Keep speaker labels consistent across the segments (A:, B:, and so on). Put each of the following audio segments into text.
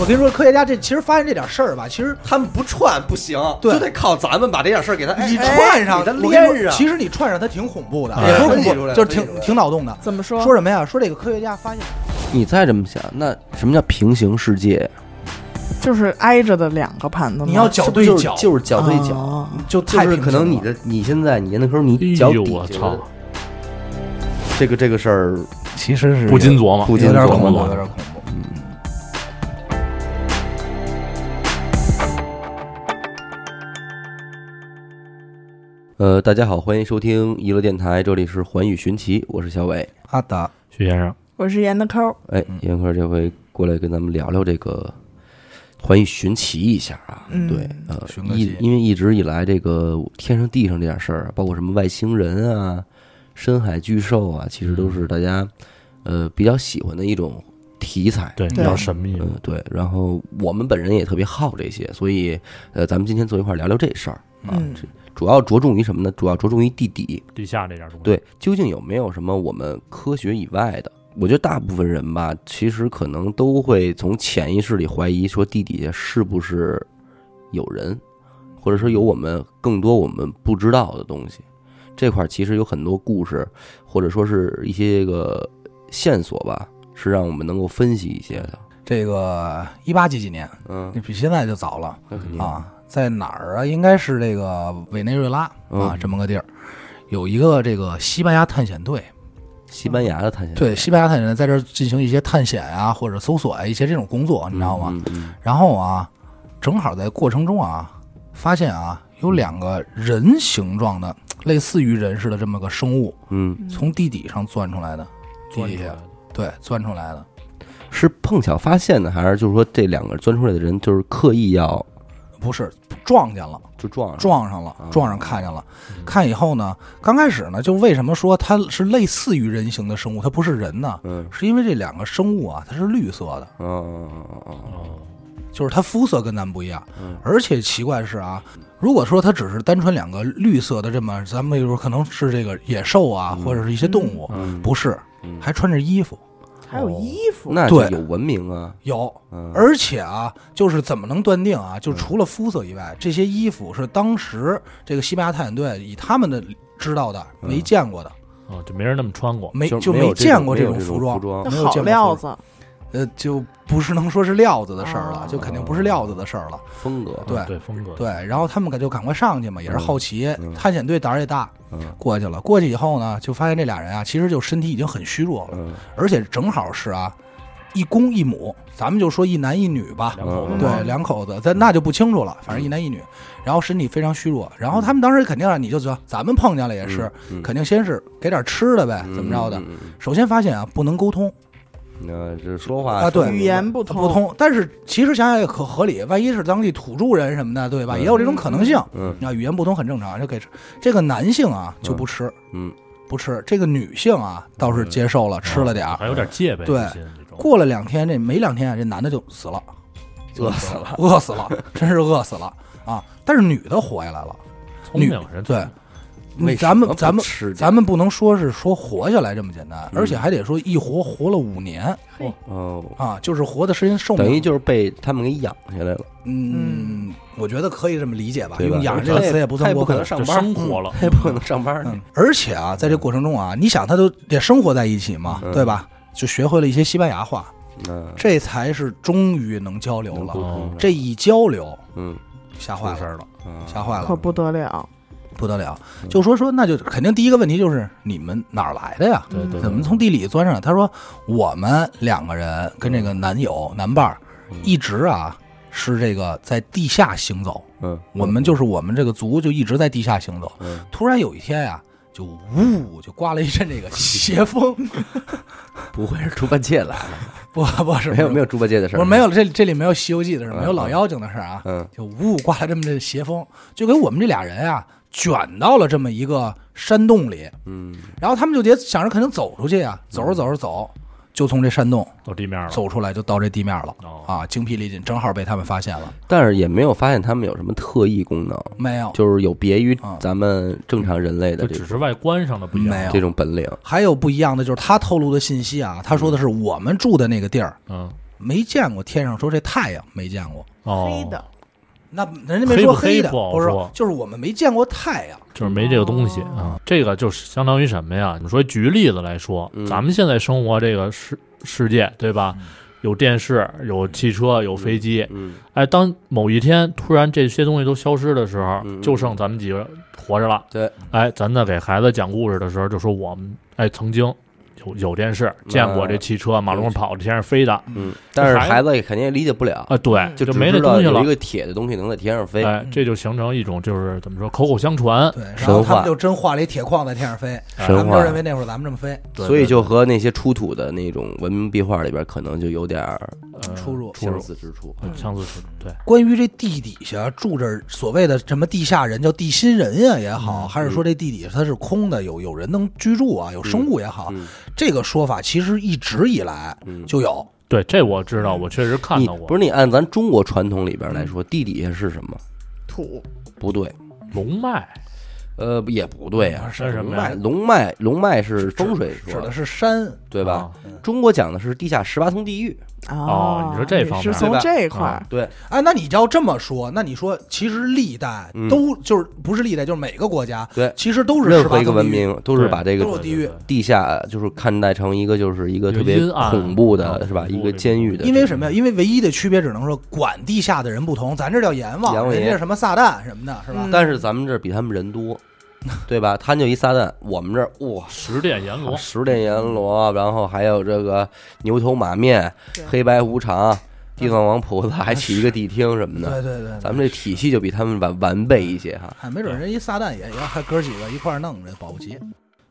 A: 我跟你说，科学家这其实发现这点事儿吧，其实
B: 他们不串不行，
A: 对
B: 就得靠咱们把这点事儿给他哎
A: 你串上，
B: 给他
A: 我跟你
B: 连
A: 说，
C: 啊
B: 上。
A: 其实你串上它挺恐怖的，
C: 哎
A: 也不是
B: 分析
A: 恐
B: 出
A: 怖，
B: 来
A: 就是
B: 分析
A: 挺
B: 出来
A: 挺脑洞的。
D: 怎么说？
A: 说什么呀？说这个科学家发现，
C: 你再这么想，那什么叫平行世界？
D: 就是挨着的两个盘子吗，
A: 你要脚
C: 是不
A: 对
C: 是就是
A: 脚，
C: 就是脚对脚，
D: 哦
A: 就
C: 就
A: 太
C: 是
A: 平
C: 可能
A: 行
C: 你
A: 了
C: 的你现在你那时候你脚
E: 哎呦
C: 底
E: 我
C: 下
E: 操，
C: 这个这个事儿
F: 其实是
E: 不禁琢磨。
C: 不禁
A: 有点
C: 琢
A: 恐
C: 磨
A: 怖，
C: 了
A: 有点恐怖。
C: 呃，大家好，欢迎收听娱乐电台，这里是环宇寻奇，我是小伟。
A: 阿达，
E: 徐先生，
D: 我是严的抠儿，
C: 哎，
F: 嗯
C: 严科这回过来跟咱们聊聊这个环宇寻奇一下啊。
D: 嗯
C: 对，呃
F: 寻，个
C: 一
F: 奇
C: 因为一直以来这个天上地上这点事儿啊，包括什么外星人啊、深海巨兽啊，其实都
F: 嗯
C: 是大家呃比较喜欢的一种题材。
E: 对，比较神秘。
C: 嗯，对。然后我们本人也特别好这些，所以呃，咱们今天坐一块儿聊聊这事儿啊。
D: 嗯
C: 这主要着重于什么呢？主要着重于地底。
E: 地下这点东西，
C: 对，究竟有没有什么我们科学以外的？我觉得大部分人吧，其实可能都会从潜意识里怀疑说地底下是不是有人，或者说有我们更多我们不知道的东西。这块儿其实有很多故事，或者说是一些个线索吧，是让我们能够分析一些的。
F: 这个一八几几年，
C: 嗯
F: 那，比现在就早了
C: 那肯定
F: 啊，在哪儿啊？应该是这个委内瑞拉啊
C: 嗯
F: 这么个地儿，有一个这个西班牙探险队，
C: 西班牙的探险
F: 对，西班牙探险队在这儿进行一些探险啊或者搜索啊一些这种工作，你知道吗？？
C: 嗯嗯
F: 然后啊，正好在过程中啊，发现啊有两个人形状的，类似于人似的这么个生物，
C: 嗯，嗯
F: 从地底上钻出来的，地
E: 钻
F: 底
E: 出来
F: 下
E: 的，
F: 对钻出来的。
C: 是碰巧发现的，还是就是说这两个钻出来的人就是刻意要
F: 不是撞见了，
C: 就撞上？
F: 撞上了
C: 啊，
F: 撞上看见了，看以后呢，刚开始呢，就为什么说它是类似于人形的生物，它不是人呢？
C: 嗯，
F: 是因为这两个生物啊，它是绿色的，
C: 哦哦哦哦，
E: 哦，
F: 就是它肤色跟咱们不一样
C: 嗯，
F: 而且奇怪是啊，如果说它只是单纯两个绿色的这么，咱们有时候可能是这个野兽啊，或者是一些动物，
C: 嗯，
F: 不是，还穿着衣服，
D: 嗯还有衣服，
C: 那就
F: 对
C: 有文明啊，
F: 有，
C: 嗯，
F: 而且啊，就是怎么能断定啊？就除了肤色以外，这些衣服是当时这个西班牙探险队以他们的知道的没见过的，
E: 哦，就没人那么穿过。
F: 没
C: 嗯就
F: 就
C: 没有这
F: 见过
C: 没有
F: 种
C: 这种
F: 服装
C: 服，装
D: 那
F: 没有
D: 好
F: 见过
D: 料
F: 服
D: 子，
F: 呃，就不是能说是料子的事儿了，
D: 哦
F: 就肯定不是料子的事儿了。
C: 风格，
F: 对
E: 嗯对，风格，
F: 对，然后他们赶就赶快上去嘛，也是好奇，
C: 嗯
F: 探险队胆儿也大，
C: 嗯
F: 过去了。过去以后呢，就发现这俩人啊，其实就身体已经很虚弱了，
C: 嗯
F: 而且正好是啊，一公一母，咱们就说一男一女吧，
E: 两口子
C: 嗯
E: 嘛
F: 对，两口子，咱那就不清楚了，反正一男一女，然后身体非常虚弱，然后他们当时肯定啊，你就知道咱们碰见了也是，
C: 嗯
F: 肯定先是给点吃的呗，怎么着的。
C: 嗯嗯
F: 首先发现啊，不能沟通，
C: 嗯那这说话
F: 啊对
D: 语言不
F: 不通。但是其实想想也可合理，万一是当地土著人什么的，对吧？
C: 嗯
F: 也有这种可能性。
C: 嗯
F: 啊，语言不通很正常，就给吃。这个男性啊就不吃，
C: 嗯
F: 不吃。这个女性啊倒是接受了，吃了
C: 嗯
F: 点儿。
E: 还有点戒备之
F: 对
E: 心，这种
F: 过了两天，这没两天啊，这男的就死了，
C: 饿死了，
F: 饿死了，真是饿死了啊！但是女的活下来了。
E: 聪明人，
F: 对，
C: 为
F: 嗯
C: 什
F: 咱
C: 么
F: 们
C: 不
F: 咱们
C: 吃
F: 咱们不能说是说活下来这么简单，
C: 嗯
F: 而且还得说一活活了五年
C: 哦，
F: 啊，就是活的时间寿命
C: 等于就是被他们给养下来了，
F: 嗯，我觉得可以这么理解吧，
C: 对
F: 啊
C: 吧
F: 用“养”这个词也不
C: 他
F: 算
C: 也
F: 过
C: 不
F: 分
C: 可能。上
E: 就
C: 班，
E: 生活了
C: 他也不可能上班
F: 嗯
C: 呢，，
F: 而且啊，在这过程中啊，你想他都也生活在一起嘛，
C: 嗯
F: 对吧？就学会了一些西班牙话，
C: 嗯，
F: 这才是终于能交流
C: 能沟
F: 了。
C: 嗯
F: 哦
C: 通了
F: 这一交流，
C: 嗯
F: 吓坏
E: 出事
F: 了，
E: 儿了，
C: 啊
F: 吓坏
D: 可
F: 了，
D: 不得了，
F: 不得了。就说说，那就肯定第一个问题就是你们哪儿来的呀？
E: 对对，对
F: 怎么从地里钻上来？他说我们两个人跟这个男友男伴儿一直啊是这个在地下行走，
C: 嗯，
F: 我们就是我们这个族就一直在地下行走。
C: 嗯
F: 突然有一天呀、就呜就刮了一阵这个邪风，
C: 不会是猪八戒来了？
F: 不不是
C: 没有没
F: 有，
C: 有猪八戒的事
F: 我
C: 儿，
F: 说没有这这里没有《西游记》的事儿，没有
C: 嗯
F: 老妖精的事儿啊，
C: 嗯，
F: 就呜刮了这么这邪风，就给我们这俩人啊卷到了这么一个山洞里，
C: 嗯
F: 然后他们就得想着肯定走出去啊，走着走着走，就从这山洞。
E: 到地面
C: 嗯
E: 了，
F: 走出来就到这地面了
E: 哦
F: 啊，精疲力尽，正好被他们发现了。
C: 但是也没有发现他们有什么特异功能，
F: 没有，
C: 就是有别于
F: 啊
C: 咱们正常人类的
E: 就
C: 这
E: 只
C: 种
E: 是外观上的不一
F: 没
E: 样
F: 有，
C: 这种本领，嗯
F: 还有不一样的就是他透露的信息啊，他说的是我们住的那个地儿
E: 嗯，
F: 没见过天上说这太阳没见过，
E: 哦，
D: 黑的，
F: 那人家没说的，
E: 黑不黑不好
F: 不是
E: 说
F: 就是我们没见过太阳。
E: 就是没这个东西
D: 哦
E: 啊。这个就是相当于什么呀？你说举例子来说，
C: 嗯
E: 咱们现在生活这个世世界，对吧？
F: 嗯
E: 有电视，有汽车，有飞机。
C: 嗯，
E: 哎，当某一天突然这些东西都消失的时候，
C: 嗯
E: 就剩咱们几个活着了。
C: 对，
E: 哎，咱在给孩子讲故事的时候，就说我们哎曾经有有电视，见过这汽车马路上跑，天上飞的
C: 嗯，但是孩子也肯定也理解不了，
E: 啊，对，
D: 嗯
E: 就
C: 只
E: 没那
C: 知道
E: 东西了
C: 有一。个铁的东西能在天上飞，
E: 哎，这就形成一种就是怎么说口口相传，
F: 对，然
C: 神
F: 后他
C: 话
F: 们就真画了一铁矿在天上飞，
E: 哎
F: 他
C: 神
F: 们就
C: 话
F: 认，为那会儿咱们这么飞。
E: 对
C: 所以
E: 对
C: 就和那些出土的那种文明壁画里边可能就有点儿
E: 呃
F: 出入
E: 出
C: 相
E: 入
C: 似之处。
E: 嗯相似处，对，
F: 关于这地底下住着所谓的什么地下人，叫地心人呀、也好，还是说这地底下它是空的，有有人能居住啊，有生物也好，
C: 嗯
F: 这个说法其实一直以来
C: 嗯，
F: 就有。
E: 对，这我知道，我确实看
C: 你
E: 到过。嗯
C: 不是你按咱中国传统里边来说，地底下是什么？
D: 土
C: 不对，
E: 龙脉，
C: 呃，也不对啊。
E: 是什么呀？
C: 龙脉，龙脉是风水
F: 指
C: 说
F: 的
C: 的，
F: 是山，
C: 对吧
E: 啊？
C: 中国讲的是地下十八层地狱，
E: 哦你说这方面
D: 啊是从这块
E: 对
D: 儿，
C: 对，
F: 哎，那你要这么说，那你说其实历代
C: 嗯
F: 都、就是不是历代，就是每个国家
C: 对
F: 其实都是
C: 任
F: 十
C: 何
F: 八
C: 一个
F: 层
C: 文
F: 地狱
C: 明都是把这
F: 都
C: 个
F: 有地狱
E: 对对对
C: 地下就是看待成一个就是一个
E: 一个
C: 特别
E: 阴暗
C: 恐怖
E: 啊
C: 的是吧？
E: 恐怖
C: 一
E: 的
C: 个监狱的，
F: 因为什么呀？因为唯一的区别只能说管地下的人不同，咱这叫阎王，
C: 阎王爷
F: 人家什么撒旦什么的，是吧？
D: 嗯
C: 但是咱们这儿比他们人 多，对吧？他就一撒旦，我们这儿哇，
E: 十殿阎罗，
C: 十殿阎罗，然后还有这个牛头马面
D: 对、
C: 黑白无常、地藏王菩萨，还起一个地厅什么的。
F: 对对对，
C: 嗯咱们这体系就比他们完完备一些哈。
F: 哎，没准人一撒旦也也还哥几个一块儿弄人，保不齐。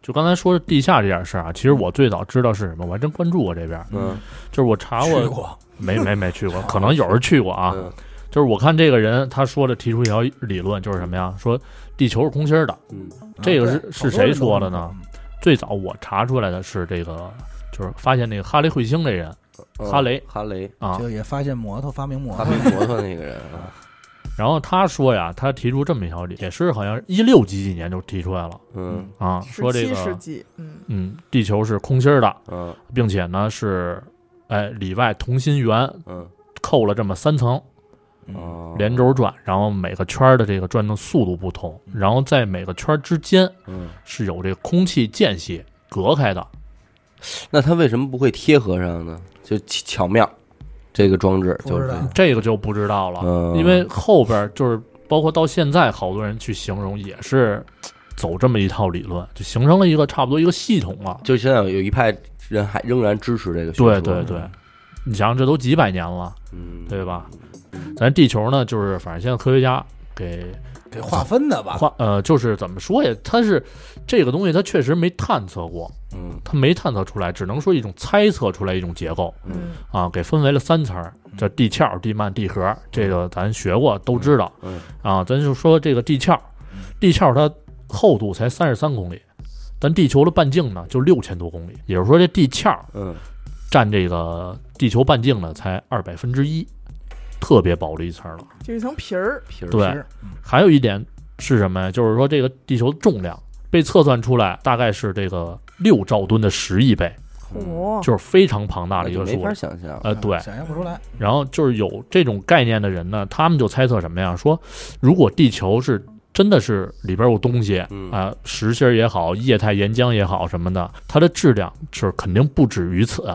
E: 就刚才说的地下这件事儿啊，其实我最早知道是什么，我还真关注过这边儿，
C: 嗯
E: 就是我查
F: 去
E: 过，
F: 过，啊
E: 没没没去过，可能有人去过啊。
C: 嗯
E: 就是我看这个人他说的提出一条理论，就是什么呀？说地球是空心儿的。
C: 嗯
E: 这个是
F: 对
E: 是谁说的呢？最早我查出来的是这个，就是发现那个哈雷彗星这人
C: 嗯
E: 哈雷
C: 哈雷，
E: 啊
F: 好多人都这么说嗯，就也发现摩托发明摩
C: 哈
F: 托
C: 雷，摩托那个人啊，
E: 然后他说呀，他提出这么一条理，也是好像一六几几年就提出来了
C: 嗯
E: 啊，
D: 十
E: 说这
D: 七世
E: 个
D: 纪，嗯，
E: 嗯，地球是空心儿的，
C: 嗯
E: 并且呢是，哎，里外同心圆
C: 嗯
E: 扣了这么三层，
F: 嗯
C: 哦，
E: 嗯连轴转，然后每个圈儿的这个转动速度不同，
D: 嗯
E: 然后在每个圈儿之间
C: 嗯，
E: 是有这个空气间隙隔开的。
C: 那他为什么不会贴合上呢？就巧巧妙，这个装置
F: 不
C: 就
F: 知
C: 是
F: 道
E: 这个就不知道了，
C: 嗯
E: 啊因为后边儿就是包括到现在，好多人去形容也是走这么一套理论，就形成了一个差不多一个系统了。
C: 就现在有一派人还仍然支持这个学
E: 对
C: 说，
E: 对对，你想想，这都几百年了，
C: 嗯，
E: 对吧？咱地球呢，就是反正现在科学家给
F: 给划分的
C: 啊
F: 吧？
E: 画呃，就是怎么说呀？它是这个东西，它确实没探测过，
C: 嗯
E: 它没探测出来，只能说一种猜测出来一种结构
C: 嗯
E: 啊，给分为了三层儿，叫地壳、地幔、地核。这个咱学过，都知道
C: 嗯
E: 啊。咱就说这个地壳，地壳它厚度才三十三公里，咱地球的半径呢就六千多公里，也就是说这地壳
C: 嗯
E: 占这个地球半径呢才二百分之一，特别薄的一层了。
D: 就一层皮儿，
C: 皮儿
E: 对
F: 其实
E: 还有一点是什么呀？就是说这个地球重量被测算出来大概是这个六兆吨的十亿倍，
D: 哦，
E: 就是非常庞大的一
C: 哎那就
E: 个
C: 没
E: 数
C: 法
E: 量。
C: 想象，
E: 呃，对，
F: 啊想象不出来。
E: 然后就是有这种概念的人呢，他们就猜测什么呀？说如果地球是真的是里边有东西啊、
C: 嗯
E: 实心儿也好，液态岩浆也好什么的，它的质量是肯定不止于此，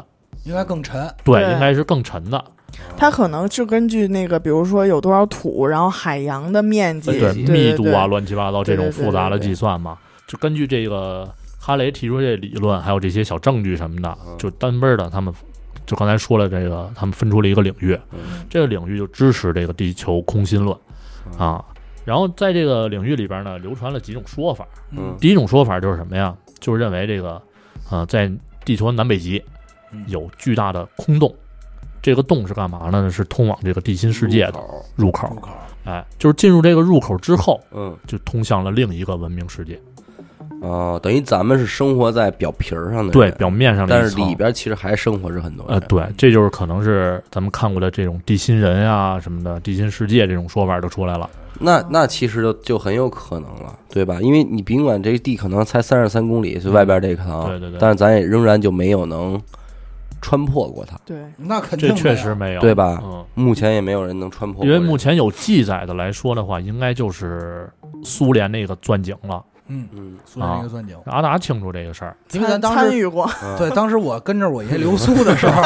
F: 应该更沉，
E: 对，
D: 对
E: 应该是更沉的。
D: 它可能是根据那个，比如说有多少土，然后海洋的面积、
E: 对
C: 对
E: 密度啊、乱七八糟
D: 对
E: 这
D: 对
E: 种
D: 对
E: 复杂的
D: 对对
E: 计算嘛，就根据这个哈雷提出这理论，还有这些小证据什么的，
C: 嗯
E: 就单倍儿的他们。就刚才说了，这个他们分出了一个领域，
C: 嗯
E: 这个领域就支持这个地球空心论
C: 嗯
E: 啊。然后在这个领域里边呢，流传了几种说法。
C: 嗯
E: 第一种说法就是什么呀？就是认为这个，呃，在地球南北极
F: 嗯
E: 有巨大的空洞，这个洞是干嘛呢？是通往这个地心世界的
C: 口，
E: 入口
F: 入。口
E: 哎，就是进入这个入口之后，
C: 嗯
E: 就通向了另一个文明世界，
C: 哦，等于咱们是生活在表皮儿上的，
E: 对，，表面上的一
C: 但
E: 层
C: 是里边哎其实还生活着很多
E: 呃，
C: 人，
E: 对，这就是可能是咱们看过的这种地心人啊什么的，地心世界这种说法就出来了。
C: 那那其实就就很有可能了，对吧？因为你甭管这个地可能才三十三公里，是外边这个可能，
E: 嗯对对对
C: 但是咱也仍然就没有能穿破过它，
D: 对，
F: 那肯定
E: 这
F: 的呀
E: 确实没有，
C: 对吧
E: 嗯，
C: 目前也没有人能穿破过
E: 因
C: 这个。
E: 为目前有记载的来说的话，应该就是苏联那个钻井了。
F: 嗯，
C: 嗯
F: 苏联那个钻井，
E: 阿达清楚这个事儿，
F: 因为咱当
D: 参
F: 时
D: 与过，
F: 对当时我跟着我爷留苏的时 候，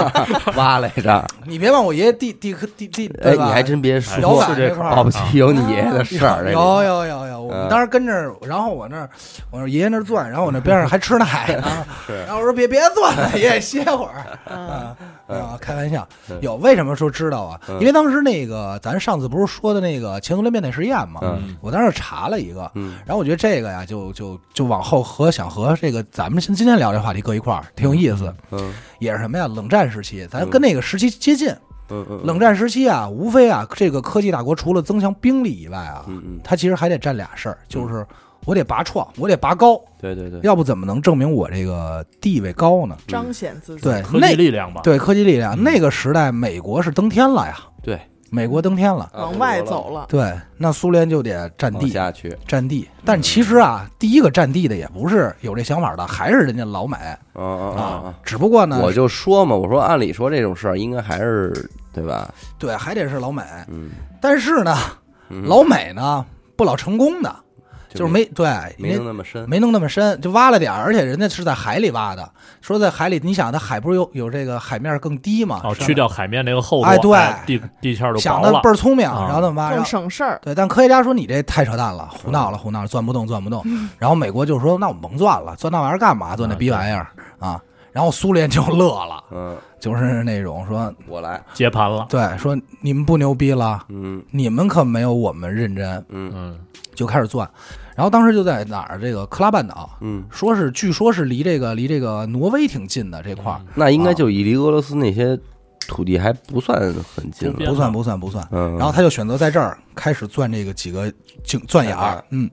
C: 挖来 着，
F: 你别往我爷地地科地地，
C: 哎，
F: 对
C: 你
F: 吧？
C: 还真别
E: 摇
C: 说
E: 摆，是这口儿啊
C: 保不齐有你爷爷的 事儿。这里
F: 有有有有，我
C: 嗯
F: 们当时跟着，然后我那儿，我爷爷那儿钻，然后我那边上还吃奶 呢，然后我说别别钻了，爷爷歇会儿
D: 嗯，
F: 啊啊，开玩笑
C: 嗯，
F: 有为什么说知道啊？
C: 嗯
F: 因为当时那个咱上次不是说的那个前苏联变态实验嘛，
C: 嗯
F: 我当时查了一个。
C: 嗯，
F: 然后我觉得这个呀，就就就往后和想和这个咱们今今天聊这话题搁一块儿，挺有意思。
C: 嗯
F: 也是什么呀？冷战时期，咱跟那个时期接近。
C: 嗯嗯，
F: 冷战时期啊，无非啊，这个科技大国除了增强兵力以外啊，
C: 嗯嗯，
F: 他其实还得占俩事儿，就是我得拔创，我得拔高，
C: 对对对，
F: 要不怎么能证明我这个地位高呢？
D: 彰显自己，
F: 对，
E: 科技
F: 那
E: 力量吧。
F: 对科技力量，
E: 嗯
F: 那个时代美国是登天了呀，
C: 对，
F: 美国登天了，
C: 啊
D: 往外走，了，
F: 对，那苏联就得占
C: 往
F: 地，
C: 下嗯去，
F: 占地。但其实啊，第一个占地的也不是有这想法的，还是人家老美
C: 啊啊啊啊！
F: 只不过呢，
C: 我就说嘛，我说按理说这种事儿应该还是对吧？
F: 对，还得是老美。
C: 嗯，
F: 但是呢，
C: 嗯
F: 老美呢不老成功的，就是没对，
C: 没
F: 人
C: 弄那么深，
F: 没弄那么深，就挖了点儿，而且人家是在海里挖的。说在海里，你想它海不是有有这个海面更低嘛？
E: 哦，
F: 是吧
E: 去掉海面那个厚度，
F: 哎对
E: 地地壳就
F: 想
E: 薄
F: 的
E: 了
F: 倍。儿聪明，
E: 啊
F: 然后他们挖，然
D: 更
F: 后
D: 省事儿，
F: 对，但科学家说你这太扯淡了，胡闹了，胡闹了，钻不动，钻不动。
D: 嗯
F: 然后美国就说，那我们甭钻了，钻那玩意儿干嘛？钻那逼玩意儿啊！然后苏联就乐了，
C: 嗯，
F: 就是那种说，
C: 我来，
E: 接盘了。
F: 对，说你们不牛逼了，
C: 嗯
F: 你们可没有我们认真，
C: 嗯
E: 嗯，
F: 就开始钻。然后当时就在哪儿？这个克拉半岛，
C: 嗯，
F: 说是据说是离这个离这个挪威挺近的这块儿。
C: 那应该就以离俄罗斯那些土地还不算很近了，
E: 边
F: 不
E: 吗
F: 算不算不算。
C: 嗯，
F: 然后他就选择在这儿开始钻这个几个井钻眼
C: 钻眼
F: 儿
C: 儿，
F: 嗯，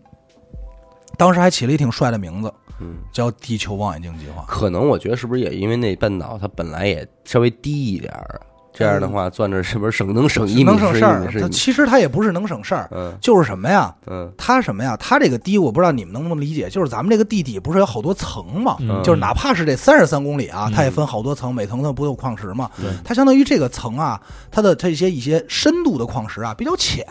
F: 当时还起了一挺帅的名字，
C: 嗯
F: 叫地球望远镜计划。
C: 可能我觉得是不是也因为那半岛它本来也稍微低一点儿，这样的话钻着是不是省能省一米
F: 嗯能省
C: 是一
F: 事儿
C: 米，是一
F: 他
C: 米？
F: 其实他也不是能省事儿，
C: 嗯
F: 就是什么呀？
C: 嗯
F: 他什么呀？他这个低，我不知道你们能不能理解，就是咱们这个地底不是有好多层嘛？
E: 嗯
F: 就是哪怕是这三十三公里啊
E: 嗯，
F: 它也分好多层，每层它不都有矿石嘛？
E: 对
F: 它相当于这个层啊，它的这些一些深度的矿石啊比较浅，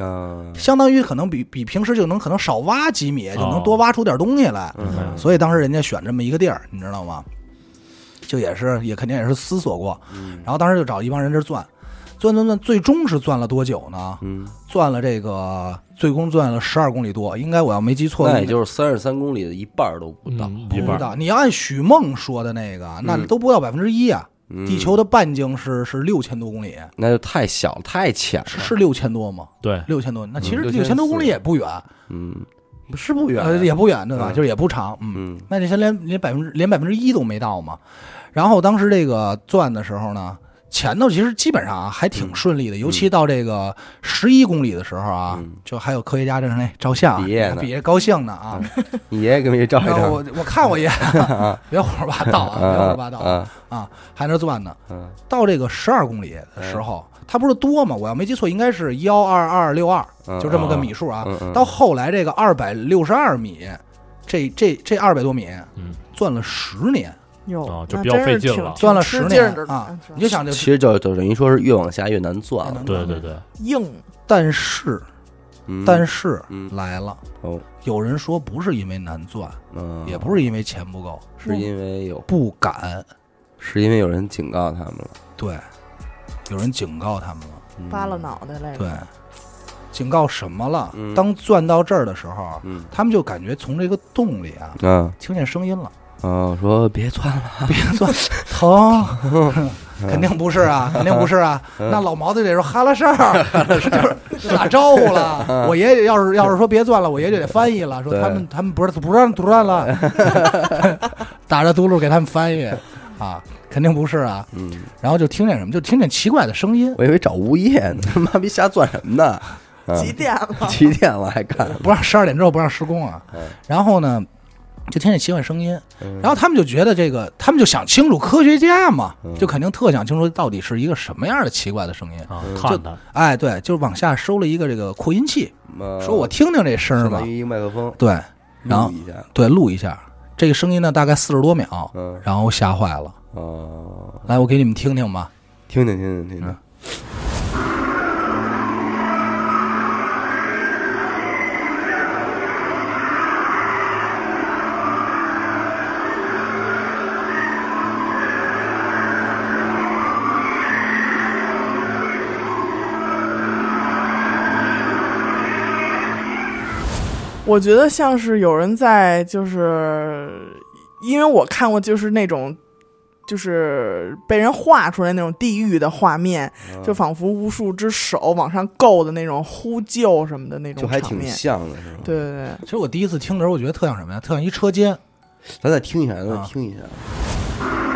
C: 嗯
F: 相当于可能比比平时就能可能少挖几米，就能多挖出点东西来。
C: 哦嗯
F: 所以当时人家选这么一个地儿，你知道吗？就也是也肯定也是思索过，
C: 嗯
F: 然后当时就找一帮人这儿钻，钻钻钻，最终是钻了多久呢？
C: 嗯，
F: 钻了这个最终钻了十二公里多，应该我要没记错，
C: 那也就是三十三公里的一半儿都不到。
E: 嗯
F: 不
E: 一半
F: 知
E: 儿
F: 道。你要按许梦说的那个，那都不到百分之一啊。
C: 嗯
F: 地球的半径是是六千多公里，
C: 那就太小了太浅了，
F: 是是六千多吗？
E: 对，
F: 六千多，那其实
C: 嗯
F: 六千多公里
C: 6400
F: 也不远，
C: 嗯，不是不远
F: 呃，也不远对吧？
C: 嗯
F: 就是也不长，嗯。
C: 嗯
F: 那你先连连百分之连百分之一都没到嘛。然后当时这个钻的时候呢，前头其实基本上啊还
C: 嗯
F: 挺顺利的，尤其到这个十一公里的时候啊，
C: 嗯
F: 就还有科学家在那照相，
C: 比耶呢嗯
F: 比爷高兴呢啊。
C: 你爷爷跟别照一
F: 然后
C: 张，
F: 我我看我爷，
C: 嗯
F: 别胡说八道啊，别胡说八道啊，
C: 啊
F: 还那钻呢。
C: 啊
F: 到这个十二公里的
C: 嗯
F: 时候，它不是多吗？我要没记错，应该是幺二二六二，
C: 嗯
F: 就这么个
E: 嗯
F: 米数啊。
C: 嗯嗯
F: 到后来这个二百六十二米，这这这二百多米
E: 嗯，
F: 钻了十年。
D: 有
E: 哦就比较费劲了
F: 钻了十年啊
D: 啊，
F: 你就想就
C: 其实就就等于说是越往下越难钻了。
E: 对对啊对，
D: 硬，
F: 但是
C: 嗯
F: 但是
C: 嗯
F: 来了，
C: 哦
F: 有人说不是因为难钻，
C: 嗯，
F: 也不是因为钱不够，
C: 是因为有
F: 不敢。
C: 是因为有人警告他们了，
F: 对，有人警告他们了，
C: 嗯
D: 扒了脑袋来着，
F: 对，警告什么了？
C: 嗯
F: 当钻到这儿的时候，
C: 嗯
F: 他们就感觉从这个洞里啊
C: 啊
F: 听见声音了，
C: 啊，说别钻了，
F: 别钻，疼， 肯定不是啊，肯定不是 啊。那老毛子这时候哈拉事儿， 嗯就是就打招呼了。我爷爷要是要是说别钻了，我爷就得翻译了，说
C: 对
F: 他们他们不是不让不让 了，打着嘟噜给他们翻译啊，肯定不是啊。
C: 嗯。
F: 然后就听见什么，就听见奇怪的声音，
C: 我以为找物业呢， 他妈逼瞎钻什么呢？啊
D: 几点了？
C: 几点了还干？
F: 不让十二点之后不让施工啊。然后呢，就听见奇怪声音，然后他们就觉得这个，他们就想清楚，科学家嘛，就肯定特想清楚到底是一个什么样的奇怪的声音。
E: 啊，
C: 嗯
E: 看他，
F: 哎，对，就是往下收了一个这个扩音器，
C: 呃
D: 嗯
F: 说我听听这声儿
C: 相
F: 吧
C: 当。于一个麦克风，
F: 对，然后
C: 录一下，
F: 对，录一下。这个声音呢大概四十多秒，
C: 嗯
F: 然后吓坏了。
C: 哦，
F: 来，我给你们听听吧。
C: 听听听听听听，
D: 嗯我觉得像是有人在，就是因为我看过，就是那种。就是被人画出来那种地狱的画面，
C: 嗯
D: 就仿佛无数只手往上够的那种呼救什么的那
C: 就
D: 种
C: 还
D: 场
C: 挺
D: 面。
C: 像呃的，是吧？
D: 对，对对，
F: 其实我第一次听的时候，我觉得特像什么呀？特像一车间。
C: 咱再听一下，咱再
F: 啊
C: 听一下。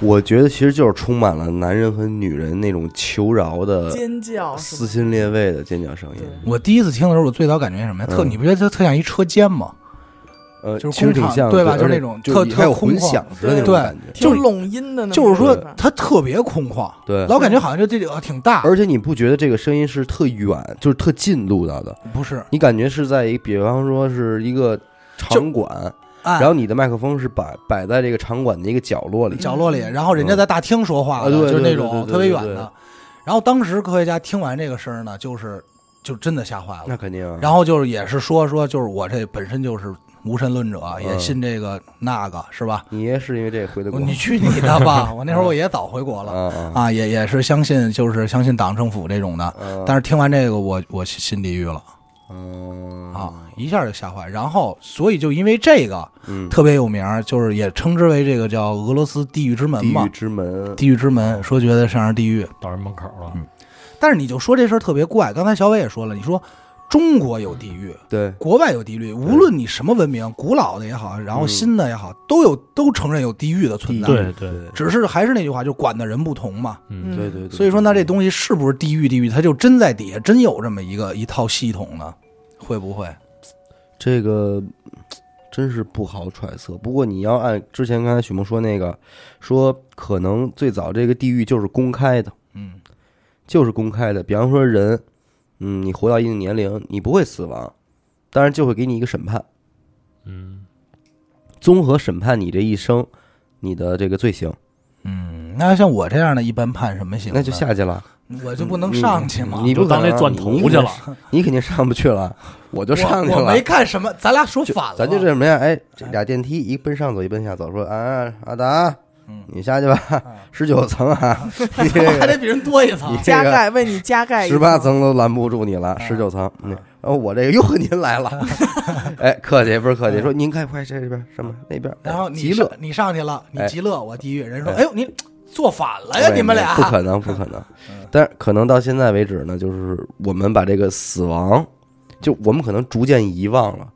C: 我觉得其实就是充满了男人和女人那种求饶的、
D: 尖叫什
C: 撕
D: 么
C: 心裂肺的尖叫声音
D: 对。
F: 我第一次听的时候，我最早感觉什么呀？特，
C: 嗯
F: 你不觉得它特像一车间吗？
C: 呃，
F: 就是
C: 其实
F: 工
C: 挺
F: 厂
C: 像的，
F: 对吧就是
C: 而且
F: 那种
C: 就
F: 特
C: 是
F: 特
C: 还有
F: 空
C: 混
F: 旷
C: 响似的那种
F: 对
C: 感觉。
D: 挺
F: 就是
D: 拢音的那么一个，
F: 就是说它特别空旷，
C: 对，
F: 老感觉好像就这个挺大，
C: 而且你不觉得这个声音是特远，就是特近录到的？
F: 不是
C: 你感觉是在一，比方说是一个场馆，
F: 暗
C: 然后你的麦克风是摆摆在这个场馆的一个角落里。
F: 角落里，然后人家在大厅说话
C: 啊
F: 的，
C: 对
F: 就是
C: 对
F: 那
C: 对对
F: 种
C: 对
F: 特别
C: 对
F: 远
C: 对
F: 的。然后当时科学家听完这个声儿呢，就是就真的吓坏了。
C: 那肯定啊。
F: 然后就是也是说说，就是我这本身就是无神论者，也
C: 嗯
F: 信这个那个是吧？
C: 你爷是因为这个回的国，
F: 哦你去你的吧！ 我那时候我也早回国了
C: 啊啊
F: 啊，也也是相信就是相信党政府这种的。
C: 啊！
F: 但是听完这个，我我信地狱了
C: 嗯
F: 啊，一下就吓坏。然后所以就因为这个
C: 嗯，
F: 特别有名儿，就是也称之为这个叫俄罗斯地狱之门
C: 地
F: 嘛
C: 狱。之门，
F: 地狱之门，说觉得上是地狱，
E: 到人门口了，
F: 嗯但是你就说这事儿特别怪。刚才小伟也说了，你说中国有地狱，
C: 对
F: 国外有地狱，无论你什么文明，古老的也好，然后
C: 嗯
F: 新的也好，都有都承认有地狱的存在。
E: 对对对，
F: 只是还是那句话，就管的人不同嘛。
E: 嗯，
C: 对对对。
F: 所以说，那这东西是不是地狱？地狱它就真在底下真有这么一个一套系统呢？会不会？
C: 这个真是不好揣测。不过你要按之前刚才许梦说那个，说可能最早这个地狱就是公开的，
F: 嗯，
C: 就是公开的。比方说人，嗯，你活到一定年龄，你不会死亡，但是就会给你一个审判，
E: 嗯，
C: 综合审判你这一生，你的这个罪行，
F: 嗯，那像我这样的，一般判什么刑呢？
C: 那就下去了。
F: 我就不能上去吗？
C: 你你
E: 就
C: 不
E: 当
C: 可能
E: 那钻头
C: 你肯定
E: 去了
C: 你肯定上不去了，我就上去
F: 我我
C: 了
F: 没。看什么，咱俩说反了吧，
C: 咱就这什么呀？哎，这俩电梯，一奔上走，一奔下走。说啊，阿达
F: 嗯，
C: 你下去吧，十九层 啊，你这
F: 还
C: 个
F: 得比人多一层
C: 你。这
D: 加
C: 个
D: 盖为你加盖一
C: 十八
D: 层
C: 层都拦不住你了，十九层。嗯然后我这个哟，您 来了，哎，客气不是客气，说您快快这边上面那边，
F: 嗯然后你
C: 极乐
F: 上你上去了，你
C: 哎
F: 极乐，我地狱。人说，
C: 哎
F: 哎呦，你做反了呀，
C: 没
F: 你们俩嗯
C: 没不可能，不 可能。但是可能到现在为止呢，就是我们把这个死亡，就我们可能逐渐遗忘了，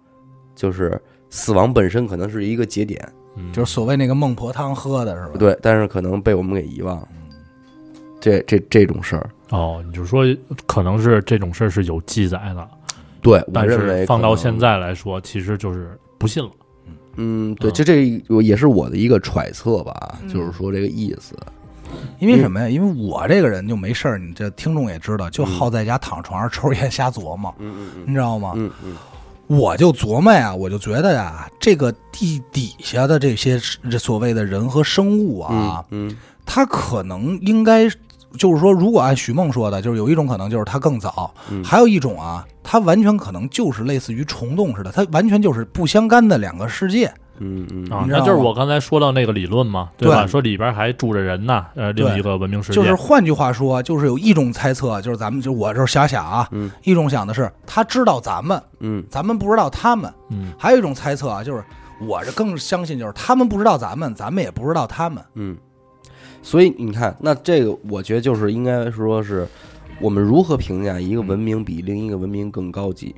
C: 就是死亡本身可能是一个节点，
E: 嗯
F: 就是所谓那个孟婆汤喝的是吧？
C: 不，对，但是可能被我们给遗忘了。这这这种事儿，
E: 哦，你就说可能是这种事儿是有记载的，
C: 对，我
E: 但
C: 认为
E: 是放到现
C: 在。
E: 在来说，其实就是不信了。
C: 嗯，对，
E: 嗯
C: 这这我也是我的一个揣测吧，就是说这个意思。啊
F: 因为什么呀？因为我这个人就没事儿，你这听众也知道，就好在家躺床上抽烟瞎琢磨，
C: 嗯嗯
F: 你知道吗？
C: 嗯嗯
F: 我就琢磨呀，我就觉得呀，这个地底下的这些这所谓的人和生物啊，
C: 嗯
F: 它可能应该。就是说，如果按徐梦说的，就是有一种可能就是它更早，
C: 嗯
F: 还有一种啊，它完全可能就是类似于虫洞似的，它完全就是不相干的两个世界。
C: 嗯嗯
E: 啊，
F: 你知
E: 那
F: 道
E: 就是
F: 吗
E: 我刚才说到那个理论嘛，对吧？
F: 对
E: 说里边还住着人呢，呃，另
F: 对
E: 一个文明世界，
F: 就是换句话说，就是有一种猜测，就是咱们就我这儿瞎想啊，
C: 嗯
F: 一种想的是他知道咱们，
C: 嗯
F: 咱们不知道他们；
E: 嗯
F: 还有一种猜测啊，就是我这更相信就是他们不知道咱们，咱们也不知道他们。
C: 嗯。所以你看，那这个我觉得就是应该说是我们如何评价一个文明比另一个文明更高级？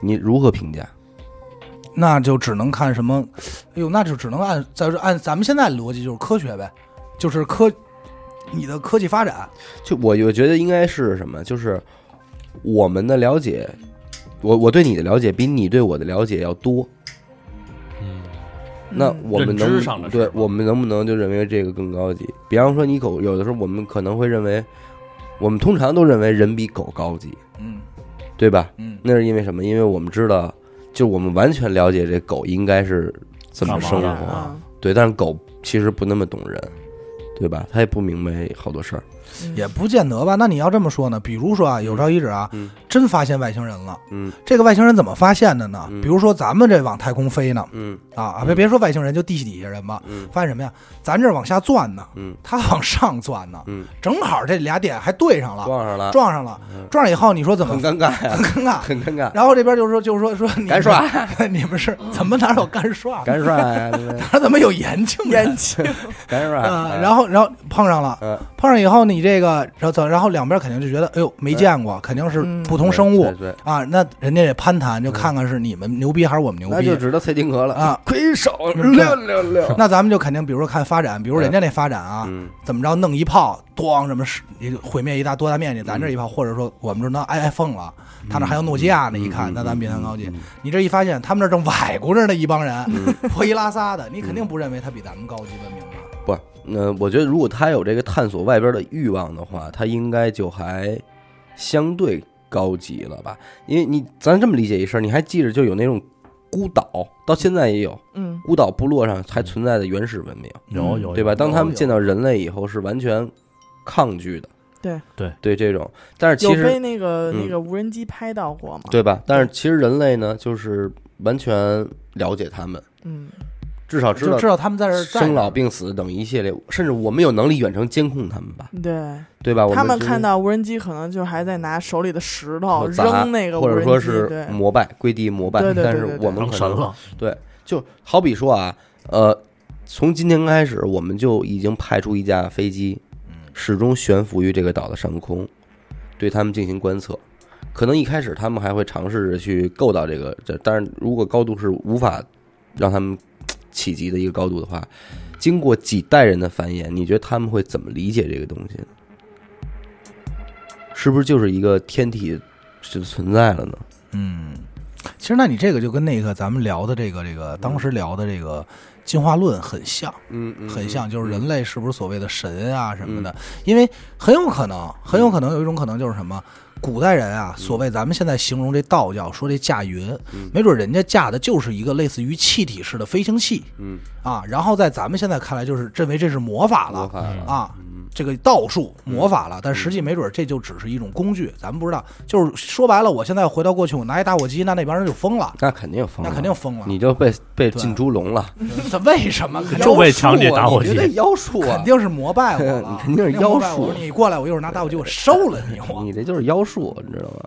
C: 你如何评价？
F: 那就只能看什么，哎呦，那就只能按咱是按咱们现在的逻辑就是科学呗，就是科你的科技发展，
C: 就我我觉得应该是什么？就是我们的了解我我对你的了解比你对我的了解要多，
E: 嗯，
C: 那
D: 嗯
C: 我们
E: 认知
C: 能
E: 上的事
C: 对
E: 吧
C: 我们能不能就认为这个更高级？比方说，你狗有的时候我们可能会认为，我们通常都认为人比狗高级，
F: 嗯
C: 对吧？
F: 嗯
C: 那是因为什么？因为我们知道，就我们完全了解这狗应该是怎么
E: 干嘛
C: 生
E: 的
C: 活，
D: 啊，
C: 对。但是狗其实不那么懂人，对吧？它也不明白好多事儿。
D: 嗯
F: 也不见得吧。那你要这么说呢？比如说啊，有朝一日啊，
C: 嗯
F: 真发现外星人了。
C: 嗯
F: 这个外星人怎么发现的呢
C: 嗯？
F: 比如说咱们这往太空飞呢，
C: 嗯
F: 啊啊，别别说外星人，就地底下人吧，
C: 嗯
F: 发现什么呀？咱这儿往下钻呢，
C: 嗯
F: 他往上钻呢，
C: 嗯，
F: 正好这俩点还对上了，
C: 撞上了，
F: 撞上了
C: 嗯，
F: 撞上以后你说怎么
C: 很尴尬呀，
F: 很尴尬？
C: 很尴尬。
F: 然后这边就说就说说你们
C: 干刷，
F: 你们是怎么哪有干刷？
C: 干帅呀，对不对
F: 哪怎么有延庆人
D: 眼睛
C: 干帅
F: 啊？
C: 呀。
F: 然后然后碰上了，
C: 嗯
F: 碰上以后你这个然后走然后两边肯定就觉得哎呦没见过，肯定是不同生物
C: 对对对
F: 啊。那人家也攀谈，就看看是你们牛逼还是我们牛
C: 那就
F: 逼。
C: 知道蔡丁格了
F: 啊！
C: 魁首
F: 嗯
C: 六六六，
F: 那咱们就肯定，比如说看发展，比如人家那发展啊，
C: 嗯
F: 怎么着弄一炮，咣什么是也就毁灭一大多大面积，
C: 嗯
F: 咱这一炮，或者说我们这能 iPhone 了，他那还有诺基亚呢，一看
C: 嗯
F: 那咱们比他高级
C: 嗯嗯。
F: 你这一发现，他们那正崴咕着呢一帮
C: 嗯
F: 人， 破衣拉撒的，你肯定不认为他比咱们高级文明吧？
C: 不，那我觉得如果他有这个探索外边的欲望的话，他应该就还相对高级了吧？因为你咱这么理解一事儿，你还记着就有那种孤岛，到现在也有
D: 嗯
C: 孤岛部落上还存在的原始文明，
F: 嗯
E: 有
C: 嗯
E: 有
C: 对吧？当他们见
E: 到
C: 到人类以后是完全抗拒的，
D: 对
E: 对
C: 对这种，但是
D: 有
C: 其实
D: 被那个
C: 嗯
D: 那个无人机拍到过吗？
C: 对吧？但是其实人类呢，就是完全了解他们，
D: 嗯，
C: 至少知
F: 就
C: 道
F: 知道他们在这儿
C: 生老
F: 在
C: 病死等一系列，甚至我们有能力远程监控他们吧，
D: 对，
C: 对吧？我
D: 他们
C: 知
D: 看到无人机，可能就还在拿手里的石头
C: 或砸
D: 扔那个无
C: 或
D: 人
C: 者
D: 机，
C: 说是
D: 对，
C: 膜拜跪地膜拜
D: 对，对对
C: 但是
D: 对对
C: 我们
E: 当
C: 可
E: 神
C: 能
E: 了，
C: 就好比说啊，呃，从今天开始，我们就已经派出一架飞机，始终悬浮于这个岛的上空，对他们进行观测。可能一开始他们还会尝试着去够到这个，这但是如果高度是无法让他们嘖企及的一个高度的话，经过几代人的繁衍，你觉得他们会怎么理解这个东西呢？是不是就是一个天体是存在了呢？
F: 嗯，其实那你这个就跟那个咱们聊的这个这个当时聊的这个进化论很像。
C: 嗯，嗯
F: 很像，就是人类是不是所谓的神啊什么的？因为很有可能，很有可能有一种可能就是什么，古代人
C: 嗯
F: 啊，所谓咱们现在形容这道教说这驾云，没准人家驾的就是一个类似于气体式的飞行器
C: 嗯，
F: 啊，然后在咱们现在看来就是认为这是魔法
C: 魔
F: 了
C: 法了，
F: 啊。
C: 嗯
F: 这个道术魔法了，但实际没准这就只是一种工具，咱们不知道。就是说白了，我现在回到过去，我拿一打火机，那那帮人就疯了，
C: 那肯定疯
F: 那
C: 了，
F: 肯定疯了。
C: 你就被被进猪笼了，
F: 这为什么？肯定
E: 就为强解打火机
C: 你觉得啊妖术啊，
F: 肯定是膜拜我
C: 你
F: 了，
C: 肯定是妖
F: 膜拜我
C: 术
F: 说你过来，我一会儿拿打火机，我收了你，我
C: 你这就是妖术，你知道吗？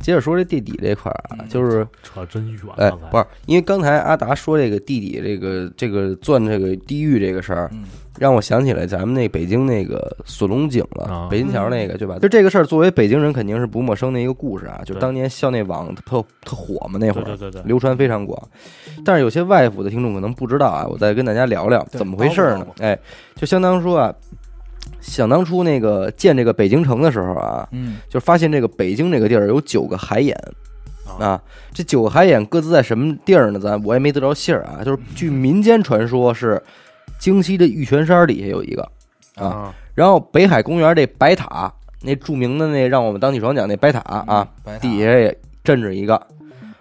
C: 接着说这地底这块儿啊，就是
E: 扯真远
C: 哎，
E: 了，
C: 不是，因为刚才阿达说这个地底这个这个钻这个地狱这个事儿
F: 嗯，
C: 让我想起来咱们那北京那个锁龙井了
E: 啊，
C: 北京桥那个，对吧？就这个事儿，作为北京人肯定是不陌生的一个故事啊，就
E: 对
C: 当年校内网特特火嘛，那会
E: 对
C: 儿
E: 对对对，
C: 流传非常广。但是有些外府的听众可能不知道啊，我再跟大家聊聊
F: 对
C: 怎么回事儿呢
F: 叨咕叨？
C: 哎，就相当说啊，想当初那个建这个北京城的时候啊，
F: 嗯，
C: 就发现这个北京这个地儿有九个海眼。
E: 啊
C: 啊，这九个海眼各自在什么地儿呢？咱我也没得着信儿啊。就是据民间传说是，京西的玉泉山底下有一个，啊，然后北海公园这白塔，那著名的那让我们当起床讲那白塔啊，
F: 白塔
C: 底下也镇着一个，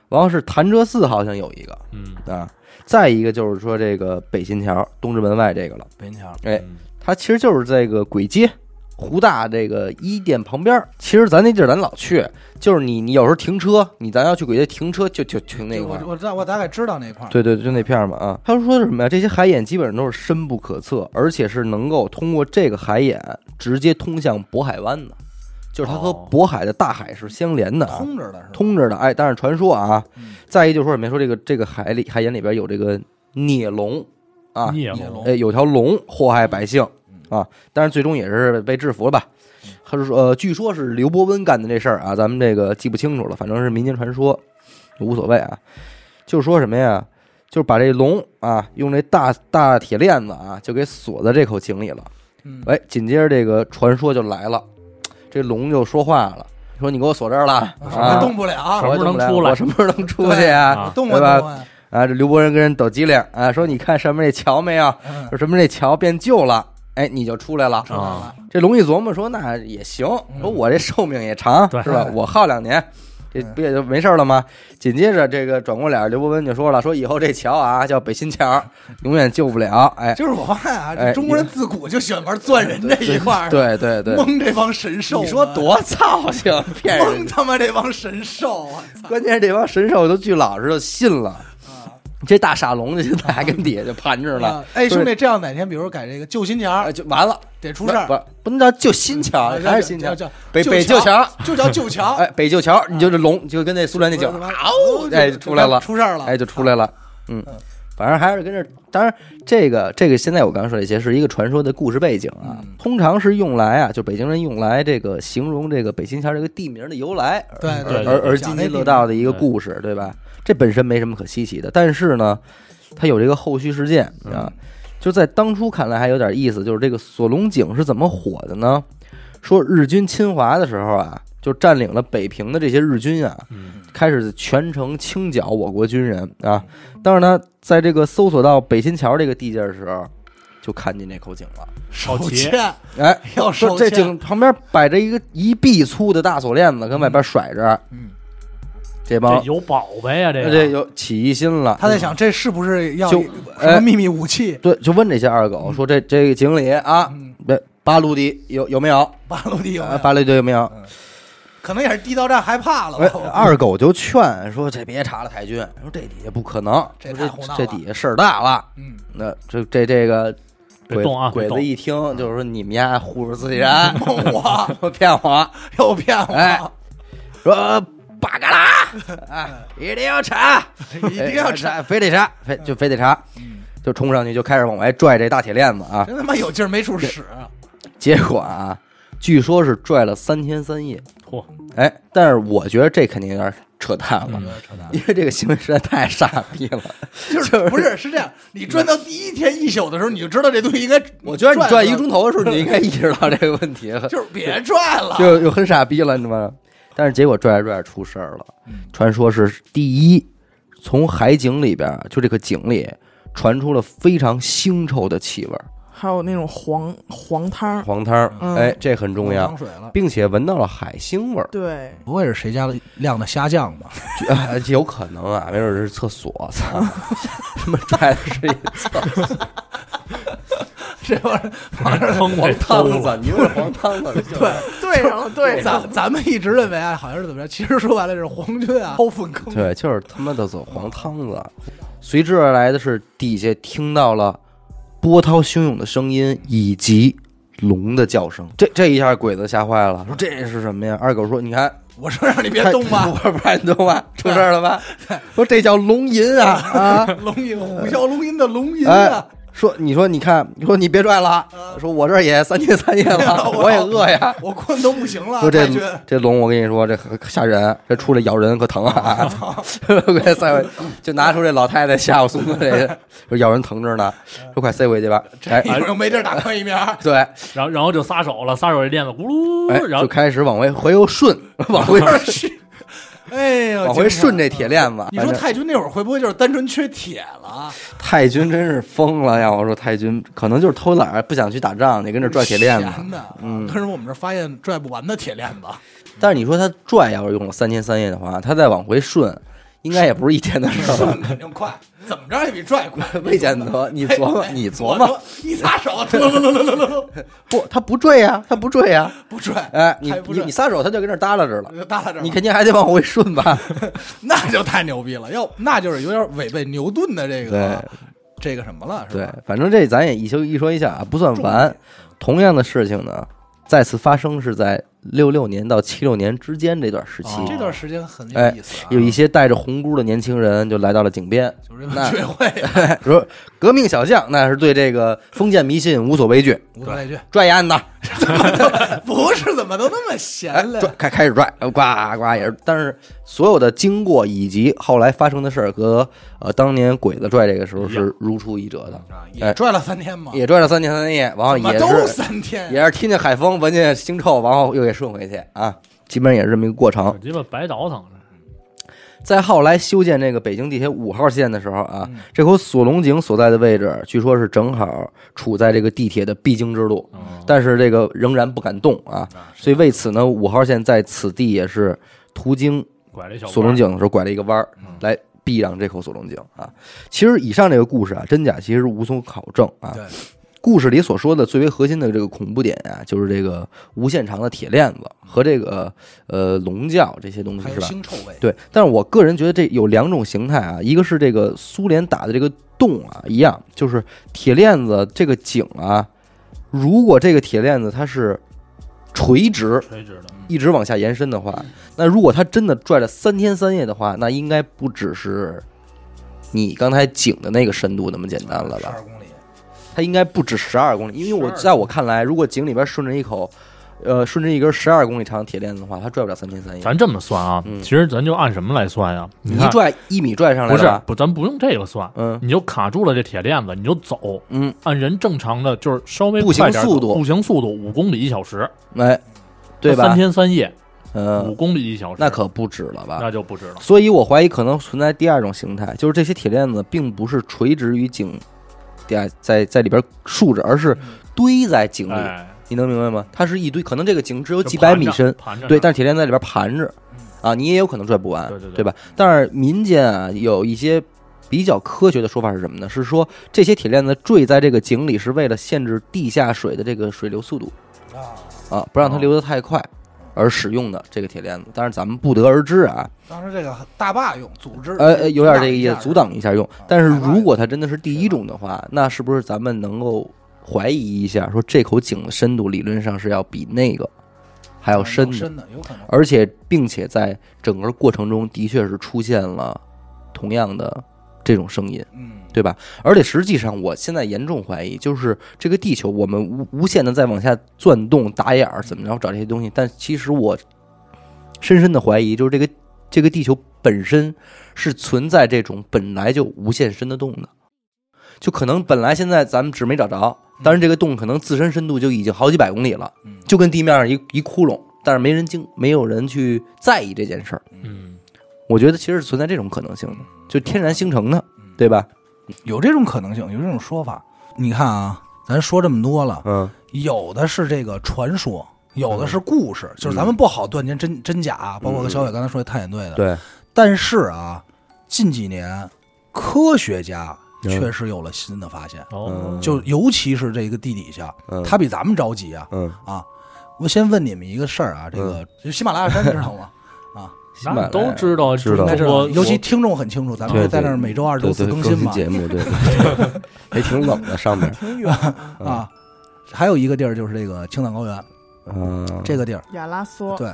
C: 然后是潭柘寺好像有一个
E: 嗯，
C: 啊，再一个就是说这个北新桥东直门外这个了，
F: 北京桥，
C: 哎
E: 嗯，
C: 它其实就是这个簋街。湖大这个一店旁边儿，其实咱那地儿咱老去，就是你你有时候停车，你咱要去簋街停车就就停那
F: 这我
C: 块儿，
F: 我大我大概知道那块儿，
C: 对对，就那片儿嘛啊。他说的是什么呀？这些海眼基本上都是深不可测，而且是能够通过这个海眼直接通向渤海湾的，就是它和
E: 哦
C: 渤海的大海是相连的啊。
F: 通着的是吧？
C: 通着的，哎，但是传说啊，
F: 嗯
C: 再一就是说什么呀？说这个这个海里海眼里边有这个孽龙啊，
E: 孽
F: 孽
E: 龙
F: 龙嗯
C: 哎，有条龙祸害百姓啊，但是最终也是被制服了吧？他是说，呃，据说是刘伯温干的这事儿啊，咱们这个记不清楚了，反正是民间传说，无所谓啊。就是说什么呀？就是把这龙啊，用这大大铁链子啊，就给锁在这口井里了。
F: 嗯
C: 哎，紧接着这个传说就来了，这龙就说话了，说你给我锁这儿了
A: 我
C: 啊，
A: 动不了，
E: 什么时候能出来
C: 我什么时候能出去啊？
E: 啊，
A: 动我
C: 对吧
A: 动啊，
C: 啊，这刘伯仁跟人抖机灵啊，说你看上面那桥没有？
F: 嗯
C: 说什么这桥变旧了，哎，你就出来了。
E: 啊，
C: 这龙一琢磨说那也行，说我这寿命也长，
E: 对
C: 是吧？我耗两年。这
F: 嗯
C: 不也就没事了吗？紧接着这个转过脸，刘伯温就说了：“说以后这桥啊叫北新桥，永远救不了。”哎，
F: 就是我发现啊，
C: 哎
F: 这中国人自古就喜欢玩钻人这一块儿，
C: 对对对，
F: 蒙这帮神兽啊。
C: 你说多操性，骗人
F: 蒙！他妈这帮神兽啊！
C: 关键是这帮神兽都巨老实，就信了。这大傻龙现在还跟底下就盘着呢
F: 啊，哎，
C: 说
F: 兄弟，这要哪天比如改这个旧新桥
C: 哎，就完了，
F: 得出事儿，啊
C: 不不能叫就新桥，还是新
F: 叫
C: 桥，
F: 叫
C: 北
F: 旧
C: 北旧桥，
F: 就叫旧桥。
C: 哎，北旧桥，你就这龙，就跟那苏联那
F: 就
C: 酒，
F: 是吧，
C: 嗷，
F: 啊
C: 哎，
F: 哦就
C: 出来了，
F: 出事儿了，
C: 哎，就出来了，嗯。反正还是跟这，当然这个这个现在我刚说这些是一个传说的故事背景啊，
F: 嗯
C: 通常是用来啊，就北京人用来这个形容这个北新桥这个地名的由来，
F: 对
E: 对
C: 而而
F: 讲
C: 津
F: 那
C: 津
F: 地
C: 乐道的一个故事，对吧？这本身没什么可稀奇的，但是呢，它有这个后续事件啊，就在当初看来还有点意思，就是这个索隆井是怎么火的呢？说日军侵华的时候啊，就占领了北平的这些日军啊，
E: 嗯
C: 开始全城清剿我国军人啊。但是呢，在这个搜索到北新桥这个地界儿的时候，就看见这口井了。
F: 手
E: 手
F: 欠
E: 欠
C: 哎，
F: 要啊手
C: 这这
F: 欠
C: 井旁边摆着一个一臂粗的大锁链子，跟外边甩着。
F: 嗯，
C: 这帮
E: 这有宝贝啊，这
C: 那
E: 个
C: 哎这有起疑心了。
F: 他在想这是不是要
C: 就哎
F: 什么秘密武器？
C: 对，就问这些二狗说这这个井里啊，
F: 嗯，哎
C: 这八路的有有没有？
F: 八路地有没有
C: 啊八路的有没有？
F: 嗯可能也是地道战害怕了
C: 哎
F: 吧。
C: 二狗就劝说这别查了，太君说这底下不可能，
F: 这
C: 说
F: 太胡闹
C: 这
F: 了
C: 底下事儿大了。
F: 嗯，
C: 那这这这个
E: 别
C: 鬼
E: 动啊，别
C: 鬼
E: 动
C: 子一听
F: 嗯
C: 就是说你们家护 着自己人，我 骗我，
F: 又骗我，
C: 哎，说巴嘎啦，啊，一定要查，
F: 一定要查，
C: 查，非得查，非就非得查，就冲上去就开始往外拽这大铁链子啊，
F: 真他妈有劲儿没处使。
C: 结果啊，据说是拽了三天三夜。
E: 嚯！
C: 哎，但是我觉得这肯定有嗯点扯淡了，因为这个行为实在太傻逼了。
F: 就是不是是这样？你转到第一天一宿的时候，你就知道这东西应该。
C: 我觉得你
F: 拽
C: 转一个钟头的时候，你应该意识到这个问题了，
F: 就是别拽了。
C: 就就很傻逼了，你知道吗？但是结果拽着拽着出事儿了，传说是第一，从海井里边，就这个井里传出了非常腥臭的气味儿，
D: 还有那种黄黄汤儿，
C: 黄汤儿，
D: 嗯
C: 哎，这很重要
F: 脏，水了，
C: 并且闻到了海腥味儿。
D: 对，
F: 不会是谁家晾的虾酱吧？
C: 啊，有可能啊，没准是厕所， 操，他妈拽的 是一厕所
F: 这玩意儿
E: 坑给偷
C: 汤
E: 了，
C: 子，你用黄汤子，对，
D: 对上了，对上了，
F: 咱咱们一直认为啊，好像是怎么着？其实说白了，就是皇军啊，掏粪坑。
C: 对，就是他妈的走黄汤子。随之而来的是底下听到了波涛汹涌的声音以及龙的叫声，这这一下鬼子吓坏了，说这是什么呀？二狗说，你看，
F: 我说让你别动吧，
C: 不不然你动吧，出事儿了吧？说这叫龙吟啊啊！
F: 龙吟虎啸龙吟的龙吟
C: 哎
F: 啊！，
C: 说你说你看，你说你别拽了啊，说我这儿也三天三夜了，我也饿呀。
F: 我困都不行了，
C: 说这
F: 太君
C: 这龙，我跟你说，这可吓人，这出来咬人可疼啊！ 快塞回，就拿出这老太太吓唬孙子 这，说咬人疼着呢，说快塞回去吧。哎，
F: 一会儿又没地儿打快一面儿，
C: 对，
E: 然后然后就撒手了，撒手这链子咕
C: 哎
E: 噜，，然
C: 就
E: 后
C: 开始往回回又顺， 往回
F: 哎呦，
C: 往回
F: 经常
C: 顺这铁链子。哎
F: 你说
C: 反正
F: 太君那会儿会不会就是单纯缺铁了？
C: 太君真是疯了，要我说太君可能就是偷懒儿，不想去打仗，你跟这拽铁链子。
F: 闲的，嗯，但是我们这儿发现拽不完的铁链子，
C: 但是你说他拽，要是用了三天三夜的话，他再往回顺，应该也不是一天的事 儿。
F: 顺肯定快，怎么着也比拽快。哎
C: 魏建德，你琢磨，你琢
F: 我
C: 磨，
F: 说一撒手，嘟噜噜噜噜噜噜，
C: 不，他不坠呀、他不坠呀、
F: 不拽，
C: 哎，你
F: 还不啊
C: 你
F: 拽
C: 你撒手，他就跟这儿耷拉着
F: 我
C: 了，
F: 就耷拉着了，
C: 你肯定还得往回顺 吧？
F: 那就太牛逼了，要那就是有点违背牛顿的这个这个什么了，是
C: 对
F: 吧？，
C: 反正这咱也一说一说一下啊，不算完。同样的事情呢，再次发生是在六六年到七六年之间这段时期，
E: 哦
F: 这段时间很有
C: 哎
F: 意思啊，
C: 有一些带着红箍的年轻人就来到了井边，
F: 就是
C: 那哎
F: 学会啊
C: 说革命小将那是对这个封建迷信无所畏惧，
F: 无所畏 惧，
C: 拽一案子，
F: 不是怎么都那么
C: 哎
F: 闲，嘞啊
C: 拽？开开始拽，呱呱也是，但是所有的经过以及后来发生的事儿和呃当年鬼子拽这个时候是如出一辙的。
F: 啊也拽了三天嘛，
C: 哎也拽了三天三夜，然后
F: 怎么
C: 也
F: 都
C: 是
F: 三天，
C: 也是听见海风，闻见腥臭，然后又给顺回去啊，基本上也是这么一个过程。
E: 鸡巴白倒腾了。
C: 在后来修建这个北京地铁五号线的时候啊，
F: 嗯
C: 这口锁龙井所在的位置，据说是正好处在这个地铁的必经之
F: 哦
C: 路，
E: 嗯
C: 但是这个仍然不敢动啊，所以为此呢，五号线在此地也是途经
E: 拐了一小弯儿
C: 锁龙，井的时候拐了一个弯儿
F: 嗯
C: 来避让这口锁龙井啊。其实以上这个故事啊，真假其实无从考证啊
F: 对。
C: 故事里所说的最为核心的这个恐怖点啊，就是这个无限长的铁链子和这个呃龙教这些东西
F: 嗯还
C: 是
F: 有
C: 吧？
F: 腥臭味，
C: 对，但是我个人觉得这有两种形态啊，一个是这个苏联打的这个洞啊，一样就是铁链子这个井啊，如果这个铁链子它是垂直
E: 垂直的，
C: 一直往下延伸的话，
E: 嗯
C: 那如果它真的拽了三天三夜的话，那应该不只是你刚才井的那个深度那么简单了
F: 十
C: 吧？
F: 二公里，
C: 它应该不止十二公里，因为我
E: 12
C: 在我看来，如果井里边顺着一口，呃，顺着一根十二公里长的铁链子的话，它拽不了三天三夜。
E: 咱这么算啊，
C: 嗯
E: 其实咱就按什么来算呀？
C: 你
E: 看
C: 一拽一米拽上来
E: 不是
C: 了吧
E: 不，咱不用这个算，
C: 嗯
E: 你就卡住了这铁链子，你就走，
C: 嗯，
E: 按人正常的就是稍微
C: 步行
E: 快点走
C: 速度
E: 步行速度五公里一小时，
C: 哎，对吧？
E: 三天三夜，五
C: 嗯，
E: 公里一小时，
C: 那可啊不止了吧？
E: 那就不知道。
C: 所以我怀疑可能存在第二种形态，就是这些铁链子并不是垂直于井底下在在里边竖着，而
E: 嗯
C: 是堆在井里。
E: 哎，
C: 你能明白吗？它是一堆，可能这个井只有
E: 有
C: 几百米深，
E: 盘着
C: 对，
E: 呢
C: 但是铁链子在里边盘着，啊，你也有可能拽不完，
E: 对对对
C: 吧？但是民间啊有一些比较科学的说法是什么呢？是说这些铁链子坠在这个井里是为了限制地下水的这个水流速度啊，不让它流得太快。而使用的这个铁链子，但是咱们不得而知啊，
F: 当时这个大坝用组织，
C: 呃，呃有点这个意
F: 意
C: 思，阻挡一下用。但是如果它真的是第一种的话，那是不是咱们能够怀疑一下，说这口井的深度理论上是要比那个还要深的？
F: 深的，啊有可能。
C: 而且并且在整个过程中的确是出现了同样的这种声音，
F: 嗯，
C: 对吧？而且实际上，我现在严重怀疑，就是这个地球我们无无限的在往下钻洞、打眼儿，怎么着找这些东西，但其实我深深的怀疑，就是这个这个地球本身是存在这种本来就无限深的洞的。就可能本来现在咱们只没找着，但是这个洞可能自身深度就已经好几百公里了，
F: 嗯
C: 就跟地面上一一窟窿，但是没人经没有人去在意这件事儿。
E: 嗯，
C: 我觉得其实是存在这种可能性的，就天然形成的，对吧？
F: 有这种可能性，有这种说法。你看啊，咱说这么多了，
C: 嗯，
F: 有的是这个传说，有的是故事，就是咱们
C: 嗯
F: 不好断定真真假啊，包括和小伟刚才说的探险队的。
C: 对，
F: 但是啊，近几年科学家确实有了新的发现，
E: 哦
C: 嗯，
F: 就尤其是这个地底下，
C: 嗯
F: 他比咱们着急啊
C: 嗯，
F: 啊！我先问你们一个事儿啊，这个就喜马拉雅山知道 吗？啊，
C: 喜马拉
E: 那
C: 雅
E: 都知道，
C: 知
F: 应
C: 道
F: 该
E: 中
F: 知
E: 国
F: 道，啊尤其听众很清楚，咱们
C: 对
F: 会在
C: 对
F: 那儿每周二、周
C: 对
F: 四
C: 对
F: 更
C: 更
F: 新嘛。
C: 节目，对，对还挺冷的上面，
D: 挺远的。
F: 啊，还有一个地儿就是这个青藏高原，
C: 嗯，
F: 这个地儿，
D: 亚拉索，
F: 对，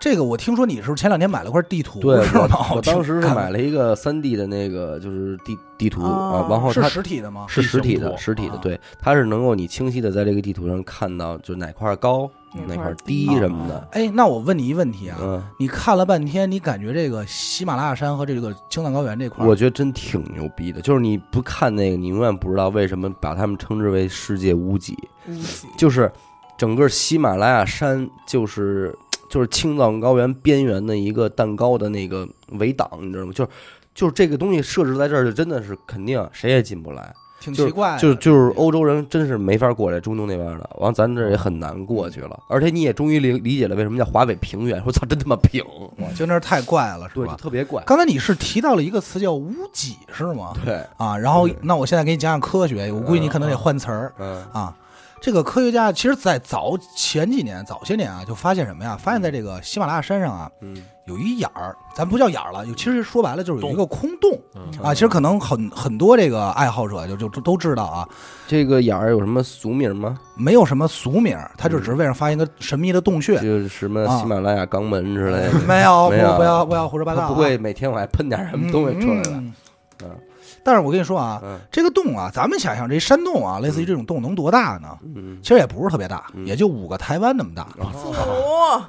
F: 这个我听说你是前两天买了块地图，
C: 对
F: 是吗？
C: 我我
F: 听
C: 当时是
F: 看
C: 买了一个三 D 的那个就是地地图
D: 哦
C: 啊，然后
F: 是
C: 它
F: 实体的吗？
C: 是实体的，
E: 地形图
C: 实体的，
F: 啊
C: 对，它是能够你清晰的在这个地图上看到，就哪块高
D: 哪
C: 哪
D: 块
C: 块
D: 低
C: 低什么的，
F: 哎，那我问你一问题啊，
C: 嗯，
F: 你看了半天，你感觉这个喜马拉雅山和这个青藏高原这块儿，
C: 我觉得真挺牛逼的，就是你不看那个，你永远不知道为什么把他们称之为世界屋脊，
D: 屋脊
C: 就是整个喜马拉雅山就是就是青藏高原边缘的一个蛋糕的那个围挡，你知道吗？就是就是这个东西设置在这儿，就真的是肯定谁也进不来。
F: 挺
C: 就
F: 奇怪的，
C: 就就是欧洲人真是没法过来中东那边的，完咱这儿也很难过去了。而且你也终于理理解了为什么叫华北平原，我操，真他妈平，
F: 就那儿太怪了，是
C: 对，就
F: 吧？
C: 特别怪。
F: 刚才你是提到了一个词叫屋脊是吗？
C: 对，
F: 啊，然后
C: 对
F: 那我现在给你讲讲科学，我估计你可能得换词儿。
C: 嗯
F: 啊，这个科学家其实，在早前几年、早些年啊，就发现什么呀？发现在这个喜马拉雅山上啊，
C: 嗯，
F: 有一眼儿，咱不叫眼儿了，有其实说白了就是有一个空洞
E: 嗯
F: 啊。其实可能很很多这个爱好者就就都都知道啊，
C: 这个眼儿有什么俗名吗？
F: 没有什么俗名儿，他就只是为了发现一个神秘的洞穴。
C: 就是什么
F: 啊
C: 喜马拉雅肛门之类的。
F: 没有，
C: 嗯没有
F: 不不要不要胡说八道、
C: 他
F: 啊，
C: 不会每天我还喷点什么东西出来的。
F: 嗯嗯
C: 嗯
F: 但是我跟你说啊，
C: 嗯
F: 这个洞啊，咱们想象这山洞啊，类似于这种洞能多大呢？
C: 嗯，
F: 其实也不是特别大，
C: 嗯
F: 也就五个台湾那么大
D: 哦，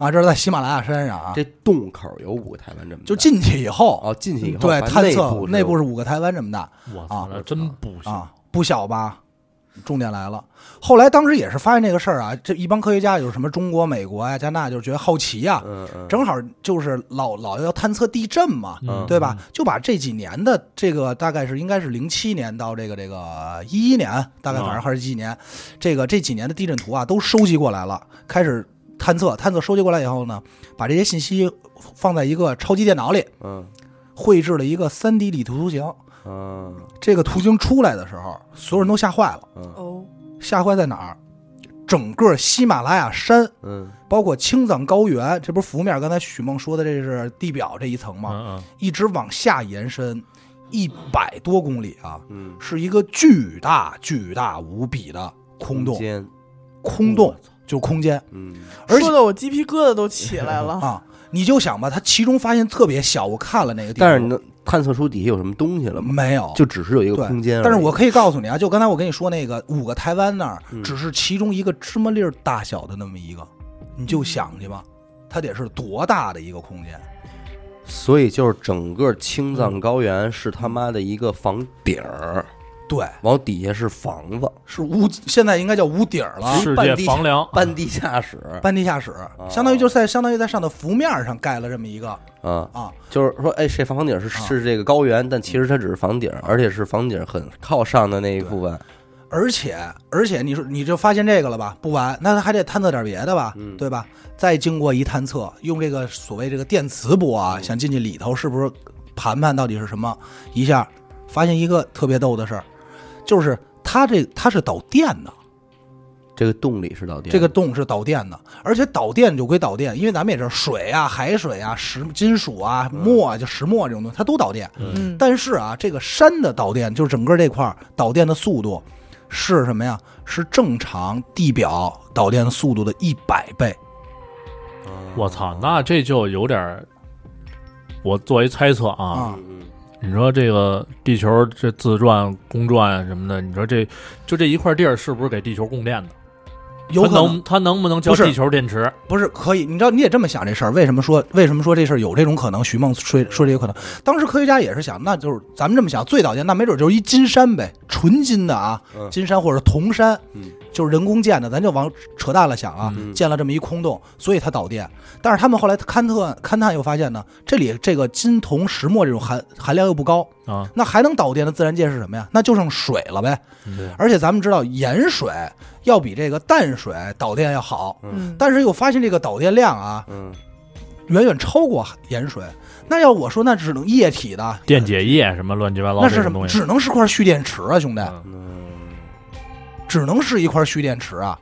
F: 啊。这是在喜马拉雅山上啊，
C: 这洞口有五个台湾这么大，
F: 就进去以后，
C: 哦，进去以后
F: 对
C: 发现
F: 探
C: 内
F: 测
C: 部
F: 内部
C: 是
F: 是五个台湾这么大
E: 我操，
F: 啊
E: 那真不行，
F: 啊，不小吧？重点来了。后来当时也是发现这个事儿啊，这一帮科学家有什么中国、美国呀、加拿大，就是觉得好奇啊呀、
C: 嗯嗯，
F: 正好就是老老要探测地震嘛，
E: 嗯
F: 对吧？？就把这几年的这个大概是应该是零七年到这个这个一一年，大概反
E: 啊
F: 正还是几年，这个这几年的地震图啊都收集过来了，开始探测，探测收集过来以后呢，把这些信息放在一个超级电脑里，
C: 嗯
F: 绘制了一个三 D 立体图形。
C: 嗯
F: 这个图形出来的时候，所有人都吓坏了，
C: 嗯
D: 哦，
F: 吓坏在哪儿？整个喜马拉雅山，
C: 嗯
F: 包括青藏高原，这不是浮面？刚才许梦说的，这是地表这一层吗？
E: 嗯
F: 一直往下延伸一百多公里啊，
C: 嗯，
F: 是一个巨大、巨大无比的空洞，
C: 间，
F: 空洞就是空间，
C: 嗯
F: 而
D: 说
F: 且
D: 的我鸡皮疙瘩都起 来了。
F: 啊，你就想吧，它其中发现特别小，我看了那个地图，
C: 但是你能探测出底下有什么东西了吗？
F: 没有，
C: 就只是有一个
F: 对
C: 空间而已。
F: 但是我可以告诉你啊，就刚才我跟你说那个五个台湾那儿，
C: 嗯
F: 只是其中一个芝麻粒儿大小的那么一个，你就想去吧，它得是多大的一个空间？
C: 所以就是整个青
F: 嗯
C: 藏高原是他妈的一个房顶儿，
F: 对，
C: 往底下是房子，
F: 是屋，现在应该叫屋顶哦儿了
E: 嗯，，世界房梁，
C: 半地下室
F: 半地下室，相当于就是在相当于在上头浮面上盖了这么一个
C: 啊。
F: 啊，
C: 就是说，哎，这房顶是
F: 啊
C: 是这个高原，但其实它只是房顶，
F: 嗯
C: 而且是房顶很靠上的那一部分。
F: 而且而且你说你就发现这个了吧？不完，那他还得探测点别的吧，对吧？再经过一探测，用这个所谓这个电磁波啊，想进去里头是不是盘盘到底是什么？一下发现一个特别逗的事儿，就是它这它是导电的，
C: 这个洞里是老电，
F: 这个洞是导电的，而且导电就归导电，因为咱们也知道水啊、海水啊、石金属啊、墨啊就石墨这种东西，它都导电。
D: 嗯，
F: 但是啊，这个山的导电，就是整个这块儿导电的速度是什么呀？是正常地表导电速度的一百倍。
E: 我
C: 嗯
E: 操，那这就有点儿。我作为猜测啊，
F: 啊
C: 嗯，
E: 你说这个地球这自转、公转啊什么的，你说这就这一块地儿是不是给地球供电的？
F: 有
E: 它
F: 可能
E: 能它能不能叫
F: 不是
E: 地球电池？
F: 不是可以，你知道你也这么想这事儿？为什么说为什么说这事儿有这种可能？徐梦说说这有可能，当时科学家也是想，那就是咱们这么想，最导电那没准就是一金山呗，纯金的啊，
C: 嗯
F: 金山或者铜山，
C: 嗯
F: 就是人工建的，咱就往扯淡了想啊，
C: 嗯
F: 建了这么一空洞，所以它导电。但是他们后来勘测勘探又发现呢，这里这个金铜石墨这种含含量又不高，
E: 啊，
F: 那还能导电的自然界是什么呀？那就剩水了呗。
E: 对，
F: 而且咱们知道盐水要比这个淡水导电要好，
D: 嗯，
F: 但是又发现这个导电量啊，
C: 嗯
F: 远远超过盐水。那要我说，那只能液体的
E: 电，解液什么乱七八糟
F: 那
E: 这
F: 是
E: 种
F: 什么？
E: 东西
F: 只能是块蓄电池啊，兄弟，
E: 嗯
C: 嗯，
F: 只能是一块蓄电池啊。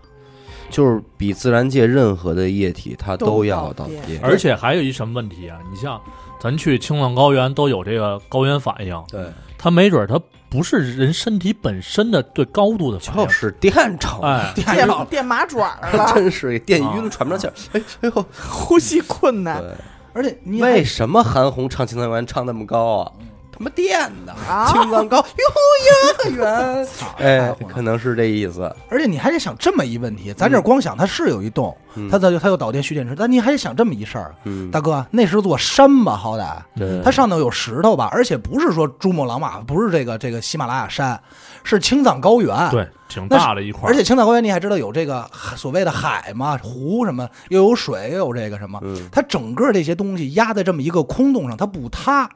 C: 就是比自然界任何的液体它都要导
D: 都导电
C: 电，
E: 而且还有一什么问题啊？你像咱去青藏高原都有这个高原反应，
C: 对，
E: 它没准儿它不是人身体本身的对高度的反应
C: 就，是电 成的。
E: 哎，
F: 电
D: 电
F: 脑
D: 电麻爪儿
F: 啊
D: 了，
C: 真是电晕了，喘不上气儿。哎哎呦，
D: 呼吸困难
C: 哎
F: 而且你还
C: 为什么韩红唱《青藏高原》唱那么高啊？他妈电的，
D: 啊！
C: 青 藏高原远，哎，可能是这意思。
F: 啊而且你还得想这么一问题，咱这光想它是有一洞，
C: 嗯
F: 它它就它有导电蓄电池，但你还得想这么一事儿，啊
C: 嗯，
F: 大哥，那是座山吧，好歹
C: 对
F: 它上头有石头吧，而且不是说珠穆朗玛，不是这个这个喜马拉雅山，是青藏高原。，
E: 对，挺大的一块
F: 而
E: 儿，
F: 且青藏高原你还知道有这个海所谓的海嘛、湖什么，又有水，又有这个什么，
C: 嗯
F: 它整个这些东西压在这么一个空洞上，它不塌。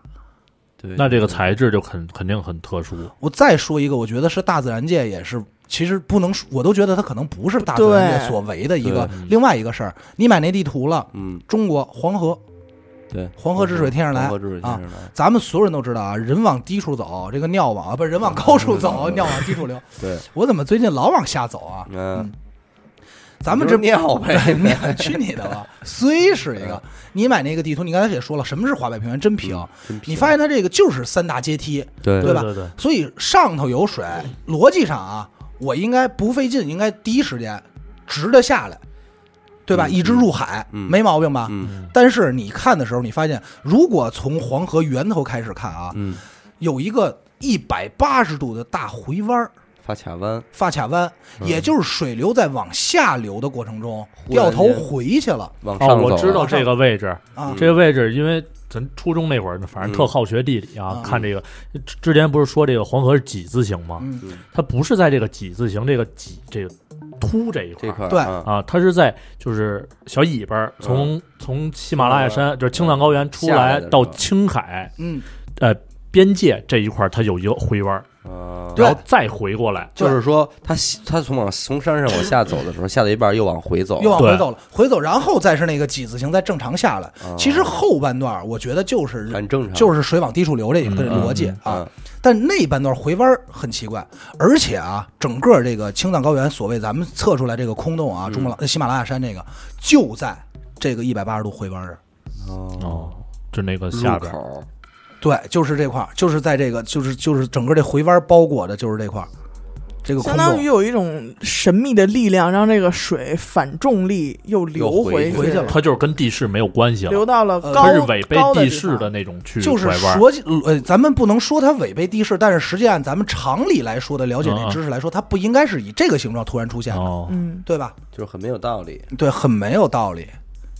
C: 对，
E: 那这个材质就肯肯定很特殊。
F: 我再说一个，我觉得是大自然界也是，其实不能说，我都觉得它可能不是大自然界
D: 对
F: 所为的一个
E: 对
F: 另外一个事儿。你买那地图了，
C: 嗯
F: 中国黄河，
C: 对，
F: 黄河之水天上来
C: 黄河之水天上来，
F: 咱们所有人都知道啊，人往低处走，这个尿往啊不是人往高处走，尿往低处流。
C: 对，
F: 我怎么最近老往下走啊？
C: 嗯，
F: 咱们这
C: 你就是尿呗 嗯
F: 尿去你的吧！虽是一个，你买那个地图，你刚才也说了，什么是华北平原？真平。
C: 真皮
F: 你发现它这个就是三大阶梯，
C: 对
F: 对吧
E: 对对，
F: 所以上头有水，逻辑上啊，我应该不费劲，应该第一时间直的下来，对吧？
C: 嗯
F: 一直入海，
C: 嗯
F: 没毛病吧？
C: 嗯
F: 但是你看的时候，你发现如果从黄河源头开始看啊，
C: 嗯，
F: 有一个一百八十度的大回弯儿，
C: 发卡弯，
F: 发卡弯，
C: 嗯
F: 也就是水流在往下流的过程中
C: 忽然
F: 掉头
C: 间
F: 回去了
C: 往上
E: 哦，
C: 走，啊
E: 我知道这个位置，
F: 啊
C: 嗯
E: 这个位置因为咱初中那会儿，反
C: 嗯
E: 正特好学地理啊，
F: 嗯
E: 看这个。之之前不是说这个黄河是几字形吗？
F: 嗯
C: 嗯
E: 它不是在这个几字形这个几这个凸这一块
C: 这
E: 儿
C: 块儿
F: 对
C: 啊
E: 啊，它是在就是小尾巴儿从、从喜马拉雅山，就是青藏高原出
C: 下来
E: 来
C: 的时候
E: 到青海呃
F: 嗯，
E: 边界这一块儿，它有一个回弯儿，
C: 啊
F: 对
E: 然后再回过来。
C: 就是说他他从往从山上往下走的时候，下到一半儿又往回走，
F: 又往回
E: 对
F: 走了，回走，然后再是那个几字形，再正常下来。其实后半段儿我觉得就是
C: 很正常，
F: 就是水往低处流这一个
E: 嗯
F: 逻辑
C: 啊嗯
F: 啊，但那半段回弯儿很奇怪，而且啊，整个这个青藏高原所谓咱们测出来这个空洞啊，珠穆朗喜马拉雅山这个就在这个一百八十度回弯儿这儿，
E: 哦，就那个
C: 入
E: 下边儿，
C: 嗯口
F: 对，就是这块儿，就是在这个就是就是整个这回弯儿包裹的就是这块儿，这个空
D: 相当
F: 洞。
D: 于有一种神秘的力量，让这个水反重力又流
C: 又回
D: 去，
F: 回去了
E: 它就是跟地势没有关系
D: 流
E: 了，
D: 到了
F: 呃
D: 高
E: 它是违背
D: 高的
E: 地
D: 地
E: 势的
D: 方。
E: 那种去
F: 就是
E: 拐弯儿。
F: 说，呃，咱们不能说它违背地势，但是实际按咱们常理来说的了解
E: 嗯
F: 那
E: 嗯
F: 知识来说，它不应该是以这个形状突然出现的，
E: 哦，
D: 嗯，
F: 对吧？
C: 就是很没有道理。
F: 对，很没有道理，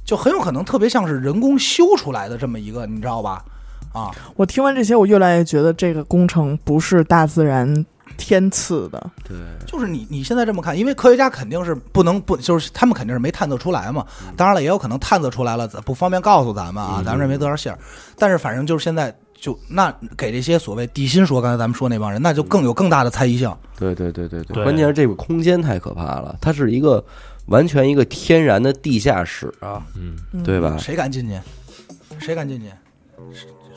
F: 就很有可能特别像是人工修出来的这么一个，你知道吧？啊，
D: 我听完这些，我越来越觉得这个工程不是大自然天赐的。
C: 对，
F: 就是你你现在这么看，因为科学家肯定是不能不，就是他们肯定是没探测出来嘛。
E: 嗯
F: 当然了，也有可能探测出来了，咱不方便告诉咱们啊，咱们这没多少信儿。但是反正就是现在就那给这些所谓地心说，刚才咱们说那帮人，那就
E: 嗯
F: 更有更大的猜疑性。
C: 对对对对对，
E: 对
C: 关键是这个空间太可怕了，它是一个完全一个天然的地下室啊，
E: 嗯，
D: 嗯
C: 对吧？
F: 谁敢进去？谁敢进去？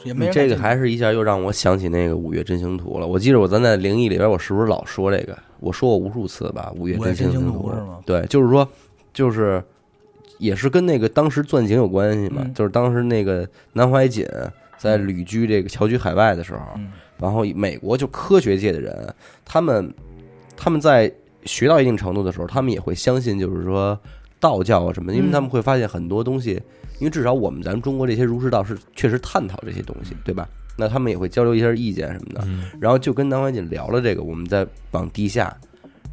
F: 也没
C: 你
F: 人
C: 嗯这
F: 敢进
C: 个
F: 去
C: 还是一下又让我想起那个《五岳真行图》了。我记得我咱在灵异里边，我是不是老说这个？我说过无数次吧，《五岳
F: 五岳真
C: 行
F: 行
C: 图
F: 图》是吗
C: 对，就是说，就是也是跟那个当时钻井有关系嘛。
F: 嗯
C: 就是当时那个南怀瑾在旅居这个侨居海外的时候，
F: 嗯
C: 然后美国就科学界的人，他们他们在学到一定程度的时候，他们也会相信，就是说道教啊什么的，因为
D: 嗯
C: 他们会发现很多东西，因为至少我们咱们中国这些儒释道是确实探讨这些东西，对吧？那他们也会交流一下意见什么的，
E: 嗯
C: 然后就跟南怀瑾聊了这个，我们在往地下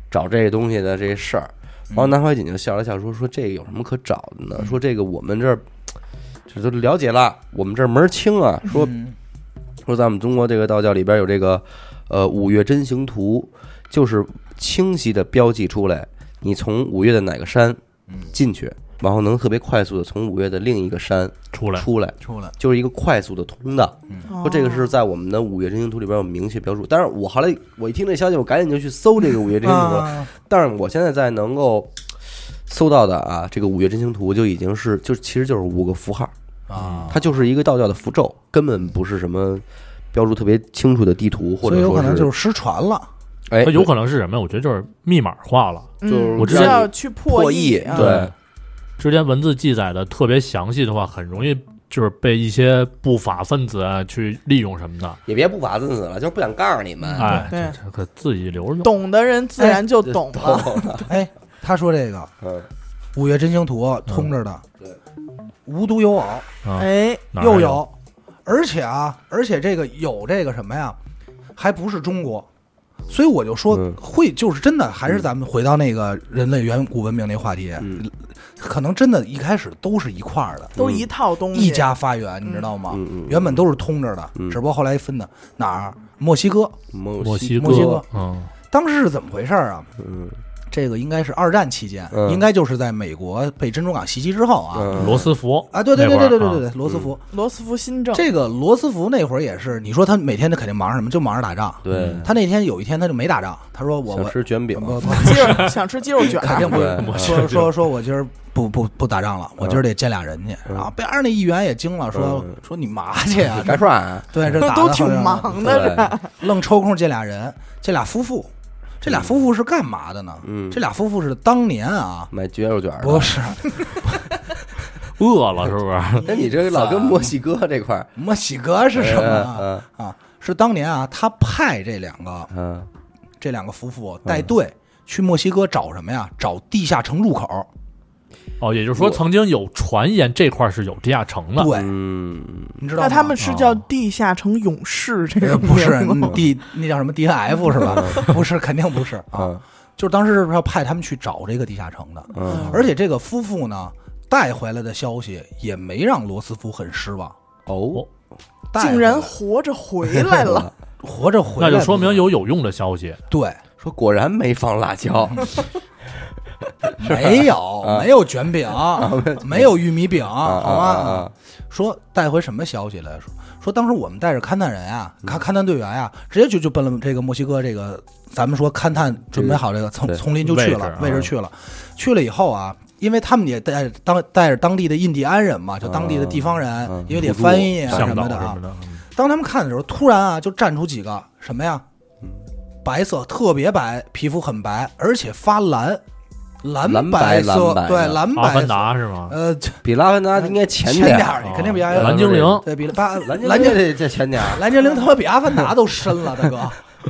C: 找这些东西的这些事儿，然后南怀瑾就笑了笑说：“说这个有什么可找的呢？说这个我们这儿这都了解了，我们这儿门儿清啊。说
F: 嗯
C: 说咱们中国这个道教里边有这个呃五岳真行图，就是清晰的标记出来你从五岳的哪个山进去，然后能特别快速的从五岳的另一个山
E: 出来，
C: 出来，
F: 出来，
C: 就是一个快速的通道。
D: 哦
C: 说这个是在我们的五岳真行图里边有明确标注。但是我后来我一听这消息，我赶紧就去搜这个五岳真行图了。
F: 啊
C: 但是我现在在能够搜到的啊，这个五岳真行图就已经是就其实就是五个符号。
F: 啊，
C: 它就是一个道教的符咒，根本不是什么标注特别清楚的地图，或
F: 所
C: 者
F: 以有
C: 说
F: 可能就是是失传 了。
C: 哎，
E: 它有可能是什么呀？我觉得就是密码化了。
D: 嗯
C: 就是
E: 我之前
D: 要去破
C: 破译，
F: 嗯
D: 啊
C: 对，
E: 之前文字记载的特别详细的话，很容易就是被一些不法分子啊去利用什么的。
C: 也别不法分子了，就是不想告诉你
F: 嗯
C: 们。
E: 哎，
D: 对
E: 这这可自己留着用。
D: 懂的人自然就懂了。
F: 哎，他说这个
C: 嗯，
F: 《五岳真行图》通着的，
C: 嗯对，
F: 无独有偶，
E: 哎
D: 哎，
E: 哪儿还
F: 又有，而且啊，而且这个有这个什么呀，还不是中国，所以我就说、
C: 嗯
F: 会就是真的，还是咱们回到那个人类远古文明那话题，
C: 嗯
F: 可能真的一开始都是一块儿的，
D: 都一套东西，
F: 嗯一家发源，你知道吗？
C: 嗯嗯
F: 原本都是通着的，
C: 嗯
F: 只不过后来分的哪儿？墨西哥，
C: 墨
E: 墨西
F: 墨西
E: 哥
F: 哥，
E: 嗯，
F: 当时是怎么回事儿啊？
C: 嗯
F: 这个应该是二战期间，
C: 嗯
F: 应该就是在美国被珍珠港袭击之后啊。
C: 嗯
E: 罗斯福
F: 啊，对对
E: 那
F: 对
E: 会儿
F: 对对对对
E: 啊
F: 对，罗斯福，
D: 罗斯福新政，
F: 这个罗斯福那会儿也是，你说他每天他肯定忙着什么，就忙着打仗。
C: 对，
F: 他那天有一天他就没打仗，他说我
C: 想
F: 我
C: 吃卷饼，
F: 我
D: 鸡肉想吃鸡 肉卷儿，
F: 肯定不
C: 对
F: 是说说说我今儿不不不打仗了，我今儿得见俩人去。
C: 嗯
F: 然后边上那议员也惊了，说
C: 嗯
F: 说你嘛去啊？
C: 炸串，
F: 对，这打
D: 都
F: 得
D: 挺
F: 好像
D: 忙的，
C: 对，
F: 愣抽空见俩人，这俩夫妇，这俩夫妇是干嘛的呢？
C: 嗯
F: 这俩夫妇是当年啊，
C: 买鸡肉卷儿的
F: 不是
E: 饿了是不是？
C: 那你这 老跟墨西哥 这块儿
F: 墨西哥是什么哎啊？
C: 嗯
F: 啊，是当年啊，他派这两个
C: 嗯
F: 这两个夫妇带队去墨西哥找什么呀？找地下城入口。
E: 哦，也就是说，
C: 我
E: 曾经有传言这块儿是有地下城的。
F: 对，
C: 嗯，
F: 你知道吗哦
D: 那他们是叫地下城勇士这
F: 呃
D: 个
F: 不是
D: 名字吗
F: D 那叫什么 DNF 是吧？不是，肯定不是啊
C: 嗯。
F: 就是当时是要派他们去找这个地下城的，
C: 嗯
F: 而且这个夫妇呢带回来的消息也没让罗斯福很失望。
C: 哦，
F: 带
D: 竟然活 着回来了。
F: 活着回来
E: 那
F: 的，
E: 就说明有有用的消息。
F: 对，
C: 说果然没放 辣椒，
F: 没有没有卷饼，没有玉米饼，
C: 啊
F: 好
C: 啊啊
F: 吗
C: 啊？
F: 说带回什么消息来？说说当时我们带着勘探人啊，勘勘探队员啊，直接就就奔了这个墨西哥这个，咱们说勘探准备好这个丛
C: 对
F: 丛林就去了，位
E: 位置啊
F: 置去了，去了以后啊。因为他们也带着当带着当地的印第安人嘛，就当地的地方人，
C: 嗯
F: 因为得翻译啊
E: 向
F: 什
E: 导
F: 么的啊
E: 什么。的，
F: 当他们看的时候，突然啊，就站出几个什么呀，白色特别白，皮肤很白，而且发蓝，蓝色，
C: 蓝白蓝白
F: 对
C: 的
F: 蓝
E: 阿
F: 白
E: 凡
F: 色，
E: 达是吗？哦
F: 呃，浅
C: 比拉凡达应该前
F: 点儿，
C: 儿，
F: 肯定比阿呃
E: 蓝精灵
F: 对比八蓝
C: 蓝
F: 精
C: 精灵这前点儿，
F: 蓝精灵他妈比阿凡达都深了，大哥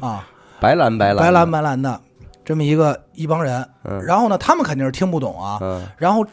F: 啊，
C: 白蓝 白蓝
F: 白蓝白蓝的这么一个一帮人，
C: 嗯
F: 然后呢，他们肯定是听不懂啊，
C: 嗯，啊
F: 然后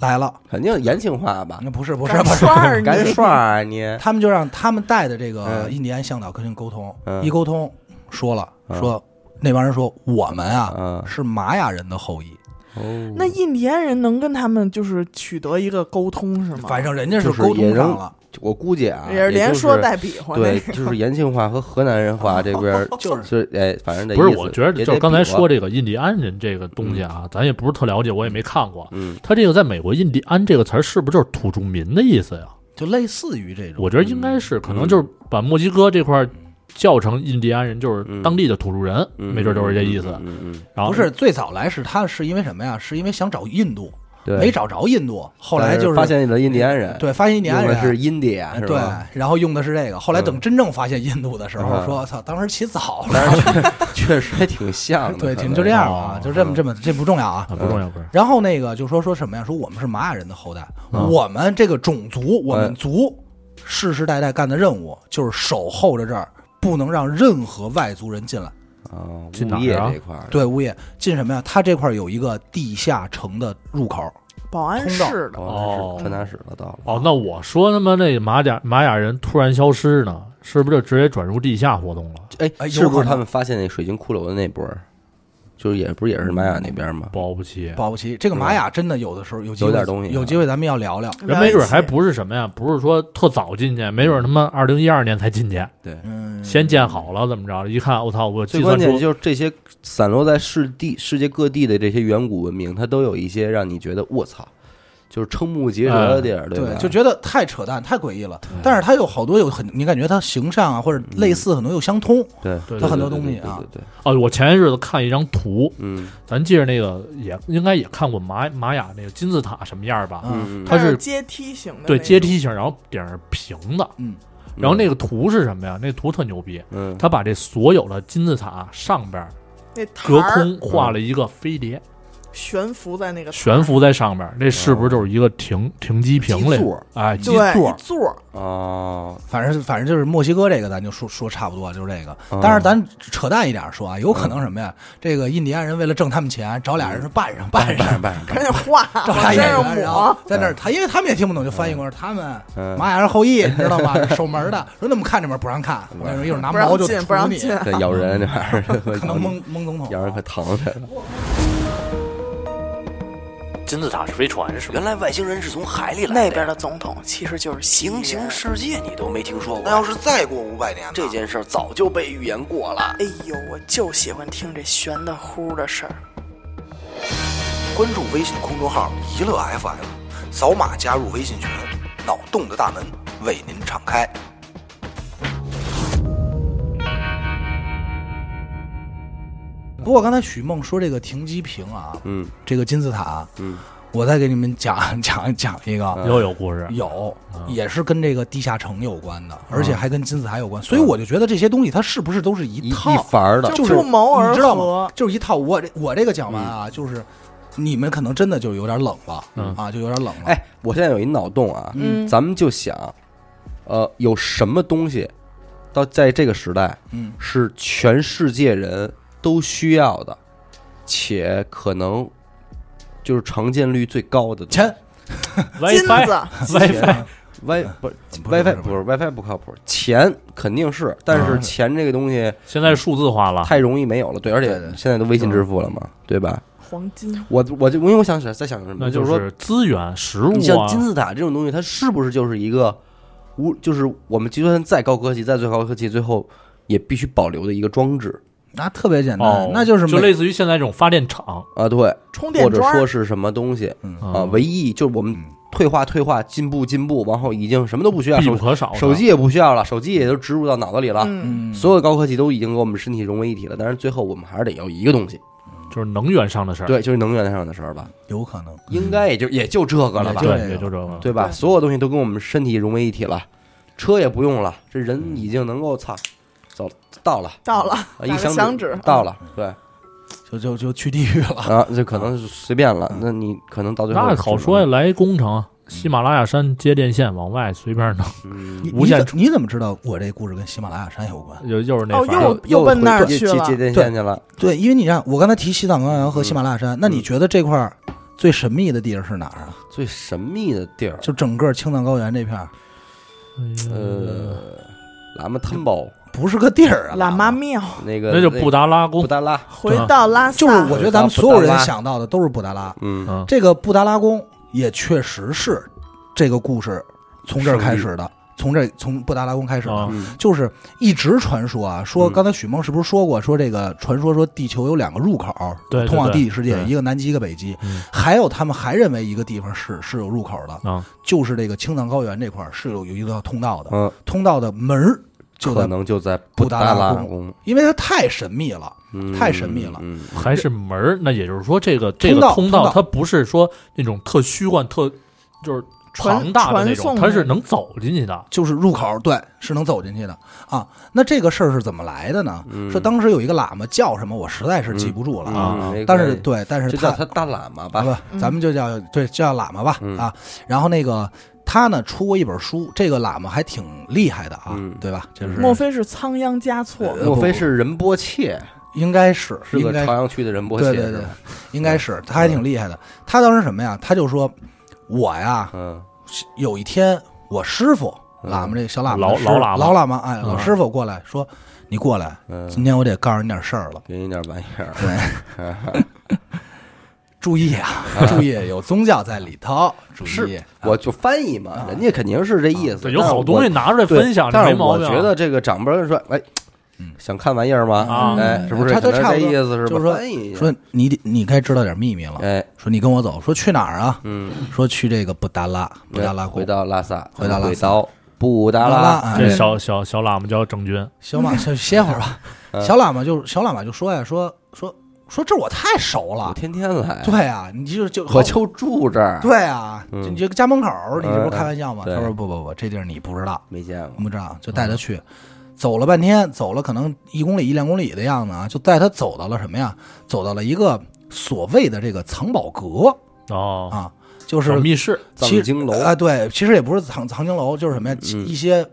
F: 来了，
C: 肯定延庆话吧，
F: 那不是不
D: 不
F: 是不是，
D: 刷儿
C: 赶紧
D: 你，
C: 刷啊你，
F: 他们就让他们带的这个
C: 嗯
F: 印第安向导跟人沟通，
C: 嗯
F: 一沟通说了、
C: 嗯
F: 说那帮人说我们啊、
C: 嗯
F: 是玛雅人的后裔，
C: 哦
D: 那印第安人能跟他们就是取得一个沟通是吗？
F: 反正人家
C: 就是
F: 沟通
C: 也能
F: 上了，
C: 我估计啊，
D: 也是
C: 就
D: 连说带比划那
C: 对，
D: 个。
C: 就是延庆话和河南 人话这边儿
F: 就是
C: 是哎，反正这
E: 不是，
C: 意思
E: 我觉得
C: 也
E: 就是
C: 得
E: 刚才
C: 比划
E: 说这个印第安人这个东西啊，咱也不是特了解，我也没看过。
C: 嗯，
E: 他这个在美国“印第安”这个词儿是不是就是土著民的意思呀？
F: 就类似于这种。
E: 我觉得应该
C: 嗯
E: 是，可能就是把墨西哥这块儿叫成印第安人，就是当地的土著人，
C: 嗯
E: 没准就是这意思。
C: 嗯嗯嗯，
E: 然后
F: 不是最早来是他是因为什么呀？是因为想找印度，
C: 对，
F: 没找着印度，后来
C: 但
F: 就是
C: 发现了印第安人，
F: 对发现印第安
C: 用的
F: 人哎
C: 是印第安，是
F: 对
C: 吧？，
F: 然后用的是这个。后来等真正发现印度的时候，
C: 嗯
F: 说：“操，当时起早了。
C: 但是确确实还挺像的，
F: 对，
C: 可
F: 挺
C: 能
F: 就这样啊
E: 哦，
F: 就这么这么这不重要啊
E: 啊，。不重要，不
C: 嗯
E: 是。
F: 然后那个就说说什么呀？说我们是玛雅人的后代，
C: 嗯
F: 我们这个种族，我们族世世代代干的任务就是守候着这儿，不能让任何外族人进来。
G: 嗯
C: 啊，
E: 进哪
C: 物业
E: 儿啊
C: 这块儿，
F: 对，物业进什么呀？它这块儿有一个地下城的入口，
D: 保安
F: 通道
D: 室的，
C: 哦，
E: 哦
C: 传达室了，到了，
E: 哦，那我说他妈那玛雅玛雅人突然消失呢，是不是就直接转入地下活动了？
C: 哎，
F: 哎
C: 是
F: 有
C: 不
F: 可
C: 是
F: 能
C: 他们发现那水晶骷髅的那波儿，就是也不是也是玛雅那边吗？
E: 保不齐，
F: 保不齐这个玛雅真的有的时候有机
C: 有
F: 会
C: 点东西啊
F: 有机会咱们要聊聊。
E: 人没准还不是什么呀，不是说特早进去，没准他妈二零一二年才进去，
C: 对，
F: 嗯，
E: 先建好了怎么着？一看，我操，我
C: 最
E: 计
C: 关
E: 算
C: 键
E: 出
C: 就是这些散落在世地世界各地的这些远古文明，它都有一些让你觉得我操，就是瞠目结舌的地儿，
F: 哎对
C: 吧？，
F: 就觉得太扯淡、太诡异了。但是它有好多有很，你感觉它形象啊，或者
C: 嗯
F: 类似，很多又相通。
C: 对
E: 对
F: 它
E: 对
F: 很
E: 对
F: 多东西啊
C: 对对对对，
E: 哦，我前些日子看一张图，
C: 嗯
E: 咱记着那个也应该也看过玛玛雅那个金字塔什么样吧？
F: 嗯，
C: 嗯，
E: 它
D: 它
E: 是
D: 是阶梯型的那种，
E: 对，阶梯型，然后顶儿平的，
F: 嗯，
E: 然后那个图是什么呀？那图特牛逼，
C: 嗯
E: 他把这所有的金字塔上边儿
D: 那
E: 隔
D: 台儿
E: 空画了一个飞碟，
D: 悬浮在那个
E: 悬浮在上边儿，那是不是就是一个停停机坪嘞
C: 基座？
E: 哎，
D: 对
E: 基座
D: 一
E: 儿，
D: 座儿，
C: 哦，
F: 反正反正就是墨西哥这个，咱就说说差不多就是这个。
D: 嗯
F: 但是咱扯淡一点说啊，有可能什么呀？这个印第安人为了挣他们钱，找俩人说扮上扮上，
C: 办上
D: 赶紧画，
F: 找
D: 往
F: 俩
D: 身
F: 演
D: 上
F: 员，然后
D: 抹，
F: 在那儿他，因为他们也听不懂，就翻译过来。他们
C: 嗯
F: 玛雅人后裔，你知道吧？守门的 说那么看这门不让看，我跟你说一会儿拿
D: 不
F: 毛
D: 让
F: 就
D: 进，不
F: 杵
D: 让
F: 你，
D: 进。
C: 对咬人这玩意儿，
F: 可能蒙蒙总统。啊
C: 咬人可疼着。
E: 金字塔是飞船是？
G: 原来外星人是从海里来的。
D: 那边的总统其实就是
G: 平
D: 行刑
G: 行世界你都没听说过，
F: 是再过五百年
G: 这件事儿早就被预言过了。
D: 哎呦，我就喜欢听这悬的乎的事儿。
F: 关注微信公众号“一乐 FM”，扫码加入微信群，脑洞的大门为您敞开。不过刚才许梦说这个停机坪啊，
C: 嗯
F: 这个金字塔，
C: 嗯，
F: 我再给你们讲 讲讲一个，
E: 又有故事，
F: 有
E: 啊
F: 也是跟这个地下城有关的，而且还跟金字塔有关，所以我就觉得这些东西它是不是都是
C: 啊一
F: 一套
C: 一凡儿的，
F: 啊就是
D: 不谋而合
F: 你知道吗？就是一套我这我这个讲完啊，就是你们可能真的就有点冷了，
E: 嗯
F: 啊，就有点冷了。，
C: 哎，我现在有一脑洞啊，
D: 嗯
C: 咱们就想，呃，有什么东西到在这个时代
F: 嗯，
C: 是全世界人都需要的，且可能就是常见率最高的东西
F: 钱
D: 金子
E: WiFi，WiFi，
C: Wi 不是
F: 啊嗯不是
C: WiFi
F: 不是嗯
C: 不是 WiFi 不靠谱，钱肯定是，但是钱这个东西
E: 现在数字化了，
C: 太容易没有了，对，而且
F: 对对嗯
C: 现在都微信支付了嘛，对吧？
D: 黄金，
C: 我我就因为我想起来在想什么，
E: 那
C: 就是说
E: 资源、食物
C: 你像
E: 啊
C: 金，字塔这种东西，它是不是就是一个无就是我们就算再高科技，再最高科技，最后也必须保留的一个装置
F: 那特别简单，
E: 哦，
F: 那就是
E: 就
F: 每
E: 类似于现在这种发电厂
C: 啊，对，
D: 充电
C: 或者
D: 桩
C: 说
D: 儿，
C: 是什么东西啊，
E: 啊
C: 唯一就是我们退化退化，进步进步，然后已经什么都不需要，
E: 必
C: 啊手
E: 不可少的。
C: 手机也不需要了，手机也就植入到脑子里了，
D: 嗯，
F: 嗯
C: 所有的高科技都已经给我们身体融为一体了，但是最后我们还是得要一个东西，
E: 就是能源上的事儿，
C: 对，就是能源上的事儿吧，
F: 有可能
C: 应该也就也就这个了吧，
E: 对，也就这个。
C: 对吧？
D: 对
C: 所有东西都跟我们身体融为一体了，车也不用了，这人已经能够操，走到了，
D: 到了，
C: 啊
D: 打
C: 一
D: 个
C: 响
D: 响指嗯
C: 到了，对
F: 就就就去地狱了。
C: 啊，这可能是随便了，那你可能到最后
E: 那好说呀，，来一工程，啊喜马拉雅山接电线往外随 便弄，
C: 嗯
F: 你
E: 无限
F: 你怎你怎么知道我这故事跟喜马拉雅山有关？
E: 又又是那
D: 哦
E: 法儿
D: 又
C: 又
D: 奔那
C: 回
D: 儿
C: 接
D: 去
C: 接
D: 了
C: 接电线去了，
F: 对，因为你看我刚才提西藏高原和喜马拉雅山，那你觉得这块儿最神秘的地儿是哪儿啊？
C: 最神秘的地儿，
F: 就整个青藏高原这片儿，
E: 哎呃，
C: 呃，喇嘛吞堡
F: 不是个地儿啊。
D: 喇嘛庙，
C: 那个
E: 那就布
C: 达
E: 达拉
C: 布
E: 宫，
C: 达拉，
D: 回到拉萨，
F: 就是我觉得咱们所有
C: 布达
F: 人
C: 拉
F: 想到的都是布达拉，
C: 嗯，
E: 嗯，
F: 这个布达拉宫也确实是这个故事从这儿开始的，从这从布达拉宫开始的。
E: 啊，
C: 嗯
F: 就是一直传说啊，说
C: 嗯
F: 刚才许梦是不是说过，说这个传说说地球有两个入口，
E: 对对
F: 通往
E: 对
F: 地底世界，
E: 对
F: 一个南极，一个北极。
E: 嗯
F: 还有他们还认为一个地方是是有入口的，
E: 啊
F: 就是这个青藏高原这块儿是有有一个通道的，
C: 嗯，
F: 通道的门儿就
C: 可
F: 在，
C: 能就在
F: 布
C: 布
F: 达
C: 达
F: 拉
C: 拉
F: 宫
C: 宫，
F: 因为它太神秘了，
C: 嗯
F: 太神秘了
C: 嗯
E: 还是门儿。那也就是说，这个这
F: 通
E: 个
F: 道
E: 通
F: 通道
E: 它不是说那种特虚幻、特就是
D: 传
E: 庞大的那
D: 传送
E: 种，
D: 的
E: 它是能走进去的。
F: 就是入口，对，是能走进去的啊。那这个事儿是怎么来的呢？
C: 嗯
F: 说当时有一个喇嘛叫什么，我实在是记不住了啊。
E: 啊
C: 嗯没
F: 但是
C: 关系
F: 对，但是
C: 就
F: 他
C: 叫他大喇嘛
F: 啊
C: 吧，
F: 不，咱们就叫对就叫喇嘛吧
C: 嗯
F: 啊。然后那个他呢出过一本书，这个喇嘛还挺厉害的啊
C: 嗯，
F: 对吧？就是
D: 莫非是仓央嘉措？
F: 呃
C: 莫非是仁波切？
F: 应该是
C: 是
F: 应
C: 个嗯
F: 该
C: 朝阳区的仁波切，
F: 对对
C: 是
F: 对
C: 吧，
F: 应该是他还挺厉害的。他当时什么呀？他就说，我呀
C: 嗯
F: 有一天我师傅
C: 嗯
F: 喇嘛这个小喇嘛
E: 老
F: 师傅
E: 老喇嘛
F: 老喇嘛哎
E: 嗯
F: 老师傅过来说，你过来，今
C: 嗯，
F: 天我得告诉你点事儿了。
C: 给你点玩意 儿，
F: 注意啊，
C: 嗯
F: 注意，有宗教在里头。注意，
C: 我就翻译
F: 啊
C: 嘛，人家肯定是这意思。
E: 啊对，有好东西
C: 但
E: 拿出来
C: 是我
E: 分享，这
C: 但
E: 没
C: 是
E: 毛
C: 我
E: 病啊。
C: 觉得这个长辈儿说，哎，想看玩意儿吗？
E: 啊，
C: 哎，是不
F: 嗯
C: 是？
F: 他都
C: 可能
F: 差不
C: 这
F: 多
C: 意思是吧？
F: 就是说
C: 翻译一下
F: 说你得你该知道点秘密了。
C: 哎，
F: 说你跟我走，说去哪儿啊？
C: 嗯，
F: 说去这个布达拉，布达拉
C: 回
F: 宫。
C: 到拉萨，
F: 回到拉萨
C: 回到布达
F: 拉
C: 拉，
F: 哎
E: 这小小小喇嘛叫郑钧，
F: 小马先歇会儿吧。
C: 嗯
F: 小喇嘛就小喇嘛就说呀，说说说这我太熟
C: 我
F: 了。
C: 天天来，
F: 对啊，你就就
C: 我就住这儿，
F: 对啊，
C: 嗯
F: 就你这个家门口，你这不是
C: 嗯
F: 开玩笑吗？
C: 对嗯
F: 他说不不不，这地儿你不知道，
C: 没见过。
F: 不知道，就带他去。走了半天，走了可能一公里一两公里的样子啊，就带他走到了什么呀？走到了一个所谓的这个藏宝阁
E: 哦，
F: 啊，就
E: 小
F: 是
E: 密室，
C: 藏
F: 其实
C: 经楼
F: 啊、对，其实也不是藏藏经楼，就是什么呀，
C: 嗯
F: 一些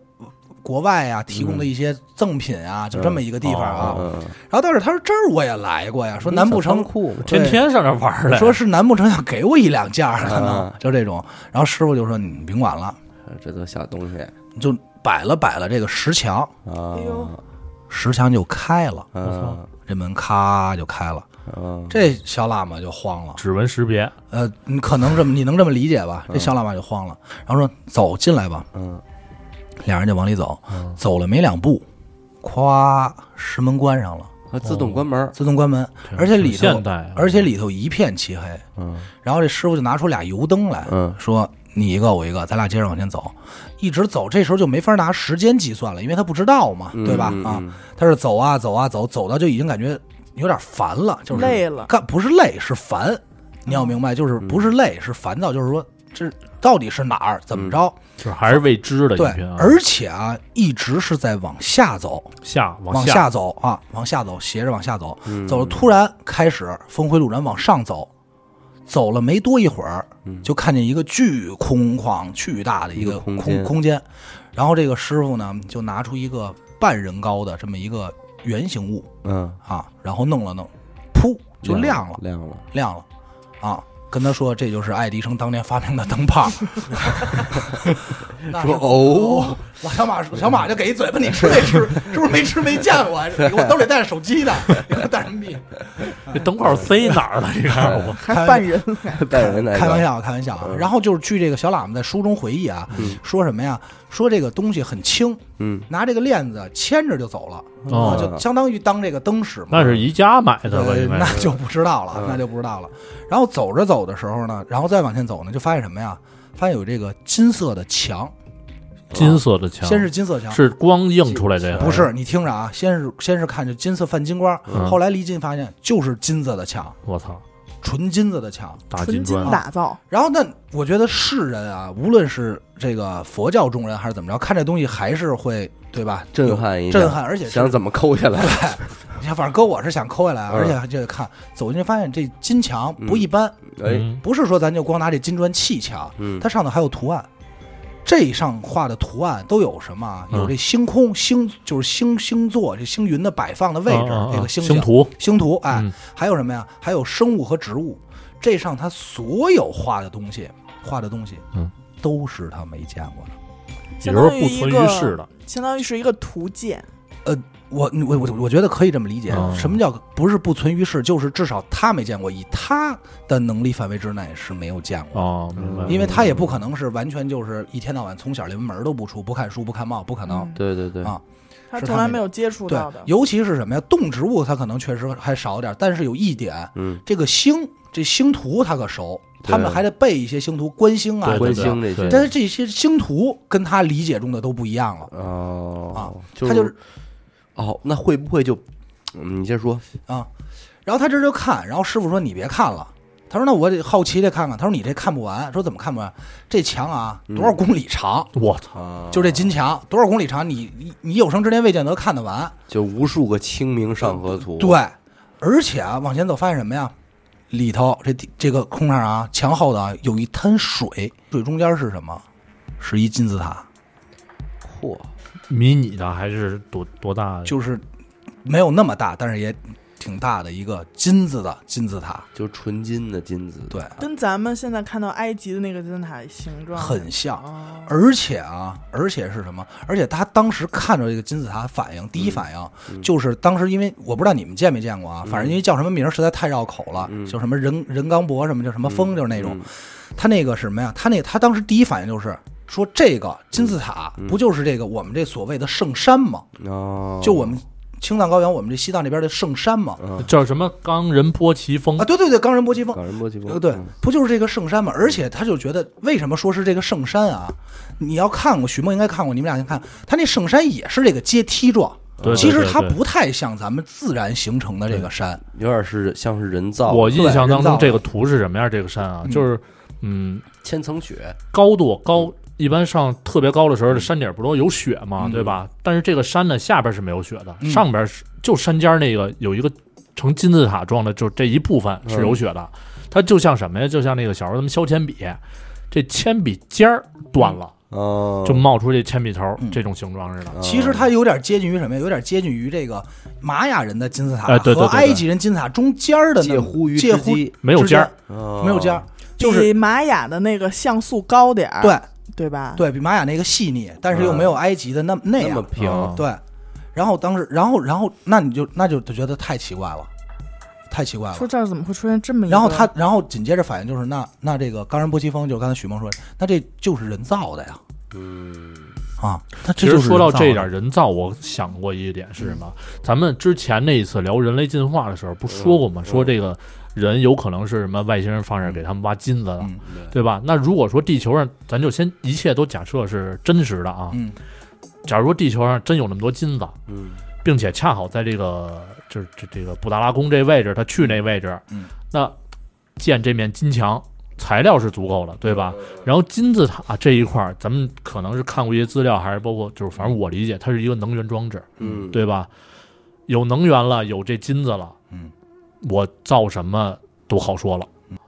F: 国外啊提供的一些赠品啊，就这么一个地方啊。
C: 嗯，
F: 然后，但是他说这儿我也来过呀，说难不成
C: 酷，
E: 天
F: 对
E: 天上那玩儿来。
F: 说是难不成要给我一两件儿可能
C: 啊
F: 就这种。然后师傅就说你甭管了，
C: 这都小东西
F: 就摆了摆了这个石墙，
C: 啊。
D: 哎呦
F: 石墙就开了，
C: 嗯
F: 这门咔就开了，
C: 嗯，
F: 这小喇嘛就慌了。
E: 指纹识别，
F: 呃，你可能这么你能这么理解
E: 嗯
F: 吧？这小喇嘛就慌了，然后说走进来吧，
C: 嗯
F: 俩人就往里走，
E: 嗯
F: 走了没两步，咵，石门关上了，
C: 它自动关门儿。
F: 自动关门，
E: 挺
F: 而且里
E: 挺
F: 头
E: 现代啊，
F: 而且里头一片漆黑。
C: 嗯
F: 然后这师傅就拿出俩油灯来，
C: 嗯
F: 说你一个我一个，咱俩接着往前走，一直走。这时候就没法拿时间计算了，因为他不知道嘛，对吧？
C: 嗯
F: 啊，
C: 嗯
F: 他是走啊走啊走，走到就已经感觉有点烦了，就是
D: 累了
F: 干不是累是烦，你要明白，就是不
C: 嗯
F: 是累是烦躁，就是说这到底是哪儿，怎么着？
E: 就是还是未知的
F: 对
E: 一群啊，，
F: 而且啊，一直是在往下走，
E: 下
F: 往
E: 下，
F: 走啊，往下走，斜着往下走，
C: 嗯
F: 走了突然开始峰回路转往上走，走了没多一会儿，就看见一个巨空旷、巨大嗯的一
C: 一
F: 个
C: 个空
F: 空
C: 间
F: 间，然后这个师傅呢就拿出一个半人高的这么一个圆形物
C: 嗯，
F: 啊，然后弄了弄，噗就亮了，
C: 亮了，
F: 亮了，啊，跟他说这就是爱迪生当年发明的灯 泡。那是
C: 说哦，
F: 我小马小马就给一嘴巴，你 吃没吃？是不是没吃没见过啊？我兜里带着手机呢，你给我带人 民币。
E: 这灯泡塞哪儿了？这家伙，
D: 还扮人了，
C: 带人来
F: 开玩笑，开玩笑啊。
C: 嗯
F: 然后就是据这个小喇嘛在书中回忆啊，说什么呀？说这个东西很轻，
C: 嗯，
F: 拿这个链子牵着就走了，啊，
E: 哦
F: 就相当于当这个灯使嘛。
E: 那是宜家买的吧？
F: 呃
E: 应该
F: 那
E: 是
F: 就不知道
E: 嗯
F: 了，那就不知道了。然后走着走的时候呢，然后再往前走呢，就发现什么呀？发现有这个金色的墙，哦
E: 金色的墙，
F: 先是金色墙，
E: 是光映出来的呀？
F: 不是？你听着啊，先是先是看着金色泛金光，
E: 嗯
F: 后来离近发现就是金色的墙，
E: 我操，
F: 纯金色的墙。
E: 大
D: 纯
E: 金
D: 金啊
E: 砖，啊
D: 打造，
F: 然后那我觉得世人啊，无论是这个佛教中人还是怎么着，看这东西还是会对吧？
C: 震撼一下，
F: 震撼，而且是
C: 想怎么抠下来？
F: 你看，反正搁我是想抠下来啊，
C: 嗯
F: 而且还就得看走进去发现这金墙不一般，
C: 哎，
E: 嗯，
F: 不是说咱就光拿这金砖砌墙，
C: 嗯，
F: 它上头还有图案。这上画的图案都有什么啊？
E: 嗯
F: 有这星空、星就是星星座、这星云的摆放的位置，
E: 啊啊啊
F: 这个
E: 星
F: 星图、
E: 图，
F: 星图，哎，
E: 嗯
F: 还有什么呀？还有生物和植物。这上他所有画的东西，画的东西，
E: 嗯，
F: 都是他没见过的。
E: 也
D: 相
E: 就是
D: 当于
E: 不
D: 一
E: 存
D: 个
E: 于世的，
D: 相当于是一个图鉴，
F: 我我我我觉得可以这么理解，
E: 哦
F: 什么叫不是不存于世，就是至少他没见过，以他的能力范围之内是没有见过的。
E: 哦，明白。
F: 因为他也不可能是完全就是一天到晚从小连门都不出，不看书不看报，不可能。
D: 嗯
C: 对对对，
F: 啊
D: 他
F: 是
D: 从
F: 他
D: 来
F: 没
D: 没有接触
F: 对
D: 到的，，
F: 尤其是什么呀？动植物它可能确实还少点儿，但是有一点，
C: 嗯，
F: 这个星这星图他可熟，
C: 对
F: 他们还得背一些星图，观星啊
E: 对。
C: 观
E: 对
C: 星这
E: 对
C: 些
F: 但是这些星图跟他理解中的都不一样了。
C: 哦，就
F: 他啊就是
C: 哦，那会不会就嗯你先说，
F: 然后他这就看，然后师傅说你别看了。他说：“那我得好奇得看看。”他说：“你这看不完。”说：“怎么看不完？这墙啊，
C: 嗯
F: 多少公里长？
E: 我操，
C: 啊
F: 就这金墙多少公里长？你你你有生之年未见得看得完。
C: 就无数个清明上河图，
F: 对，而且啊，往前走发现什么呀？里头这地这个空上啊，墙后头啊有一滩水，水中间是什么？是一金字塔，
C: 嚯，
E: 迷你的还是多多大的？
F: 就是没有那么大，但是也挺大的一个金子的金字塔。
C: 就纯金的金子，
F: 对，
D: 跟咱们现在看到埃及的那个金字塔形状
F: 很像。
D: 啊，
F: 而且啊，而且是什么？而且他当时看着这个金字塔，反应第一反
C: 嗯
F: 应就是当时因为我不知道你们见没见过啊，反正因为叫什么名儿实在太绕口了，
C: 嗯
F: 就什么人人刚博什么叫什么峰，就是那种。
C: 嗯
F: 他那个什么呀？他那他当时第一反应就是说，这个金字塔
C: 嗯
F: 不就是这个我们这所谓的圣山吗？
C: 哦，嗯
F: 就我们青藏高原，我们这西藏这边的圣山吗？
E: 叫什么冈仁波齐峰
F: 啊，？对对对，冈仁波齐峰，
C: 冈仁波齐峰
F: 呃，，对
C: 嗯，
F: 不就是这个圣山吗？而且他就觉得，为什么说是这个圣山啊？你要看过，许梦应该看过，你们俩先看，他那圣山也是这个阶梯状
E: 对，对
F: 其实
E: 对
F: 它
E: 对
F: 不太像咱们自然形成的这个山，
C: 有点是像是人造的，
E: 我印象当
F: 人造
E: 中
F: 的
E: 这个图是什么样？这个山啊，就是嗯，
C: 千层雪，
E: 高度高，一般上特别高的时候，这山顶不都有雪嘛，
F: 嗯
E: 对吧？但是这个山呢，下边是没有雪的，
F: 嗯
E: 上边是就山尖那个有一个呈金字塔状的，就这一部分是
F: 嗯
E: 有雪的。它就像什么呀？就像那个小时候咱们削铅笔，这铅笔尖儿断了，
C: 哦，
E: 就冒出这铅笔头儿、
F: 嗯
E: 这种形状似的。
C: 哦
F: 其实它有点接近于什么呀？有点接近于这个玛雅人的金字塔、
E: 哎对对对
F: 和
E: 对
F: 埃及人金字塔中间儿的那
C: 介乎于
F: 介
C: 之
F: 乎
C: 机，哦
E: 没有尖儿，
C: 没
F: 没有尖儿，就是
D: 比玛雅的那个像素高点儿，
F: 对
D: 对吧？
F: 对比玛雅那个细腻，但是又没有埃及的那那
C: 那么
F: 样嗯
C: 平，
E: 哦
F: 对。然后当时，然后然后那你就那就觉得太奇怪了，太奇怪了
D: 说。这儿怎么会出现这么一个？
F: 然后他，然后紧接着反应就是，那那这个冈仁波齐峰，就是刚才许梦说，那这就是人造的呀，
C: 嗯，
F: 啊，他
E: 其
F: 这就
E: 实
F: 是
E: 说到
F: 人造
E: 这
F: 的
E: 一点，人造，我想过一点是什么？咱们之前那一次聊人类进化的时候，不说过吗？
C: 嗯
E: 说这个人有可能是什么外星人放这儿给他们挖金子的，
F: 嗯
E: 对吧？那如果说地球上，咱就先一切都假设是真实的啊。
F: 嗯
E: 假如说地球上真有那么多金子，
C: 嗯
E: 并且恰好在这个这这这个布达拉宫这位置，他去那位置，
F: 嗯
E: 那建这面金墙材料是足够的，对吧？然后金字塔啊这一块儿，咱们可能是看过一些资料，还是包括就是反正我理解，它是一个能源装置，
C: 嗯，
E: 对吧？有能源了，有这金子了，
F: 嗯，
E: 我造什么都好说了。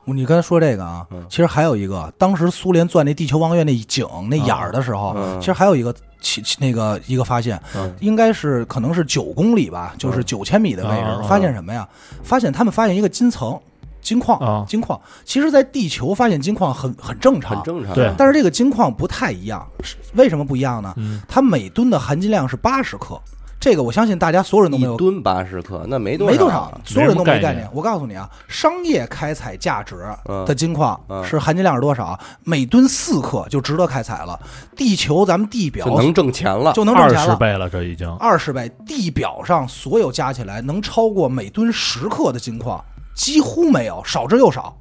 F: 你刚才说这个啊
C: 嗯，
F: 其实还有一个，当时苏联钻那地球望月那井那眼儿的时候，
C: 嗯
F: 其实还有一个其其那个一个发现，
C: 嗯
F: 应该是可能是九公里吧，就是
C: 嗯
F: 九千米的位置，
E: 啊啊啊
F: 发现什么呀？发现他们发现一个金层，金矿
E: 啊
F: 金矿。其实，在地球发现金矿很很正常，
C: 很正常。
E: 对
F: 但是这个金矿不太一样，是为什么不一样呢？
E: 嗯，
F: 它每吨的含金量是八十克，这个我相信大家所有人都没有
C: 一吨八十克，那没多
F: 没多
C: 少
F: 少
C: 啊，
F: 所有人都没
E: 没什么概
F: 概
E: 念
F: 念。我告诉你啊，商业开采价值
C: 嗯
F: 的金矿
C: 嗯
F: 是含金量是多少？每吨四克就值得开采了。地球咱们地表
C: 就能挣钱了。
F: 就能挣
E: 二
F: 钱
E: 十
F: 了。
E: 倍了，这已经
F: 二十倍，地表上所有加起来能超过每吨十克的金矿几乎没有，少之又少。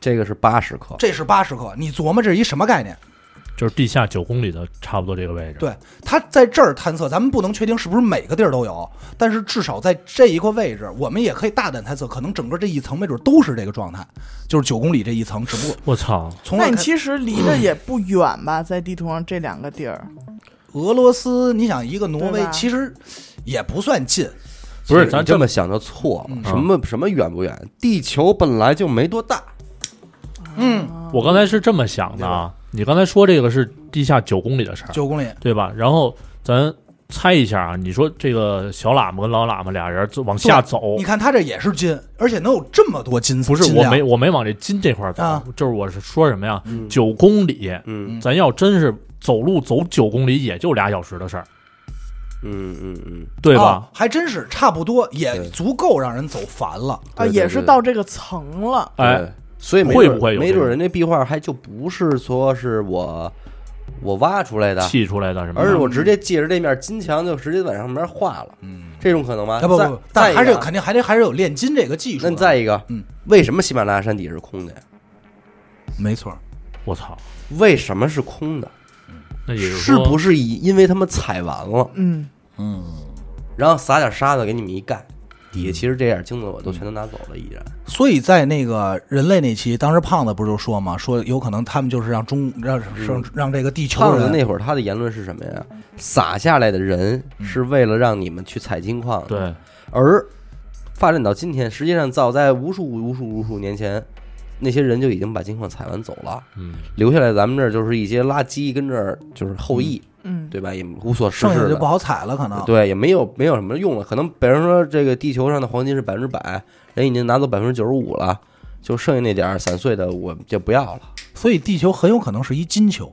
C: 这个是八十克，
F: 这是八十克，你琢磨这是一什么概念？
E: 就是地下九公里的差不多这个位置。
F: 对，它在这儿探测，咱们不能确定是不是每个地儿都有，但是至少在这一个位置，我们也可以大胆探测，可能整个这一层没准都是这个状态，就是九公里这一层，只不过
E: 我操，
F: 从
D: 那
F: 来
D: 你
F: 看
D: 其实离得也不远吧，在地图上这两个地儿，
F: 俄罗斯，你想一个挪
D: 对
F: 威
D: 吧，
F: 其实也不算近，
E: 不是
C: 你
E: 咱
C: 这
E: 这
C: 么想就错了。
F: 嗯
C: 什么什么远不远？地球本来就没多大，
F: 嗯，
E: 我刚才是这么想的啊，你刚才说这个是地下九公里的事儿，
F: 九公里，
E: 对吧？然后咱猜一下啊，你说这个小喇嘛跟老喇嘛俩人走往下走，
F: 你看它这也是金，而且能有这么多金，
E: 不是
F: 金
E: 我
F: 量
E: 没我没往这金这块儿走，
F: 啊
E: 就是我是说什么呀？九公里，
C: 嗯
E: 咱要真是走路走九公里，也就俩小时的事儿，
C: 嗯嗯嗯，
E: 对
F: 啊
E: 吧？
F: 还真是差不多，也
C: 对
F: 足够让人走烦了。
D: 啊，
C: 对对
D: 也是
C: 对
D: 到这个层
F: 啊
D: 了。
E: 哎，
C: 对，所以没
E: 会
C: 准
E: 不会有
C: 没
E: 这
C: 准
E: 种
C: 人家壁画还就不是说是我我挖出来的，
E: 砌出来的什么的？
C: 而是我直接借着这面金墙就直接往上面画了，嗯，这种可能吗？
F: 啊不不
C: 再
F: 不，但还是
C: 再一
F: 有
C: 个
F: 肯定还得还是有炼金这个技术的。
C: 那再一个，
F: 嗯，
C: 为什么喜马拉雅山底是空的呀？
F: 没错，
E: 我操，
C: 为什么是空的？
E: 那也就是说
C: 不是以因为他们采完了，
D: 嗯，
C: 然后撒点沙子给你们一盖，底下其实这点金子我都全都拿走了，依然
F: 所以在那个人类那期，当时胖子不是就说嘛，说有可能他们就是让中让让让这个地球
C: 胖子
F: 人
C: 那会儿他的言论是什么呀？撒下来的人是为了让你们去采金矿的，
E: 对，
C: 而发展到今天，实际上早在无数无数无数年前，那些人就已经把金矿采完走了，
E: 嗯，
C: 留下来咱们这儿就是一些垃圾，跟这儿就是后裔，
D: 嗯
C: 对吧？也无所事
F: 剩下
C: 事
F: 就不
C: 了，
F: 好采了，可
D: 啊
F: 能。
C: 对，也没有没有什么用了。可能比方说这个地球上的黄金是百分之百，人已经拿走百分之九十五了，就剩下那点儿散碎的我就不要了。
F: 所以地球很有可能是一金球，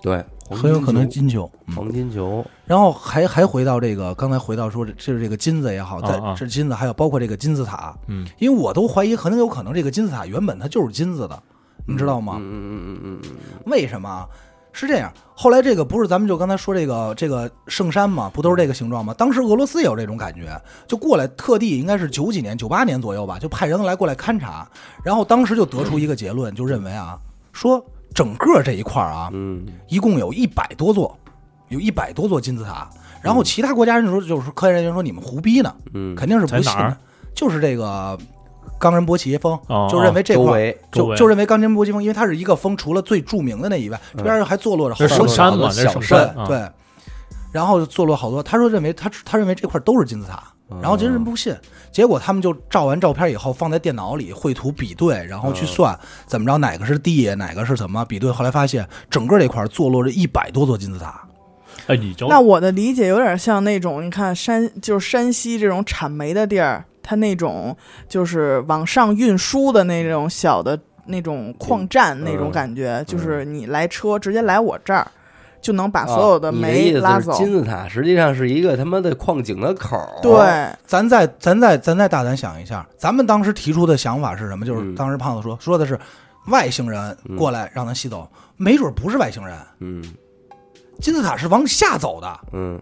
C: 对，黄金
F: 很有可能是
C: 球
F: 金球。嗯
C: 黄金球，
F: 然后还还回到这个，刚才回到说这这这个金子也好，在
E: 啊啊
F: 这金子还有包括这个金字塔，
E: 嗯，
F: 因为我都怀疑很有可能这个金字塔原本它就是金子的，你知道吗？
C: 嗯嗯嗯嗯嗯嗯，
F: 为什么啊？是这样，后来这个不是咱们就刚才说这个这个圣山嘛，不都是这个形状吗？当时俄罗斯也有这种感觉，就过来特地应该是九几年、九八年左右吧，就派人来过来勘察，然后当时就得出一个结论，就认为啊，说整个这一块儿啊，
C: 嗯
F: 一共有一百多座，有一百多座金字塔。然后其他国家人说，就是科研人员说你们胡逼呢，
C: 嗯，
F: 肯定是不
E: 在
F: 信
E: 哪儿
F: 的，就是这个冈仁波齐峰
E: 哦，
F: 就认为这
C: 周
F: 块儿
C: 围
E: 周
F: 就
E: 围
F: 就认为冈仁波齐峰，因为它是一个峰，除了最著名的那以外，这边还坐落着
E: 嗯这是
F: 好
E: 圣
F: 多
E: 山嘛，
C: 小
E: 这是圣山
F: 对
E: 啊，
F: 对，然后坐落好多。他说认为他他认为这块都是金字塔，
E: 嗯
F: 然后这人不信，结果他们就照完照片以后放在电脑里绘图比对，然后去
E: 嗯
F: 算怎么着哪个是地，哪个是怎么比对。后来发现整个这块坐落着一百多座金字塔，
E: 哎，你就
D: 那我的理解有点像那种，你看山就是山西这种产煤的地儿，它那种就是往上运输的那种小的那种矿站那种感
C: 嗯
D: 觉，就是你来车直接来我这儿，就能把所
C: 啊
D: 有
C: 你的
D: 煤
C: 意思
D: 拉
C: 是
D: 走。
C: 金字塔实际上是一个他妈的矿井的口儿，
D: 对，
F: 咱再咱再咱再大胆想一下，咱们当时提出的想法是什么？就是
C: 嗯
F: 当时胖子说说的是外星人过来让咱吸走，没准不是外星人，
C: 嗯
F: 金字塔是往下走的，
C: 嗯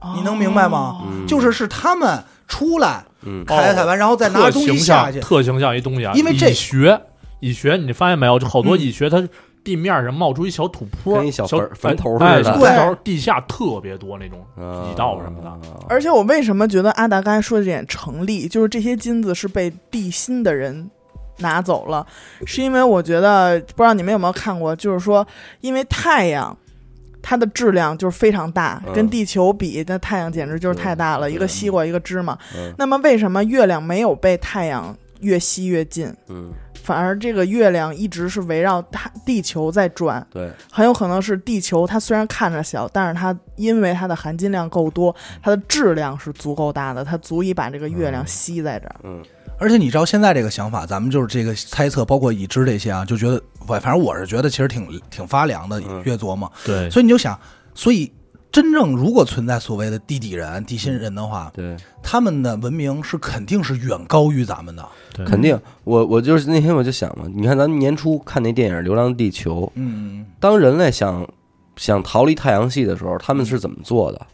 D: 哦
F: 你能明白吗？
C: 嗯，
F: 就是是他们出来
C: 嗯
F: 凯采完，然后再拿着
E: 哦特
F: 东西
E: 形
F: 下
E: 象，
F: 去。
E: 特形象一东西啊，
F: 因为这
E: 蚁穴，蚁穴，你发现没有？就好多
F: 嗯
E: 蚁穴，它地面上冒出一小土坡，
C: 跟一小坟坟头
E: 哎
C: 似的
E: 哎
F: 对
E: 坟头地下特别多那种
C: 啊
E: 蚁道什么的，
D: 而且我为什么觉得阿达刚才说的这点成立，就是这些金子是被地心的人拿走了，是因为我觉得不知道你们有没有看过，就是说因为太阳。它的质量就是非常大，
C: 嗯
D: 跟地球比，那太阳简直就是太大了，
C: 嗯
D: 一个西瓜一个芝麻。
C: 嗯
D: 那么为什么月亮没有被太阳越吸越近，
C: 嗯，
D: 反而这个月亮一直是围绕它地球在转？
C: 对，
D: 很有可能是地球，它虽然看着小，但是它因为它的含金量够多，它的质量是足够大的，它足以把这个月亮吸在这儿。
C: 嗯，
F: 而且你知道现在这个想法，咱们就是这个猜测，包括已知这些啊，就觉得，反反正我是觉得其实挺挺发凉的，越琢磨。
E: 嗯对，
F: 所以你就想，所以真正如果存在所谓的地底人、地心人的话，
C: 对，
F: 他们的文明是肯定是远高于咱们的。
E: 对
C: 肯
F: 嗯
C: 定。我我就是那天我就想嘛，你看咱们年初看那电影《流浪地球》，
F: 嗯，
C: 当人类想想逃离太阳系的时候，他们
F: 嗯
C: 是怎么做的？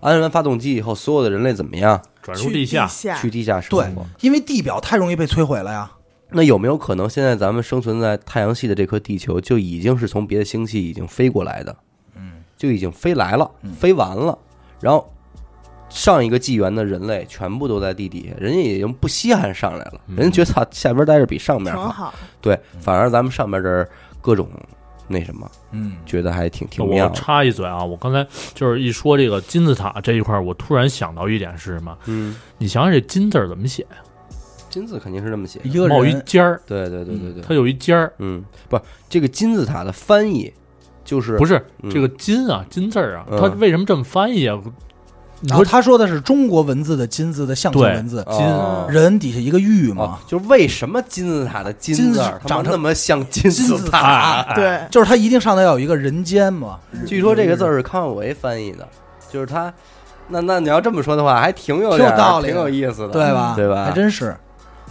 C: 安完发动机以后，所有的人类怎么样
E: 转入
D: 去
E: 地下，
C: 去地下生
F: 对
E: 嗯
C: 活？，
F: 因为地表太容易被摧毁了呀。
C: 那有没有可能现在咱们生存在太阳系的这颗地球，就已经是从别的星系已经飞过来的？嗯，就已经飞来了，
F: 嗯
C: 飞完了，然后上一个纪元的人类全部都在地底下，人家已经不稀罕上来
F: 嗯
C: 了，人家觉得操下边待着比上面
D: 挺
C: 好，
D: 好。
C: 对，反而咱们上边这儿各种那什么，
F: 嗯，
C: 觉得还挺挺妙
E: 我
C: 的。
E: 插一嘴啊，我刚才就是一说这个金字塔这一块儿，我突然想到一点是什么？
C: 嗯，
E: 你想想这金字儿怎么写？
C: 金字肯定是这么写的，
F: 一个
E: 冒一
F: 人
E: 尖儿，
C: 对对对对对，
E: 它有一尖儿，
C: 嗯，不，这个金字塔的翻译就是
E: 不是
C: 嗯
E: 这个金啊，金字儿啊，
C: 嗯
E: 它为什么这么翻译啊？你
F: 然
E: 说
F: 后他说的是中国文字的金字的象形
E: 对
F: 文字，
E: 金
C: 哦
F: 人底下一个玉嘛，
C: 哦，就是为什么金字塔的金
F: 金字
C: 字儿他妈
F: 长成
C: 那么像金
F: 金
C: 字
F: 字塔
E: 哎
D: 对，
F: 就是它一定上头要有一个人间嘛。
C: 据说这个字儿是康有为翻译的，就是他。那那你要这么说的话，还挺
F: 挺
C: 有
F: 有
C: 点儿
F: 道理
C: 挺
F: 的
C: 有意思的，
F: 对吧？
C: 对吧
F: 还真是，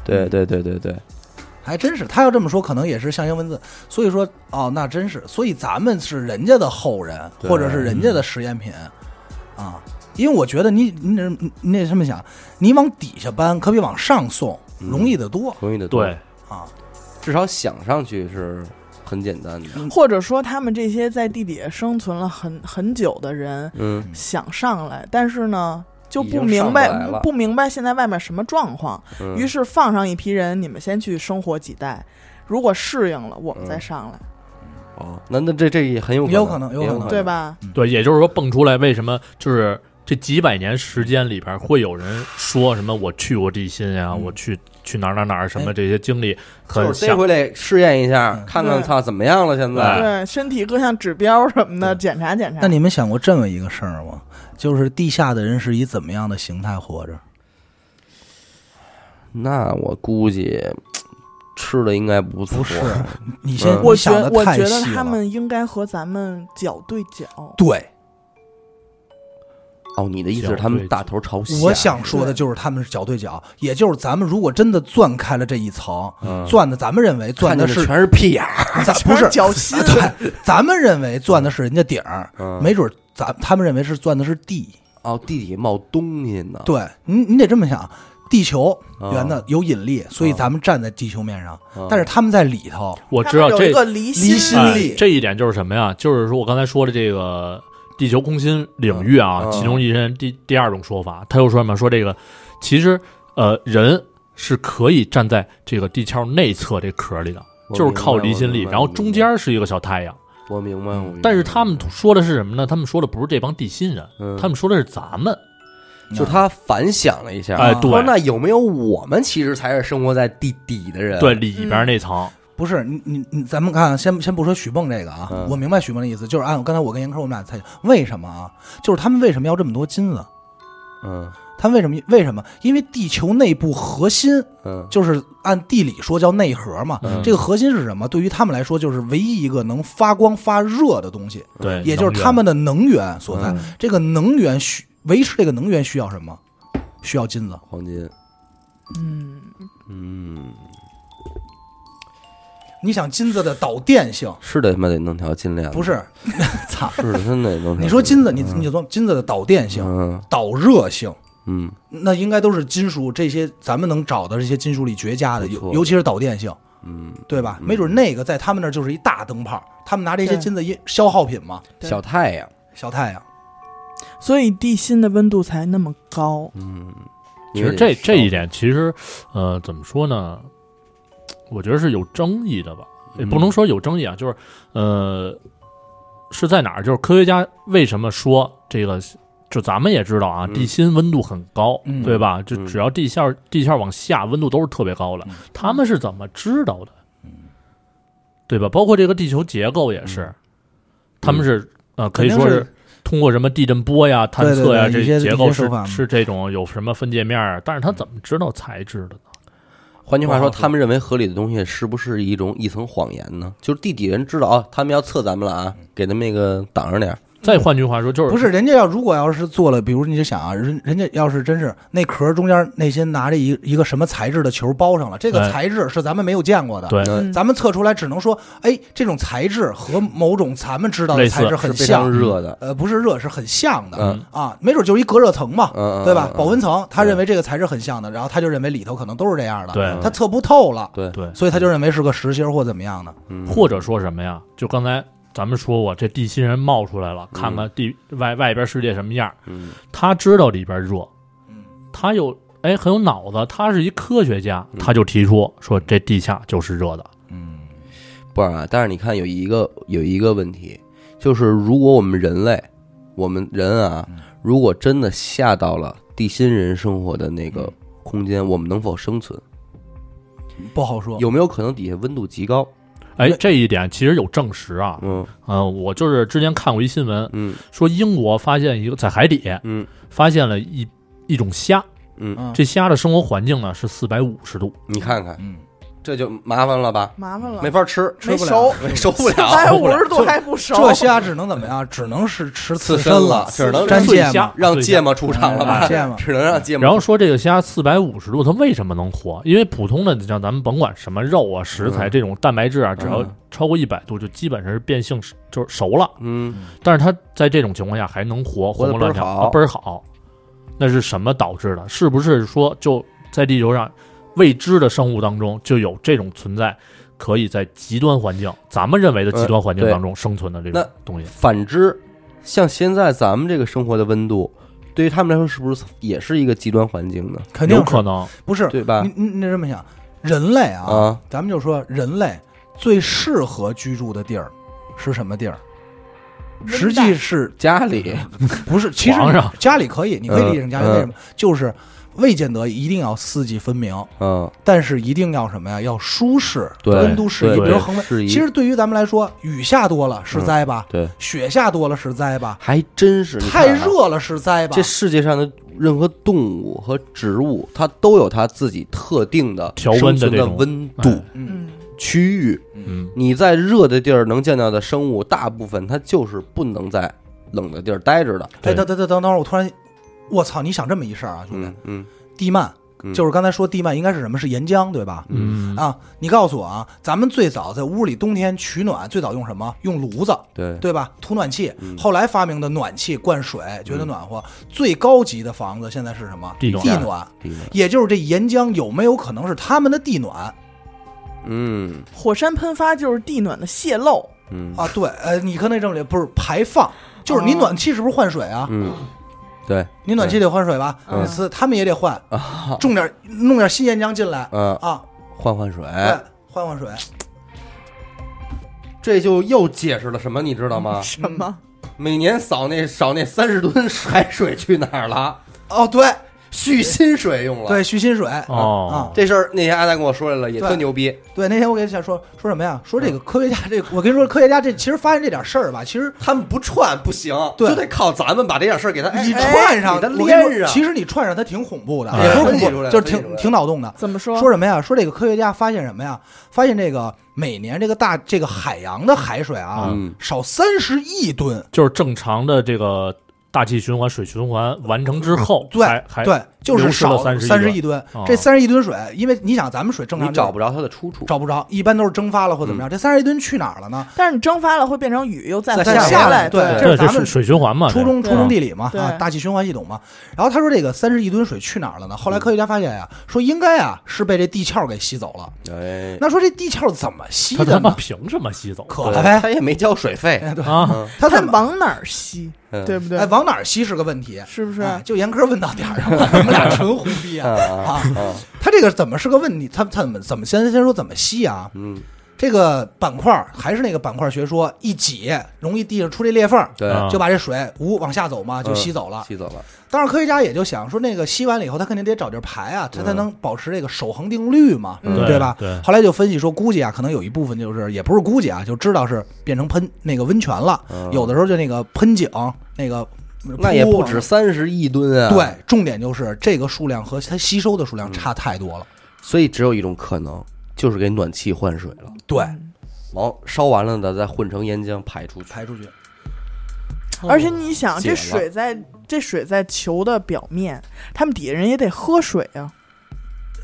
C: 对对对对对，
F: 还真是。他要这么说，可能也是象形文字。所以说，哦，那真是。所以咱们是人家的后人，
C: 对
F: 或者是人家的实验品啊。因为我觉得你你这你得这么想，你往底下搬可比往上送
C: 嗯
F: 容易得多
C: 同意的多
E: 对，
F: 啊。
C: 至少想上去是很简单的，
D: 或者说他们这些在地底下生存了很很久的人
C: 嗯，
D: 想上来，但是呢就
C: 已
D: 不
C: 经
D: 明
C: 上
D: 白
C: 不来了
D: 不明白现在外面什么状况，
C: 嗯
D: 于是放上一批人，你们先去生活几代，如果适应了，我们
C: 嗯
D: 再上来，
C: 哦，那那这这也很有
F: 有可
C: 可
F: 能有
C: 也
F: 可
C: 有
F: 能
D: 对？吧？
C: 哎
E: 对，也就是说蹦出来为什么就是这几百年时间里边会有人说什么我去过地心呀、我去去哪儿哪儿哪儿什么这些经历，
C: 嗯哎就
E: 很
C: 是逮
E: 想嗯
C: 回来试验一下，看看
D: 对
C: 操怎么样了现在。
D: 对，身体各项指标什么的检查检查
F: 那。你们想过这么一个事儿吗？就是地下的人是以怎么样的形态活着？
C: 那我估计吃的应该不错，
F: 不是，你先
C: 嗯
F: 你
D: 我觉
F: 想的
D: 我
F: 太
D: 觉得
F: 细
D: 他
F: 了。啊
D: 们应该和咱们脚对脚，
F: 对，
C: 哦，你的意思是
E: 小
C: 他们
E: 对
C: 大头朝下？
F: 我想说的就是他们是脚对脚，也就是咱们如果真的钻开了这一层，
C: 嗯
F: 钻的咱们认为钻
C: 看见
F: 的
C: 的
F: 是
C: 全是屁眼儿，
F: 咱
D: 全
F: 不是，
D: 脚心
F: 对，咱们认为钻的是人家顶儿，
C: 嗯
F: 没准儿咱他们认为是钻的是地。
C: 哦，地底冒东西呢。
F: 对你，你得这么想，地球
C: 啊
F: 圆的有引力，所以
C: 啊
F: 咱们站在地球面上，
C: 啊
F: 但是他们在里头。
E: 我
D: 他
E: 知
D: 们
E: 道
D: 有
E: 这
D: 一个离
F: 离心
E: 哎
F: 力
E: 这一点就是什么呀？就是说我刚才说的这个地球空心领域啊，
C: 嗯嗯
E: 其中一人第第二种说法，他又说什么？说这个其实呃人是可以站在这个地壳内侧这壳里的，
C: 我
E: 就是
C: 明白
E: 靠
C: 我
E: 离心
C: 明
E: 力，
C: 白
E: 然后
C: 我明
E: 中
C: 白
E: 间是一个小太阳。
C: 我明白，我
F: 嗯
C: 明白
E: 但是他们说的是什么呢？他们说的不是这帮地心人，
C: 嗯
E: 他们说的是咱们。
C: 就是他反想了一下，
E: 哎
C: 他说
E: 对
C: 那有没有我们其实才是生活在地底的人？
E: 对，，里边那层，
F: 不是你你你，咱们看，先先不说许梦这个啊
C: 嗯，
F: 我明白许梦的意思，就是按刚才我跟严科我们俩猜，为什么啊？就是他们为什么要这么多金子？
C: 嗯
F: 他们为什么？为什么？因为地球内部核心
C: 嗯，
F: 就是按地理说叫内核嘛。
E: 嗯
F: 这个核心是什么？对于他们来说，就是唯一一个能发光发热的东西，
E: 对，
F: 也就是
E: 能源
F: 他们的能源所
E: 哎
F: 在。
C: 嗯
F: 这个能源需维持这个能源需要什么？需要金子。
C: 黄金，
D: 嗯，
C: 嗯，
F: 你想金子的导电性
C: 是得他妈得弄条金链子，
F: 不是？操！
C: 是的，真得弄条链 子。
F: 你说金子，你你就说金子的导电性、
C: 嗯
F: 导热性，
C: 嗯，
F: 那应该都是金属这些咱们能找的这些金属里绝佳的，
C: 不
F: 尤
C: 错
F: 尤其是导电性，
C: 嗯，
F: 对吧？没准那个在他们那儿就是一大灯泡，他们拿这些
D: 对
F: 金子一消耗品嘛，
D: 对
C: 小太阳，
F: 小太阳。
D: 所以地心的温度才那么高。
C: 嗯，
E: 其实这这一点，其实呃，怎么说呢？我觉得是有争议的吧，也
F: 嗯
E: 不能说有争议啊，就是呃，是在哪儿？就是科学家为什么说这个？就咱们也知道啊，
C: 嗯
E: 地心温度很高，
F: 嗯
E: 对吧？就
C: 嗯
E: 只要地下地下往下，温度都是特别高的。他们是怎么知道的？对吧？包括这个地球结构也是，他们是呃，可以
F: 嗯肯定
E: 说
F: 是
E: 是通过什么地震波呀、探
F: 对对
E: 测呀，
F: 对一些
E: 这结构
F: 一些手
E: 是
F: 法嘛
E: 是这种有什么分界面啊？但是他怎么知道材质的呢？
C: 换句话说，
E: 不好说
C: 他们认为合理的东西是不是一种一层谎言呢？就是地底人知道啊，他们要测咱们了啊，给他们那个挡着点儿。
E: 再换句话说，就是
F: 嗯不是，人家要如果要是做了，比如你就想啊，人人家要是真是那壳中间内心拿着一一个什么材质的球包上了，这个
E: 哎
F: 材质是咱们没有见过的，
E: 对
C: 嗯
D: 嗯
F: 咱们测出来只能说，哎，这种材质和某种咱们知道的
E: 类似
F: 材质很
C: 是非
F: 像，
C: 常热的，
F: 呃，不是热，是很像的、
C: 嗯
F: 啊，没准就是一隔热层嘛，
C: 嗯，嗯
F: 对吧？
C: 嗯
F: 保温层，他
C: 嗯
F: 认为这个材质很像的，然后他就认为里头可能都是这样的，
E: 对
F: 他测不透了，
C: 对
E: 对，
F: 所以他就认为是个实心儿或怎么样的，
C: 嗯
E: 或者说什么呀？就刚才咱们说过，这地心人冒出来了，
C: 嗯
E: 看看地外外边世界什么样，
C: 嗯
E: 他知道里边热，
F: 嗯，
E: 他有哎很有脑子，他是一科学家
C: 嗯，
E: 他就提出说这地下就是热的，
F: 嗯，
C: 不是啊，但是你看有一个有一个问题，就是如果我们人类，我们人啊
F: 嗯，
C: 如果真的下到了地心人生活的那个空间，我们能否生存？
F: 不好说，
C: 有没有可能底下温度极高？
E: 哎
F: 对，
E: 这一点其实有证实啊。
C: 嗯
E: 嗯，我就是之前看过一新闻，
C: 嗯
E: 说英国发现一个在海底
C: 嗯
E: 发现了一一种虾，
C: 嗯，
F: 嗯
E: 这虾的生活环境呢是四百五十度，
C: 你看看，
F: 嗯，
C: 这就麻烦了吧？
D: 麻烦了，
C: 没法吃，
F: 吃不了
D: 熟，
C: 没受不
D: 百
C: 了，
D: 五十度还不熟，
F: 这虾只能怎么样？只能是吃
C: 刺
F: 刺
C: 身了
F: 了，
C: 只能
F: 沾
E: 碎
F: 芥末
E: 虾。
C: 让芥末出场了吧？
F: 哎芥 末
C: 只能让芥末。
E: 然后说这个虾四百五十度，它为什么能活？因为普通的，你像咱们甭管什么肉啊、食材
C: 嗯
E: 这种蛋白质啊，只要
C: 嗯
E: 超过一百度，就基本上是变性熟就是熟了。
C: 嗯，
E: 但是它在这种情况下还能活，
C: 活
E: 活
C: 得
E: 蹦乱跳，
C: 倍儿好
E: 啊倍儿好。那是什么导致的？是不是说就在地球上未知的生物当中就有这种存在，可以在极端环境，咱们认为的极端环境
C: 对
E: 当中生存的这
C: 那
E: 种东西？
C: 反之，像现在咱们这个生活的温度，对于他们来说是不是也是一个极端环境呢？
F: 肯定
E: 有
F: 是
E: 可能，
F: 不是？
C: 对吧
F: 你？你你这么想，人类啊，
C: 啊，
F: 咱们就说人类最适合居住的地儿是什么地儿？
D: 温带
F: 实际是
C: 家里
F: 不是？其实
E: 皇上
F: 家里可以，你可以理解成家里
C: 嗯
F: 为什么？就是未见得一定要四季分明，
C: 嗯，
F: 但是一定要什么呀？要舒适，
C: 对
F: 温度适宜。
C: 对
F: 比如恒温，
C: 适宜
F: 其实对于咱们来说，雨下多了是灾吧，
C: 对，
F: 雪下多了是灾吧，
C: 还真是你看
F: 太
C: 啊
F: 热了是灾吧
C: 这。世界上的任何动物和植物，它都有它自己特定的
E: 调温的
C: 生存
E: 这
C: 的
E: 种哎
C: 温度
F: 嗯，
D: 嗯，
C: 区域。
E: 嗯，
C: 你在热的地儿能见到的生物，大部分它就是不能在冷的地儿待着的。
F: 哎，
E: 对
F: 等等等等等会儿，我突然，我操！你想这么一事儿啊，兄弟，
C: 嗯嗯
F: 地幔
C: 嗯
F: 就是刚才说地幔应该是什么？是岩浆对吧？
E: 嗯，
F: 啊，你告诉我啊，咱们最早在屋里冬天取暖，最早用什么？用炉子，
C: 对
F: 对吧？土暖气
C: 嗯。
F: 后来发明的暖气灌水，觉得暖和。最高级的房子现在是什么？
E: 地
F: 地
E: 暖
F: 暖，
C: 地暖
F: 也就是这岩浆有没有可能是他们的地暖
C: 嗯
D: 火山喷发就是地暖的泄漏，
C: 嗯
F: 啊？对，呃，你可能这么理解，不是排放，就是你
D: 哦
F: 暖气是不是换水啊？
C: 嗯，对，
F: 你暖气得换水吧？
D: 嗯
F: 每次他们也得换，种点弄点新岩浆进来
C: 嗯，
F: 啊，
C: 换换水，
F: 对，换换水。
C: 哎这就又解释了什么，你知道吗？
D: 什么？
C: 每年扫那少那三十吨海水去哪儿了？
F: 哦，对
C: 蓄心水用了。
F: 对，，蓄心水。
E: 哦，
C: 这事儿那天阿丹跟我说来了，也
F: 对
C: 特牛逼。
F: 对，那天我给想说说什么呀？说这个科学家，这
A: 我跟你说，科学家这其实发现这点事儿吧，其实
B: 他们不串不行，
F: 对
B: 就得靠咱们把这点事儿给他哎
A: 你串上，
B: 哎
A: 我
B: 给他
A: 跟你
B: 连
C: 啊
A: 说，
B: 上
A: 其实你串上它挺恐怖的，
E: 哎
A: 也不是
B: 分
A: 恐
B: 析
A: 怖
B: 出
A: 的，
B: 来
A: 就是
B: 分析出
A: 挺
B: 来
A: 挺脑洞的。
D: 怎么说？
A: 说什么呀？说这个科学家发现什么呀？发现这个每年这个大这个海洋的海水啊，
C: 嗯
A: 少三十亿吨，
E: 就是正常的这个大气循环、水循环完成之后，
A: 对
E: 还还
A: 对，就是
E: 流失了
A: 少
E: 30亿
A: 三十亿吨
E: 哦。
A: 这三十亿吨水，因为你想咱们水正常
C: 你
A: 就是
C: 找不着它的嗯出处。
A: 找不着，一般都是蒸发了或怎么样。这三十亿吨去哪儿了呢？
D: 但是你蒸发了会变成雨，又再
A: 再
D: 回
A: 下来
D: 来。
A: 对
E: 对
A: 这是
E: 这
A: 咱
E: 水
A: 们
E: 水循环嘛，
A: 初中初
D: 对
A: 中地理嘛，
D: 对
A: 啊，大气循环系统嘛。然后他说这个三十亿吨水去哪儿了呢？后来科学家发现呀、说应该啊是被这地壳给吸走了。
C: 哎，
A: 那说这地壳怎么吸
E: 他
A: 的
E: 啊他妈
A: 呢？
E: 凭什么吸走
A: 渴了呗，
C: 他也没交 水费。
A: 哎对，
E: 啊？
A: 他
D: 它
A: 怎么
D: 往哪儿
C: 嗯
D: 吸？对不对
A: 哎？往哪儿吸是个问题。
D: 是不是？
A: 哎就严科问到点儿上了， 你们俩纯胡逼
C: 啊
A: 啊！
C: 啊
A: 啊，
C: 啊！
A: 他这个怎么是个问题？他他怎么怎么先先说怎么吸啊？
C: 嗯，
A: 这个板块儿还是那个板块学说，一挤容易地上出这裂缝儿，
C: 对，
E: 啊
A: 就把这水呜往下走嘛，就
C: 嗯
A: 吸走了。
C: 吸走了。
A: 当然，科学家也就想说，那个吸完了以后，他肯定得找地儿排啊，
C: 嗯
A: 他才能保持这个守恒定律嘛，
D: 嗯
A: 对吧？
E: 对，
A: 后来就分析说，估计啊，可能有一部分就是也不是估计啊，就知道是变成喷那个温泉了，
C: 嗯
A: 有的时候就那个喷井那个，
C: 那也不
A: 噗
C: 止三十亿吨啊！嗯
A: 对，重点就是这个数量和它吸收的数量差太多了。
C: 所以只有一种可能，就是给暖气换水了，
F: 对，
C: 往烧完了的再混成岩浆排出去。
F: 排出去，
E: 嗯
D: 而且你想，
C: 解了
D: 这水在这水在球的表面，他们底下人也得喝水啊。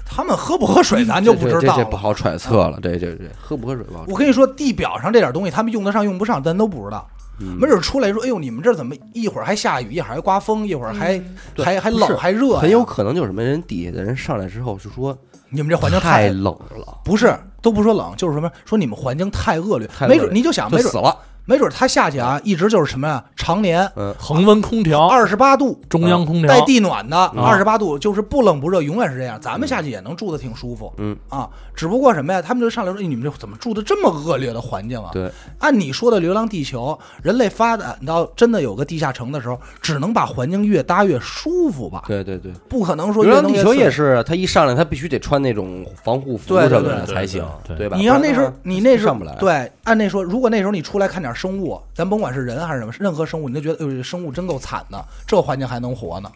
F: 他们喝不喝水咱就不知
C: 这
F: 道
C: 这这不
F: 了。
C: 好揣测了，这这这喝不喝水不好
F: 我跟你说，地表上这点东西，他们用得上用不上，咱都不知道。
C: 嗯
F: 没准出来说，哎呦，你们这儿怎么一会儿还下雨，一会儿还刮风，一会儿还
C: 嗯对
F: 还还
C: 不是
F: 冷还热呀，
C: 很有可能就是什么人底下的人上来之后就说
F: 你们这环境太
C: 太冷了，
F: 不是都不说冷，就是什么说你们环境太恶劣，
C: 太恶嗯
F: 没
C: 劣
F: 准你就想，
C: 就
F: 没
C: 死
F: 准
C: 了。
F: 没准他下去啊，一直就是什么呀，常年
C: 嗯
E: 恒温空调，
F: 二十八度。
E: 中央空调
F: 带地暖
C: 啊
F: 的，二十八度就是不冷不热，永远是这样。咱们下去也能住的挺舒服，
C: 嗯
F: 啊，只不过什么呀？他们就上来说：“哎你们这怎么住的这么恶劣的环境啊？”
C: 对，
F: 按你说的《流浪地球》，人类发展到真的有个地下城的时候，只能把环境越搭越舒服吧？
C: 对对对，
F: 不可能说
C: 流
F: 越
C: 浪
F: 弄
C: 地
F: 越
C: 球
F: 刺
C: 也
F: 激。
C: 是，他一上来他必须得穿那种防护服
F: 对
C: 什
F: 对
C: 么的
E: 对
C: 才
E: 对
C: 行，
E: 对
C: 吧？
F: 你要那时候，你那时候
C: 上不来
F: 对，按那说，如果那时候你出来看点生物，咱甭管是人还是什么，任何生物，你都觉得，哎呦，这生物真够惨的，这环境还能活呢，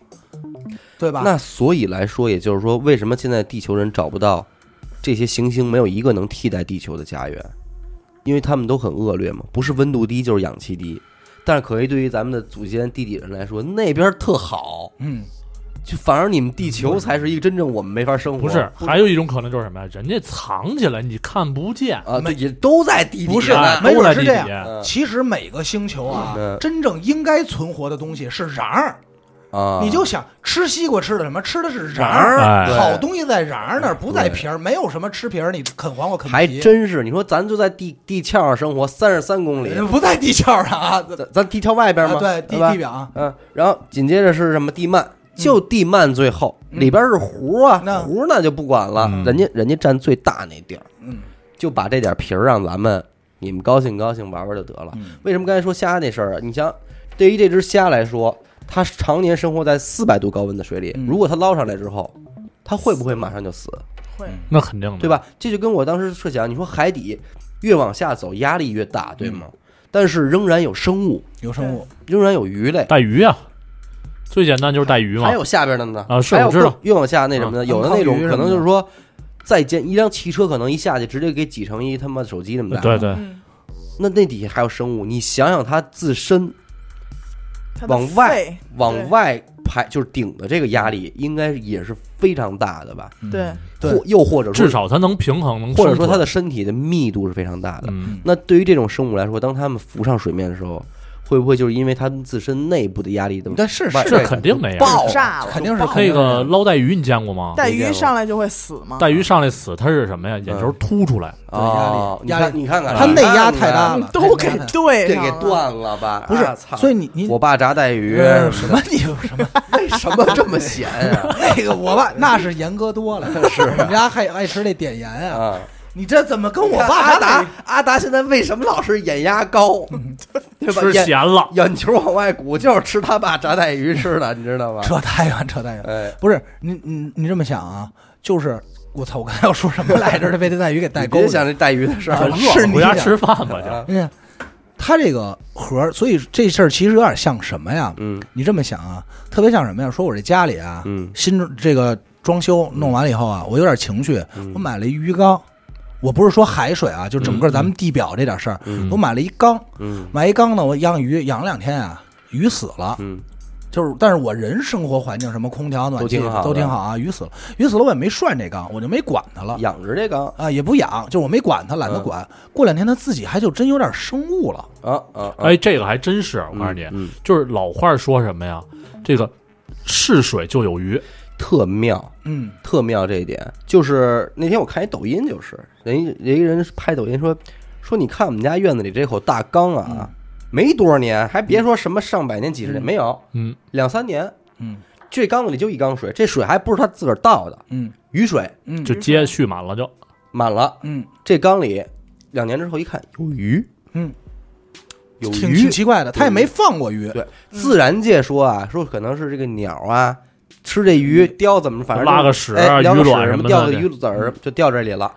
F: 对吧？
C: 那所以来说，也就是说，为什么现在地球人找不到这些行星，没有一个能替代地球的家园？因为他们都很恶劣嘛，不是温度低就是氧气低。但是可惜，对于咱们的祖先地底人来说，那边特好，
F: 嗯，
C: 就反而你们地球才是一个真正我们没法生活。
E: 不是，还有一种可能就是什么呀？人家藏起来，你看不见。
C: 啊，对，也都在地底下
F: 不是
E: 啊
F: 没
E: 都
F: 准
E: 在
F: 是
E: 地
F: 这
E: 底
F: 样
E: 下。
C: 嗯
F: 其实每个星球啊
C: 嗯，
F: 真正应该存活的东西是瓤儿。
C: 啊，
F: 你就想吃西瓜吃的什么？吃的是瓤
E: 瓤儿哎
F: 儿，好东西在瓤儿那儿，不在
C: 对
F: 皮儿，没有什么吃皮儿，你啃黄瓜啃
C: 还
F: 皮，
C: 真是，你说咱就在地地壳上生活三十三公里，
F: 不在地壳上啊，
C: 咱咱地壳外边
F: 哎啊
C: 吗？
F: 对地
C: 吧
F: 地表啊，嗯
C: 嗯，然后紧接着是什么地幔，就地幔最后、里边是湖啊，
F: 那
C: 湖那就不管了，
E: 嗯
C: 人家人家占最大那地儿，
F: 嗯，
C: 就把这点皮儿让咱们你们高兴高兴玩玩就得了。
F: 嗯
C: 为什么刚才说虾那事儿啊？你想，对于这只虾来说，它常年生活在四百度高温的水里，
F: 嗯
C: 如果它捞上来之后，它会不会马上就死？
D: 会，
E: 那肯定的，
C: 对？吧？这就跟我当时设想，你说海底越往下走压力越大，对吗？
F: 嗯
C: 但是仍然有生物，
F: 有生物，
C: 仍然有鱼类。
E: 带鱼啊，最简单就是带鱼嘛
C: 还。有下边的呢
E: 啊是
C: 还有
E: 我知道
C: 更越往下那什么的，
F: 嗯
C: 有的那种
F: 康鱼
C: 可
F: 什么
C: 能
F: 的
C: 就是说，再见一辆汽车可能一下去直接给挤成一他妈手机那么大，
E: 对，对，
D: 嗯，
C: 那那底下还有生物，你想想它自身
D: 它的
C: 往外
D: 肺
C: 往外排就是顶的这个压力，应该也是非常大的吧？
F: 嗯
D: 对，
F: 对
C: 或又或者说
E: 至少它能平衡，能
C: 或者说它
E: 的
C: 的身体的密度是非常大的。
E: 嗯，
C: 那对于这种生物来说，当它们浮上水面的时候，会不会就是因为它们自身内部的压力的
F: 但是
C: 外
F: 是
E: 这肯定那样。
D: 爆炸了
F: 啊肯定是
E: 那个捞带鱼你见过吗？
D: 带
C: 没见
D: 鱼
C: 过
D: 上来就会死嘛。
E: 带鱼上来死，它是什么呀？
C: 嗯
E: 眼球凸出来，
C: 哦，
F: 压力
C: 你看你看看，
F: 它内压
C: 你看啊看
F: 太大了，
D: 都
F: 太
D: 给
F: 压太大了
D: 对
C: 这
D: 上
C: 给
D: 了
C: 断了吧？
F: 不
C: 啊
F: 是，
C: 操
F: 所以你你
C: 我爸炸带鱼
F: 呃什么你 有什么
C: 为什么这么咸啊？
F: 那个我爸那是严哥多了，是我们家还爱吃那碘盐啊，
C: 啊，
F: 你这怎么跟我
C: 我爸
F: 爸
C: 阿达阿达现在为什么老是眼压高？对吧？
E: 吃
C: 眼
E: 咸了。
C: 眼球往外鼓，就是吃他爸炸带鱼吃的，你知道吧？
F: 扯太远，扯太远。
C: 哎，
F: 不是你你你这么想啊，就是我操，我刚才要说什么来着？这被这带鱼给带
C: 你
F: 沟
C: 别
F: 了。
C: 想这带鱼的事
F: 啊
C: 儿，
F: 是你
E: 回家
F: 想
E: 吃饭吧，就
C: 啊
F: 你看它这个盒儿，所以这事儿其实有点像什么呀？
C: 嗯
F: 你这么想啊，特别像什么呀？说我这家里啊，
C: 嗯
F: 新这个装修弄完了以后啊，我有点情绪，
C: 嗯
F: 我买了一鱼缸。我不是说海水啊，就整个咱们地表这点事儿，
C: 嗯
F: 我买了一缸，
C: 嗯
F: 买一缸呢，我养鱼养了两天啊，鱼死了，
C: 嗯，
F: 就是，但是我人生活环境什么空调、暖气
C: 都挺好的
F: 都挺好啊。鱼死了，鱼死了，我也没涮这缸，我就没管它了
C: 养着这个
F: 啊，也不养，就是我没管它，
C: 嗯
F: 懒得管。过两天它自己还就真有点生物了，
C: 啊啊，
E: 哎，这个还真是，我告诉你，
C: 嗯嗯
E: 就是老话说什么呀？这个是水就有鱼，
C: 特妙。
F: 嗯，
C: 特妙这一点，就是那天我看一抖音，就是人一人一人拍抖音说说你看我们家院子里这口大缸啊，没多少年，还别说什么上百年、几十年，没有
E: 嗯嗯，
C: 两三年，
F: 嗯，
C: 这缸子里就一缸水，这水还不是他自个儿倒的，
F: 嗯，
C: 雨水
F: 嗯
E: 就接续满了就。
C: 满了，
F: 嗯，
C: 这缸里两年之后一看有鱼，
F: 嗯，
C: 有
F: 挺
C: 鱼
F: 挺，奇怪的，它也没放过鱼，
C: 对，自然界说啊，说可能是这个鸟啊。吃这鱼叼怎么，反正
E: 嗯拉个屎啊
C: 哎叼个
E: 鱼卵
C: 屎
E: 什
C: 么
E: 么的嗯
C: 叼个
E: 这
C: 鱼籽儿就掉这里了。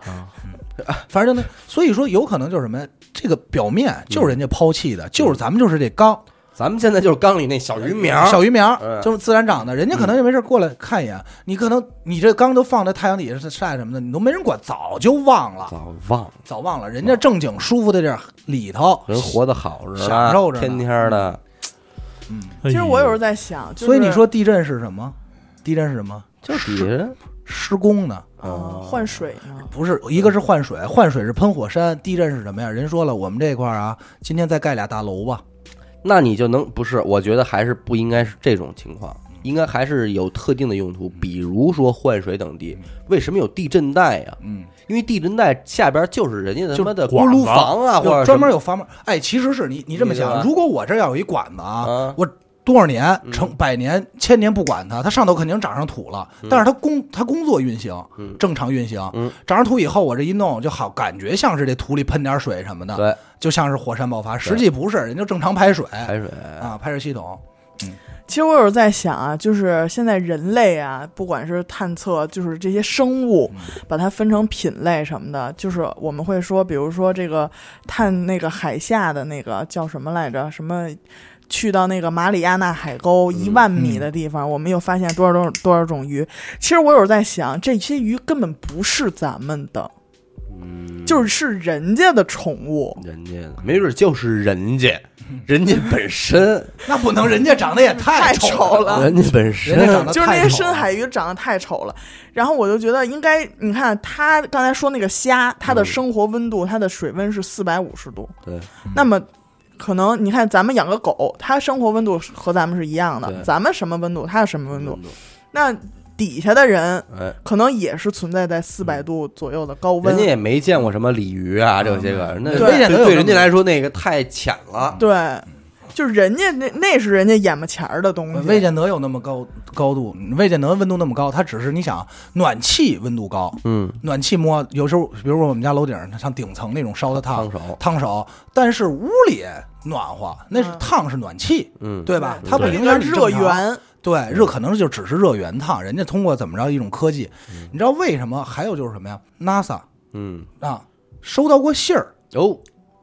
F: 反
C: 嗯
F: 正呢，所以说有可能就是什么呀，这个表面就是人家抛弃的，就是咱们就是这缸，
C: 咱们现在就是缸里那嗯小鱼苗儿，
F: 小鱼苗
C: 嗯
F: 儿就是自然长的，人家可能就没事过来看一眼。你可能你这缸都放在太阳底下晒什么的，你都没人管，早就忘了，
C: 早忘了，
F: 早忘了。人家正经舒服的地儿里头，
C: 人活得好着呢，
F: 享受着呢
C: 天天的。
D: 其
E: 其
D: 实我有时候在想，就是
F: 所以你说地震是什么？地震是什么？
C: 就是底下
F: 施工呢？
D: 啊，换水呢？
F: 不是，一个是换水，换水是喷火山，地震是什么呀？人说了，我们这块儿啊，今天再盖俩大楼吧。
C: 那你就能不是？我觉得还是不应该是这种情况，应该还是有特定的用途，比如说换水等地。为什么有地震带呀、
F: 嗯，
C: 因为地震带下边就是人家他妈的
E: 就
C: 锅
E: 是
C: 炉房啊，或者
F: 有
C: 什
F: 专门
C: 么
F: 有阀门。哎，其实是你你这么
C: 你知道
F: 想
C: 吧，
F: 如果我这儿要有一管子啊，
C: 啊
F: 我多少年成百年千年不管它，它上头肯定长上土了，但是它工它工作运行
C: 嗯
F: 正常运行
C: 嗯，
F: 长上土以后我这一弄就好，感觉像是这土里喷点水什么的，
C: 对
F: 就像是火山爆发，实际不是，人就正常排水
C: 排水，
F: 啊，排水系统。
D: 其实我有时候在想啊，就是现在人类啊，不管是探测，就是这些生物，把它分成品类什么的，就是我们会说，比如说这个探那个海下的那个叫什么来着？什么？去到那个马里亚纳海沟一万米的地方，我们又发现多少多少多少种鱼。其实我有时候在想，这些鱼根本不是咱们的，
C: 嗯，
D: 就是是人家的宠物。
C: 人家的没准就是人家，人家本身，
F: 那不能，人家长得也太
D: 太
F: 丑
D: 丑了
C: 人家本身，
F: 人家长得
D: 就是那
F: 太丑
D: 些
F: 了
D: 深海鱼长得太丑了，然后我就觉得应该，你看它刚才说那个虾，它
F: 嗯
D: 的生活温度，它的水温是四百五十度，
C: 对，
F: 嗯
D: 那么可能你看咱们养个狗，它生活温度是和咱们是一样的
C: 对，
D: 咱们什么温度，它是什么温度，
F: 嗯
D: 那底下的人
C: 哎，
D: 可能也是存在在
F: 嗯
D: 四百度左右的高
C: 人家
D: 温，
C: 也没见过什么鲤鱼啊，这些个，那
F: 嗯对
C: 对对人家来说那个太浅了，
D: 对，
F: 嗯
D: 就是人家那那是人家眼巴前儿的东
F: 魏
D: 西，
F: 建德有那么高高度，魏建德温度那么高，它只是你想暖气温度高，
C: 嗯，
F: 暖气摸有时候，比如说我们家楼顶上像顶层那种烧的
C: 烫
F: 烫
C: 手，
F: 烫手，但是屋里暖和，那是
D: 嗯
F: 烫是暖气，
C: 嗯，
F: 对吧？
D: 对
F: 它不
D: 对
F: 影响你
D: 热
F: 正常，
D: 源，
F: 对热可能就只是热源烫，人家通过怎么着一种科技，你知道为什么？还有就是什么呀？NASA
C: 嗯，
F: 啊，收到过信儿，
C: 哦，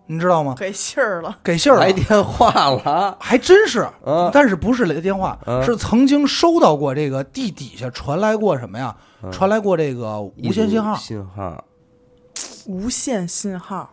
F: 你知道吗？
D: 给信儿了，
F: 给信儿了啊
C: 来电话了，
F: 还真是
C: 嗯，
F: 但是不是来电话，
C: 嗯
F: 是曾经收到过这个地底下传来过什么呀？传来过这个无线信
C: 啊一
F: 号
C: 组、信号
D: 无线信号。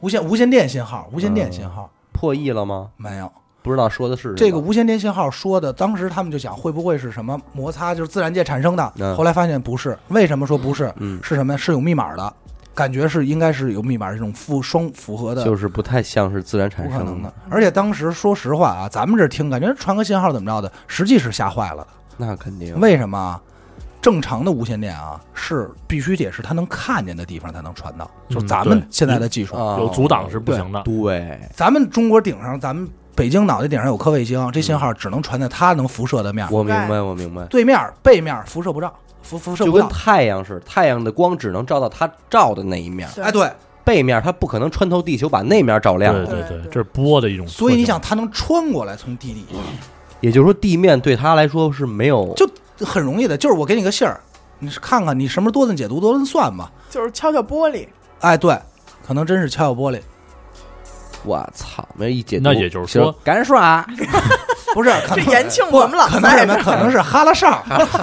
F: 无线无线电信号、无线电信号，
C: 破译了吗？
F: 没有。
C: 不啊知道说的是什么
F: 这个无线电信号说的，当时他们就想会不会是什么摩擦，就是自然界产生的。
C: 嗯
F: 后来发现不是，为什么说不是？
C: 嗯
F: 是什么呀？是有密码的，感觉是应该是有密码这种复双符合的，
C: 就是不太像是自然
F: 不
C: 产
F: 可
C: 生
F: 能的。而且当时说实话啊，咱们这听感觉传个信号怎么着的，实际是吓坏了的。
C: 那肯定
F: 为什么啊？正常的无线电啊，是必须得是它能看见的地方才能传到，
E: 嗯
F: 就是咱们
E: 对
F: 现在的技术。
D: 嗯
C: 啊
E: 有阻挡是不行的。
C: 对，
F: 咱们中国顶上，咱们北京脑袋顶上有颗卫星，这信号只能传在它能辐射的面儿。
C: 我明白，我明白，
F: 对面儿、背面儿辐射不照，辐辐射
C: 就
F: 不
C: 跟
F: 到。
C: 太阳似的，太阳的光只能照到它照的那一面，
F: 哎，对，
C: 背面它不可能穿透地球把那面照亮
E: 对。
D: 对
E: 对
D: 对对
E: 这是波的一种特性。
F: 所以你想，它能穿过来，从地底
C: 也就是说，地面对它来说是没有
F: 就很容易的，就是我给你个信儿，你是看看你什么时候多顿解读、多顿算吧。
D: 就是敲敲玻璃，
F: 哎，对，可能真是敲敲玻璃，
C: 我操，没有一解读，
E: 那也就是说
C: 行干 耍，
F: 不是，可
D: 这
F: 能
D: 延庆
F: 不
D: 我们老
F: 可能
D: 在
F: 什
D: 这
F: 么？
D: 儿
F: 可能是哈拉 上，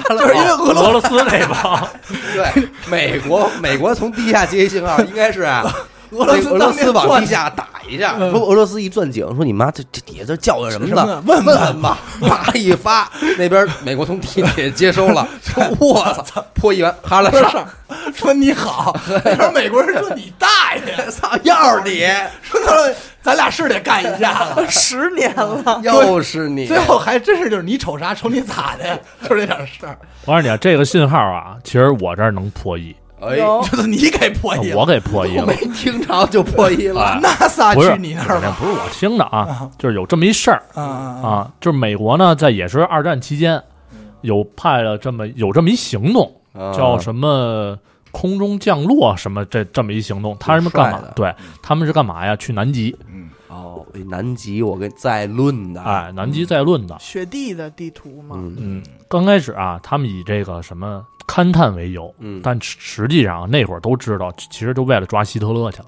F: 就是因为俄罗
E: 俄罗斯那帮，
C: 对，美 国美国从地下接信号应该是啊，
F: 俄罗斯
C: 俄罗
F: 当
C: 斯
F: 年
C: 往
F: 钻
C: 地下打一下，说俄罗斯一钻井，说你妈这这底下这叫唤什么
F: 什么
C: 呢
F: 呢？问
C: 问
F: 问
C: 吧，啪一发，那边美国从地铁接收 了，说我操，破译完哈拉上，
F: 说你好， 那边美国人说你大爷，
C: 操，要是你，
F: 说他说咱俩是得干一架了。
D: 十年了，
C: 又是 你，
F: 最后还真是就是你瞅啥瞅你咋 的，就是这点事儿，
E: 我告诉你啊，这个信号啊，其实我这儿能破译，
C: 哎，
D: 有
F: 就是你给破译
E: 我
F: 了。
E: 给破译
C: 我
E: 了
C: 没。听着就破译了，
F: NASA
E: 不是
F: 去你那儿吧？
E: 不是我听的啊，就是有这么一事儿
F: 啊啊！嗯啊
E: 啊，就是美国呢，在也是二战期间，有派了这么有这么一行动，
C: 啊
E: 叫什么空中降落什么这这么一行动，他们干
C: 挺帅
E: 嘛
C: 的？
E: 对，他们是干嘛呀？去南极，
C: 哦，南极我跟在论的，
E: 哎，南极在论的。
D: 雪地的地图嘛，
C: 嗯
E: 嗯，刚开始啊，他们以这个什么勘探为由，
C: 嗯
E: 但实实际上那会儿都知道，其其实就为了抓希特勒去了。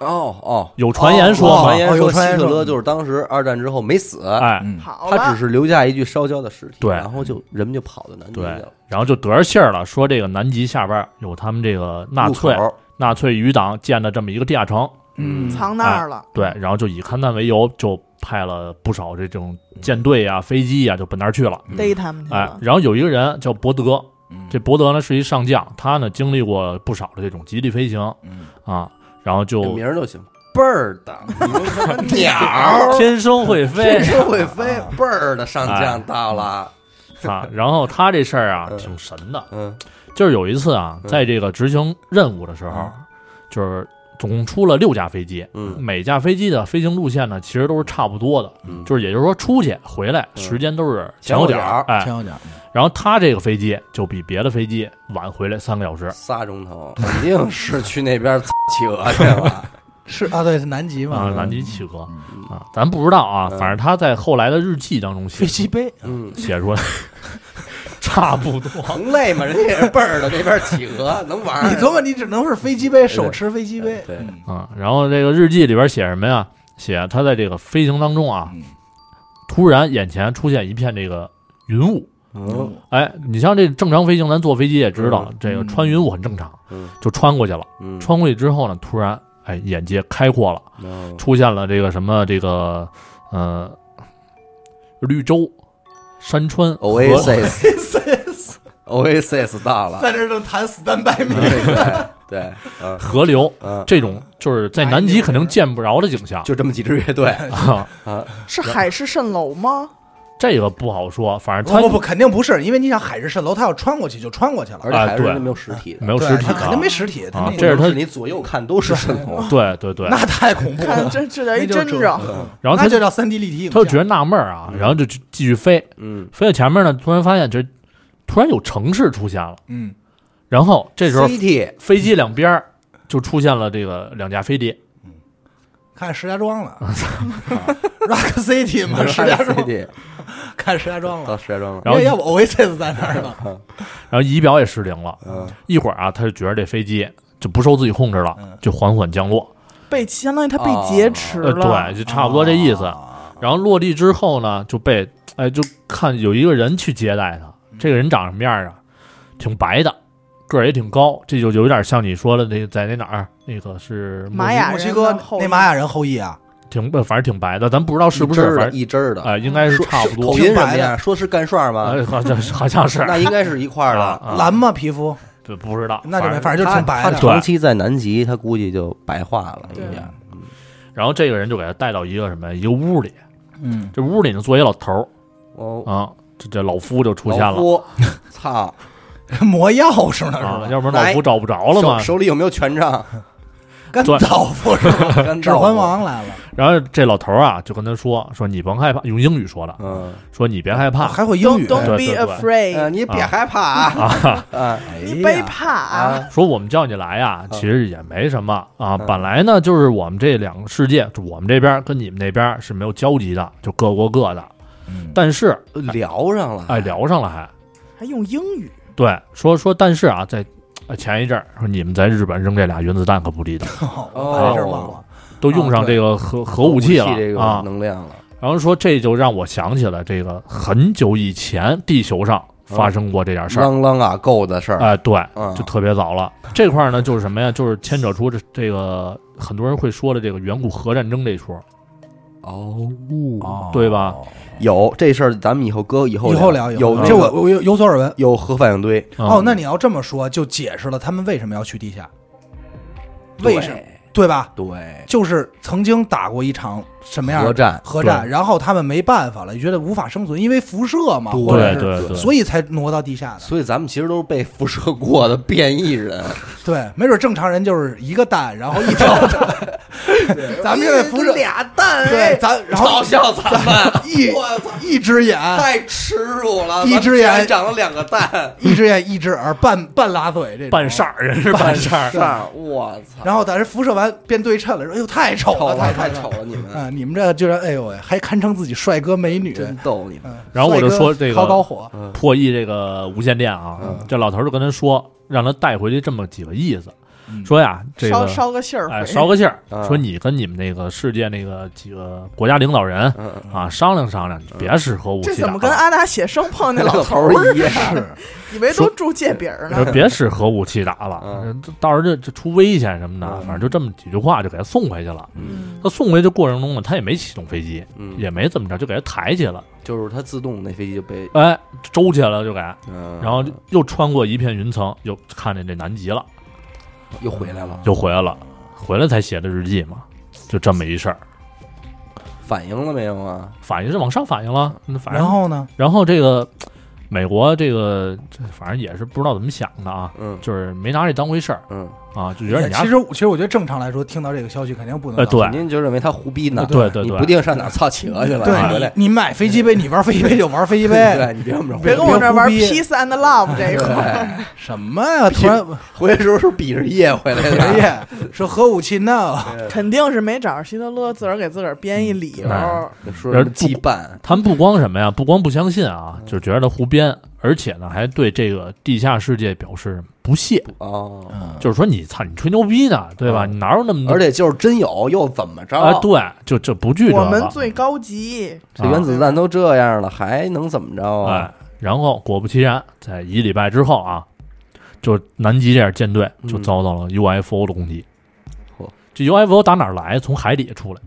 C: 哦哦，
E: 有传言说
C: 有
E: 嘛
C: 传，言
A: 哦有
C: 说希
A: 传言
C: 特
A: 说
C: 勒就是当时二战之后没死，
F: 嗯
E: 哎，
D: 好
C: 他只
D: 了，
C: 是留下一具烧焦的尸体，
E: 对
C: 然后就人们就跑到南极去
E: 对
C: 了，，
E: 然后就得着信儿了，说这个南极下边儿有他们这个纳
C: 入
E: 粹
C: 口
E: 纳粹余党建的这么一个地下城，
A: 嗯，
D: 藏那儿了。
E: 对，然后就以勘探为由，就派了不少这种舰队啊、飞机啊，就奔那儿去了。
C: 嗯
D: 逮他们去
E: 哎
D: 了，，
E: 然后有一个人叫伯德，
F: 嗯
E: 这伯德呢是一上将，他呢经历过不少的这种极地飞行
F: 嗯
E: 啊，然后
C: 这
E: 就
C: 名儿就行，倍儿的，你们什么鸟儿，
E: 天生会飞
C: 真会飞，倍儿的上将到了，
E: 啊。然后他这事儿啊
C: 嗯
E: 挺神的，
C: 嗯
E: 就是有一次啊，
C: 嗯
E: 在这个执行任务的时候，就是总共出了六架飞机，
C: 嗯
E: 每架飞机的飞行路线呢其实都是差不多的，
C: 嗯，
E: 就是也就是说出去回来
C: 嗯
E: 时间都是
C: 前
E: 前
C: 后
E: 后
C: 脚
E: 脚
C: 儿
E: 儿，哎，
F: 前有点，
E: 然后他这个飞机就比别的飞机晚回来三个小时，
C: 仨钟头，肯定是去那边企 鹅去了，
F: 是啊，对，是南极嘛
E: 啊，，南极企鹅啊，咱不知道啊，
C: 嗯
E: 反正他在后来的日记当中写
F: 飞机杯，
C: 嗯，
E: 写出来， 差不多。
C: 能累吗？人家也是倍儿的，那边企鹅能玩儿，
F: 你琢磨，你只能是飞机杯，手持飞机杯，
C: 对
F: 嗯
E: 啊，然后这个日记里边写什么呀？写他在这个飞行当中啊，
F: 嗯
E: 突然眼前出现一片这个云雾。
C: 嗯
E: 哎，你像这正常飞行，咱坐飞机也知道，这个
F: 嗯
E: 穿云雾很正常，
C: 嗯
E: 就穿过去了。
C: 嗯，
E: 穿过去之后呢，突然哎，眼界开阔了，
C: 嗯
E: 出现了这个什么这个呃绿洲、山川、河
C: Oasis Oasis 到了，
F: 在这儿正谈 standby
C: 对对对，嗯
E: 河流
C: 嗯，哎
E: 这种，就是在南极肯定见不着的景象。
C: 就这么几支乐 队，
E: 啊，
D: 是海市蜃楼吗？
E: 这个不好说，反正
F: 不
E: 他
F: 不不，肯定不是，因为你想海市蜃楼，它要穿过去就穿过去了，
C: 而且还是
E: 对
C: 那没有实体的，
E: 没有
F: 对
E: 实体
F: 它
E: 的，
F: 肯定没实体，它
E: 啊
F: 那
E: 这是他
C: 你左右看都是神童，
E: 对对对，
F: 那太恐怖
D: 看
F: 了，
D: 这这叫一
F: 那就
D: 真
F: 折
D: 着，
E: 然后他
F: 那
E: 就
F: 就叫三 D 立体影
E: 他就觉
F: 像，
E: 得纳闷儿啊，然后就继继续飞，
C: 嗯，
E: 飞到前面呢，突然发现这突然有城市出现了，
F: 嗯，
E: 然后这时候
C: CT
E: 飞机两边儿就出现了这个两架飞碟，
F: 看石家庄了
E: 啊
F: ，Rock City 嘛，石家庄，
C: CT
F: 看石家庄
E: 啊
F: 了
C: 啊到。石家庄了，
E: 嗯然后
F: 因为要不 Oasis 在那儿呢，
E: 然后仪表也失灵了，
C: 嗯
E: 一会儿啊，他就觉得这飞机就不受自己控制了，就缓缓降落，
D: 被相当于他被劫持
E: 呃，
D: 了
E: 对，。就差不多这意
F: 啊
E: 思。然后落地之后呢，就被哎就看有一个人去接待他，这个人长什么样啊？挺白的，个儿也挺高，这就有点像你说的那在那哪儿那个是
D: 玛
F: 墨
D: 雅哎人
F: 西
D: 的
F: 哥
D: 后
F: 那
D: 裔
F: 玛雅人后裔啊，
E: 挺呃反正挺白的，咱不知道是不是
C: 一支儿，的
E: 反正
C: 一支儿的
E: 啊、，应该是差不多
C: 口。音什么呀？说是干涮吗？
E: 呃，好像是好像是，
C: 那应该是一块儿的。
E: 啊
F: 蓝吗？皮肤
E: 对不知道，
F: 那就没，
E: 正。
F: 反正就挺白
C: 他
F: 的。
E: 对啊
C: 长期在南极，他估计就白化了，有点儿。
E: 然后这个人就给他带到一个什么呀一个屋里，
F: 嗯，
E: 这屋里呢坐一老头
C: 哦
E: 儿，啊，这这老夫就出现
C: 老
E: 了
C: 夫，操！
F: 磨钥匙呢
E: 啊，
F: 是
E: 要不然老夫
C: 来
E: 找不 着了嘛
C: 手。手里有没有权 杖？
F: 吧？甘道夫是吧？
C: 干
F: 指
C: 豆腐
F: 环。王来了，
E: 然后这老头儿啊就跟他说说你甭害怕，用英语说的，
C: 嗯，
E: 说你别害怕，
F: 还会英
D: Don't
F: 语。
D: don't
E: 对
D: be
E: 对对
D: afraid，
C: 呃，你别害怕啊！啊
F: 哎
D: 你别
F: 呀，
D: 怕
C: 哎
D: 啊！
E: 说我们叫你来
C: 嗯
E: 呀，其实也没什么啊。本来呢，就是我们这两个世界，就我们这边儿跟你们那边儿是没有交集的，就各过各的。
F: 嗯
E: 但是，
C: 聊上了，
E: 哎，聊上了还
D: 还用英语，
E: 对，说说，但是啊，在呃前一阵儿说你们在日本扔这俩原子弹可不地道，
F: 哦我还是忘了。
E: 都用上这个核核武器了
C: 这个
E: 啊。
C: 能量了。
E: 然后说这就让我想起了这个很久以前地球上发生过这点事儿。
C: 啷啷啊够的事儿，
E: 哎，对
C: 嗯，
E: 就特别早了。这块儿呢，就是什么呀？就是牵扯出这这个很多人会说的这个远古核战争这一说，
C: 哦，
E: 对吧？
C: 有这事儿，咱们以后搁以后
F: 哦以后聊，以后
C: 有
F: 聊这我我有有所耳闻。
C: 有核反应堆，
F: 哦，那
E: 你
F: 你要这么说，就解释了他们为什么要去地下，为什么对吧？
C: 对
F: 就是曾经打过一场什么样的
C: 核战
F: 核战，然后他们没办法了，觉得无法生存，因为辐射嘛，或者
E: 对
F: 是
E: 对对，
F: 所以才挪到地下的。
C: 所以咱们其实都是被辐射过的变异人，
F: 对，没准正常人就是一个蛋，然后一条 蛋。咱们现在辐射
C: 俩蛋，哎
F: 对，咱然后
C: 嘲笑咱们，
F: 一
C: 我操，
F: 一只眼，
C: 太耻辱了！
F: 一只眼
C: 咱们竟然长了两个蛋，
F: 一只眼一只耳，半半拉嘴这种
E: 半扇。儿，人是半扇儿。
C: 蛋，啊我操，
F: 然后在这辐射完变对称了，说哎呦太丑
C: 丑
F: 了，
C: 了，
F: 太
C: 太丑
F: 了。
C: 了，你们
F: 啊，你们这居然哎呦喂，还堪称自己帅哥美女。啊
C: 真逗你们，
E: 然后我就说这个
F: 高高火，
C: 嗯
E: 破译这个无线电啊，这老头儿就跟他说，让他带回去这么几个意思。说呀，这
D: 烧
E: 个
D: 烧个信儿
E: 哎
D: 费，
E: 捎个信儿
C: 嗯啊，
E: 说你跟你们那个世界那个几个国家领导人
C: 嗯嗯
E: 啊商量商量，你别使核武
D: 这
E: 器啊
D: 怎
E: 打
D: 么跟
E: 了，
D: 阿达写生碰那老头
E: 嗯
C: 头
D: 儿
E: 哎
C: 儿
D: 似
C: 一
D: 的？
C: 样，
D: 以为都住借饼儿
E: 说
D: 呢。
E: 别使核武器打了
C: 嗯，
E: 这到时候就就出危险什么的，反正就这么几句话就给他送回去了。
D: 嗯
E: 他送回去过程中呢，他也没启动飞机，
C: 嗯，
E: 也没怎么着，就给他抬起了，
C: 就是它自动那飞机就被，
E: 哎，周起来了就给，
C: 嗯，
E: 然后又穿过一片云层，又看见这南极了，
C: 又回来了，
E: 又回来了，回来才写的日记嘛，就这么一事儿。
C: 反应了没有啊？
E: 反应是往上反应了，嗯反
F: 然
E: 正
F: 后呢？
E: 然后这个美国这个这反正也是不知道怎么想的啊，
C: 嗯
E: 就是没拿这当回事儿
C: 嗯，
E: 啊，就觉得你
F: 哎
E: 家
F: 其实其实我觉得正常来说，听到这个消息肯定不能
E: 哎
F: 高兴。
E: 对
C: 肯定就认为他胡逼呢，
E: 对对
C: 你
E: 对
C: 不定上哪儿操企鹅去了，你回
F: 对
C: 来，，
F: 你买飞机杯，你玩飞机杯就玩飞机杯，
C: 对，你别这么着，
D: 别跟我这玩
F: 别胡逼
D: peace and love 这一 块儿，
C: 对，
F: 什么呀？突然
C: 回来的时候是比着夜回来的，
F: 爷爷说核武器 no，
D: 肯定是没找着希特勒，自个儿给自个儿编一理由。
E: 哎
C: 说什么羁绊，
E: 他们不光什么呀，不光不相信啊，就觉得胡编，而且呢还对这个地下世界表示不屑，
C: 哦，
E: 就是说你操你吹牛逼呢，对吧？
C: 嗯
E: 你哪有那么多
C: 而且就是真有又怎么着？
E: 啊？对，就这不惧这
D: 我们
E: 个，
D: 最高级，
C: 这原子弹都这样了，还能怎么着
E: 哎
C: 啊？，
E: 然后果不其然，在一礼拜之后啊，就南极这样舰队就
C: 嗯
E: 遭到了 UFO 的攻击
C: 嚯。
E: 这 UFO 打哪儿来？从海底出来。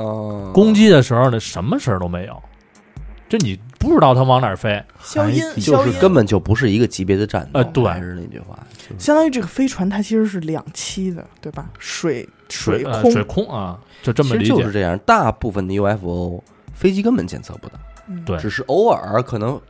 C: 嗯，
E: 攻击的时候呢，什么事儿都没有，这你不知道它往哪儿飞。
D: 消
E: 啊
D: 音
C: 就
D: 消
C: 是
D: 音，
C: 根本就不是一个级别的战斗。
E: 呃对
C: 还是那句话，就是
D: 相当于这个飞船它其实是两栖的，对吧？水
E: 水呃
D: 空，
E: 水空啊，就这么
C: 其
E: 理
C: 实就
E: 解
C: 是。这样。大部分的 UFO 飞机根本检测不到，
D: 嗯
E: 对
C: 只是偶尔可能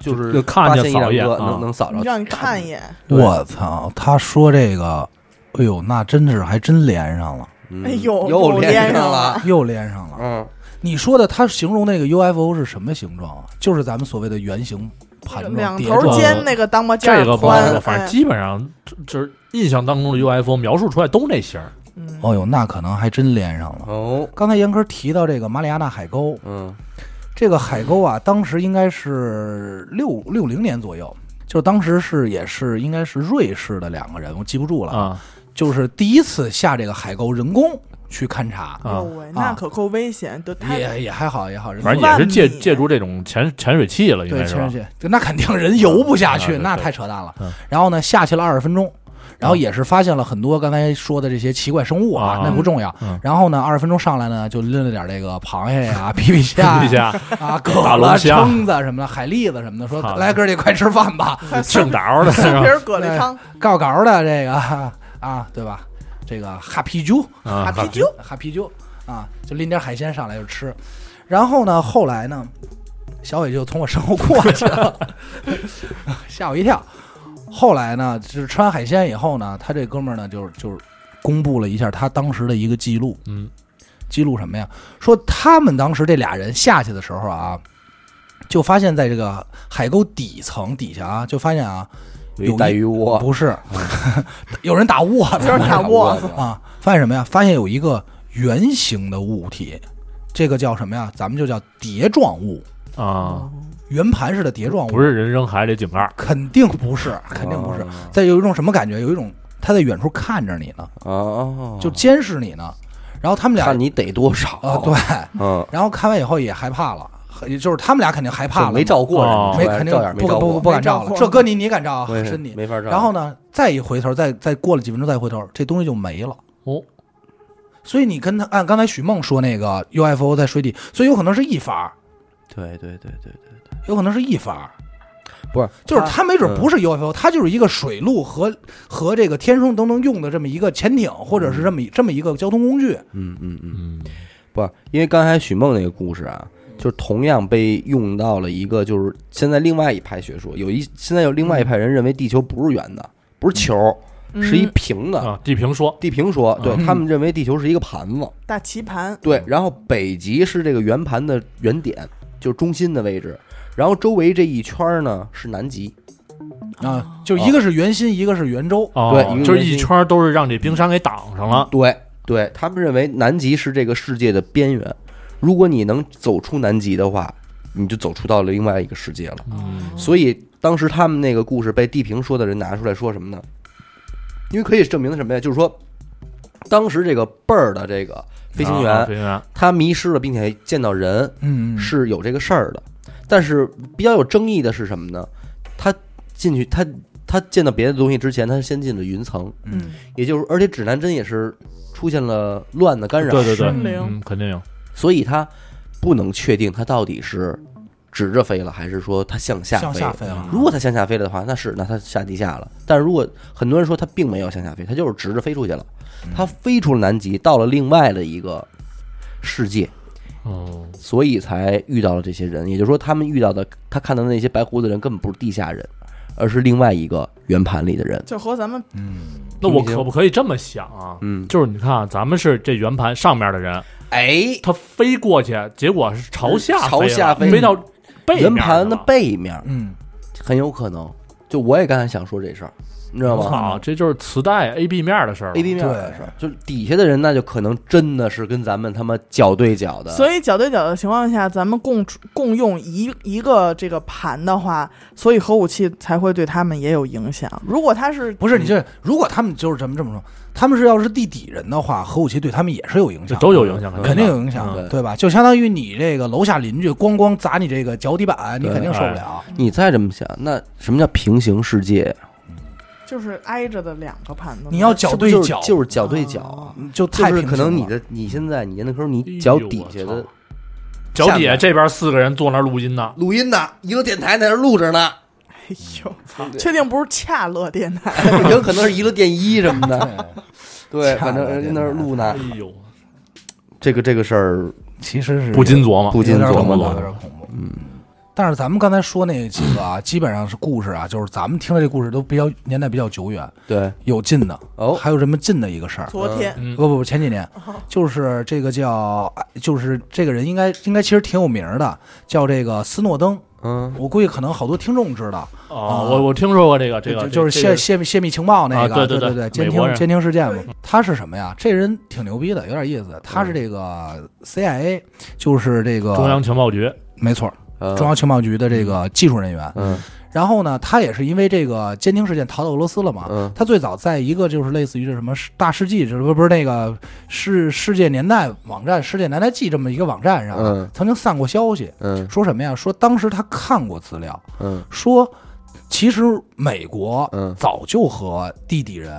C: 就是
E: 就看见
C: 发现
E: 扫一
C: 一嗯
E: 眼
C: 两个
E: 啊
C: 能能扫着，
D: 让你看一眼。
C: 对
F: 我操！他说这个，哎呦，那真是还真连上 了，
C: 嗯
D: 哎呦，
C: 又
D: 连
C: 连
D: 上
C: 了，，
F: 又连上了。
C: 嗯，
F: 你说的，他形容那个 UFO 是什么形状啊？就是咱们所谓的圆形盘状、
D: 两
F: 碟
D: 头
F: 状。
D: 尖那个当巴
E: 这
D: 尖
E: 个
D: 儿
E: 不好
D: 宽
E: 说，，反正
D: 哎
E: 基本上就就是印象当中的 UFO 描述出来都那型儿。
D: 嗯
E: 啊
F: 哦呦，那可能还真连上了。
C: 哦，
F: 刚才严科提到这个马里亚纳海沟，
C: 嗯
F: 这个海沟啊，当时应该是六六零年左右，就是当时是也是应该是瑞士的两个人，我记不住
C: 嗯
F: 了，
E: 啊
F: 就是第一次下这个海沟人工去勘察，
E: 啊
D: 哎
E: 哎
D: 呦，喂，那可够危险，都太
F: 也也还好也好，人
E: 反正
F: 也
E: 也是借
D: 万米
E: 借助这种潜潜水器了，应
F: 对
E: 该是吧
F: 潜？ 水器，那肯定人游不下去，
E: 嗯
F: 那
E: 对
F: 太扯淡了
E: 嗯。
F: 然后呢，下去了二十分钟。然后也是发现了很多刚才说的这些奇怪生物啊
E: 啊，
F: 那不重要
E: 嗯。
F: 然后呢，二十分钟上来呢，就拎了点这个螃蟹 呀、皮皮虾
E: 一下
F: 啊、蛤
E: 大龙
F: 啦、
E: 虾
F: 蛏子什么的、海蛎子什么的，说
E: 好
F: 来哥儿这快吃饭吧，
E: 正倒 的，
D: 酥
E: 是 吧哎
D: 皮儿蛤蜊汤，
F: 告稿的这个啊，对吧？这个哈啤酒，
E: 啊，
D: 啤酒，
F: 哈啤酒啊，就拎点海鲜上来就吃。然后呢，后来呢，小伟就从我身后过去了， 吓我一跳。后来呢，就是吃完海鲜以后呢，他这哥们儿呢，就是就是公布了一下他当时的一个记录，
E: 嗯，
F: 记录什么呀？说他们当时这俩人下去的时候啊，就发现在这个海沟底层底下啊，就发现啊，
C: 有
F: 有
C: 一
F: 一
C: 带鱼窝，
F: 不是， 有人打窝子
D: 就是 打窝
C: 子，
F: 啊，发现什么呀？发现有一个圆形的物体，这个叫什么呀？咱们就叫碟状物，
E: 啊，
F: 圆盘式的碟状物，
E: 不是人扔海里井盖儿，
F: 肯定不是，肯定不是
C: 哦。
F: 再有一种什么感觉？有一种他在远处看着你呢，
C: 哦，
F: 就监视你呢。然后他们俩
C: 看你逮多少
F: 啊、对，
C: 嗯，
F: 然后看完以后也害怕了，也就是他们俩肯定害怕
C: 就
F: 了，啊
C: 没照过
E: 哦
C: 人
F: 没
C: 家，
F: 肯定
C: 照样没
F: 不
C: 照
F: 不不
C: 过，
F: 不敢照
D: 没照
F: 了。
D: 过
F: 这搁你你敢照啊？
C: 对
F: 身体。
C: 没法照。
F: 然后呢，再一回头，再再过了几分钟，再回头，这东西就没了。
E: 哦，
F: 所以你跟他按刚才许梦说那个 UFO 在水底，所以有可能是一发儿，
C: 对对对对对，
F: 有可能是一发儿，
C: 不是，
F: 就是它没准
C: 嗯
F: 不是 UFO，、它就是一个水路和和这个天上都能用的这么一个潜艇，或者是这么一这么一个交通工具。
C: 嗯嗯嗯，
E: 嗯，
C: 不是，因为刚才许梦那个故事啊，就是同样被用到了一个，就是现在另外一派学说，有一现在有另外一派人认为地球不是圆的，不是球，是一
D: 嗯
C: 平的。
E: 啊，地平说，
C: 地平说，对
F: 嗯
C: 他们认为地球是一个盘子，
D: 大棋盘，
E: 嗯
C: 对，然后北极是这个圆盘的原点，就是中心的位置，然后周围这一圈儿呢是南极，哦
F: 啊，就一个是圆心，一个是圆周。
E: 哦
C: 对一个
E: 就是
C: 圆
E: 一
C: 心
E: 圈儿都是让这冰山给挡上了，
C: 对对，他们认为南极是这个世界的边缘，如果你能走出南极的话，你就走出到了另外一个世界了。
E: 嗯
C: 所以当时他们那个故事被地平说的人拿出来说什么呢？因为可以证明的什么呀？就是说，当时这个贝儿的这个飞行员，
E: 啊飞行员，
C: 他迷失了，并且见到人
F: 嗯，嗯
C: 是有这个事儿的。但是比较有争议的是什么呢？他进去，他他见到别的东西之前，他先进了云层，
F: 嗯，
C: 也就是而且指南针也是出现了乱的干扰，
E: 对对对，
D: 失灵
E: 嗯，肯定有，
C: 所以他不能确定他到底是直着飞了，还是说他向下
F: 向
C: 飞
F: 下
C: 了。
F: 飞了。
C: 如果他向下飞了的话，那是那他下地下了。但是如果很多人说他并没有向下飞，他就是直着飞出去了，
F: 嗯
C: 他飞出了南极，到了另外的一个世界，
E: 嗯，
C: 所以才遇到了这些人。也就是说，他们遇到的他看到的那些白胡子人根本不是地下人，而是另外一个圆盘里的人。
D: 就和咱们
F: 嗯
E: 那我可不可以这么想啊？
C: 嗯，
E: 就是你看啊，咱们是这圆盘上面的人，
C: 哎，
E: 他飞过去，结果是朝下
C: 嗯朝
E: 飞
C: 下
E: 了
C: 飞
E: 飞到背
C: 圆
E: 面
C: 盘
E: 去
C: 的
E: 了
C: 背面
F: 嗯，
C: 很有可能。就我也刚才想说这事儿，你知道
E: 我
C: 吗？
E: 操，这就是磁带 A B 面的事儿了。
C: A B 面的事儿，就是底下的人，那就可能真的是跟咱们他妈脚对脚的。
D: 所
C: 以
D: 以脚对脚的情况下，咱们共处共用一一个这个盘的话，所以核武器才会对他们也有影响。如果他是
F: 不是，你
C: 嗯
F: 这如果他们就是这么这么说，他们是要是地底人的话，核武器对他们也是有影
E: 这
F: 响，
E: 都有影响，
F: 肯定
E: 有。
F: 有影响，
C: 嗯
F: 对吧？就相当于你这个楼下邻居咣咣砸你这个脚底板，你肯定受不了。
C: 你再这么想，那什么叫平行世界？
D: 就是挨着的两个盘子吗，
F: 你要脚
C: 是不
F: 对
C: 是就是
F: 脚，
C: 就是脚对脚啊，
F: 就
C: 就
F: 太
C: 是
F: 平
C: 可
F: 行了
C: 能你的你现在你那时候你
E: 哎
C: 脚
E: 呦
C: 底
E: 我
C: 下
E: 操
C: 的
E: 脚底下这边四个人坐那儿录音呢，
H: 录音呢，一个电台在那儿录着呢，
D: 哎呦，确定不是恰乐电台？
C: 有可能是一个电一什么的，
F: 对
C: 对，
F: 掐
C: 反正
F: 了
C: 人家那儿录呢
E: 哎。呦，
C: 这个这个事儿
F: 其实是
E: 不禁琢磨，
C: 不禁
F: 有点
C: 琢磨
F: 恐怖
C: 的
F: 有点恐怖。嗯，但是咱们刚才说那几个啊，基本上是故事啊，就是咱们听的这故事都比较年代比较久远，
C: 对
F: 有近的
C: 哦
F: 还有什么近的一个事儿。
D: 昨天
E: 嗯
F: 不不不，前几年就是这个叫，哎就是这个人应该应该其实挺有名儿的，叫这个斯诺登。
C: 嗯，
F: 我估计可能好多听众知道，
E: 哦，我我听说过这个这
F: 就
E: 个，
F: 就就是
E: 这
F: 泄
E: 个
F: 泄密泄密情报那个，
E: 啊对
F: 对
E: 对对
F: 对，监
E: 美国
F: 听
E: 人
F: 监听事件嘛。他是什么呀？这人挺牛逼的，有点意思。他是这个 CIA，就是这个
E: 嗯中央呃情报局，
F: 没错，
C: 嗯
F: 中央情报局的这个技术人员。
C: 嗯
F: 然后呢，他也是因为这个监听事件逃到俄罗斯了嘛。
C: 嗯
F: 他最早在一个就是类似于这什么世大世纪，就是不不是那个世世界年代网站、世界年代记这么一个网站上，
C: 嗯
F: 曾经散过消息，
C: 嗯
F: 说什么呀？说当时他看过资料，
C: 嗯
F: 说其实美国
C: 嗯
F: 早就和地底人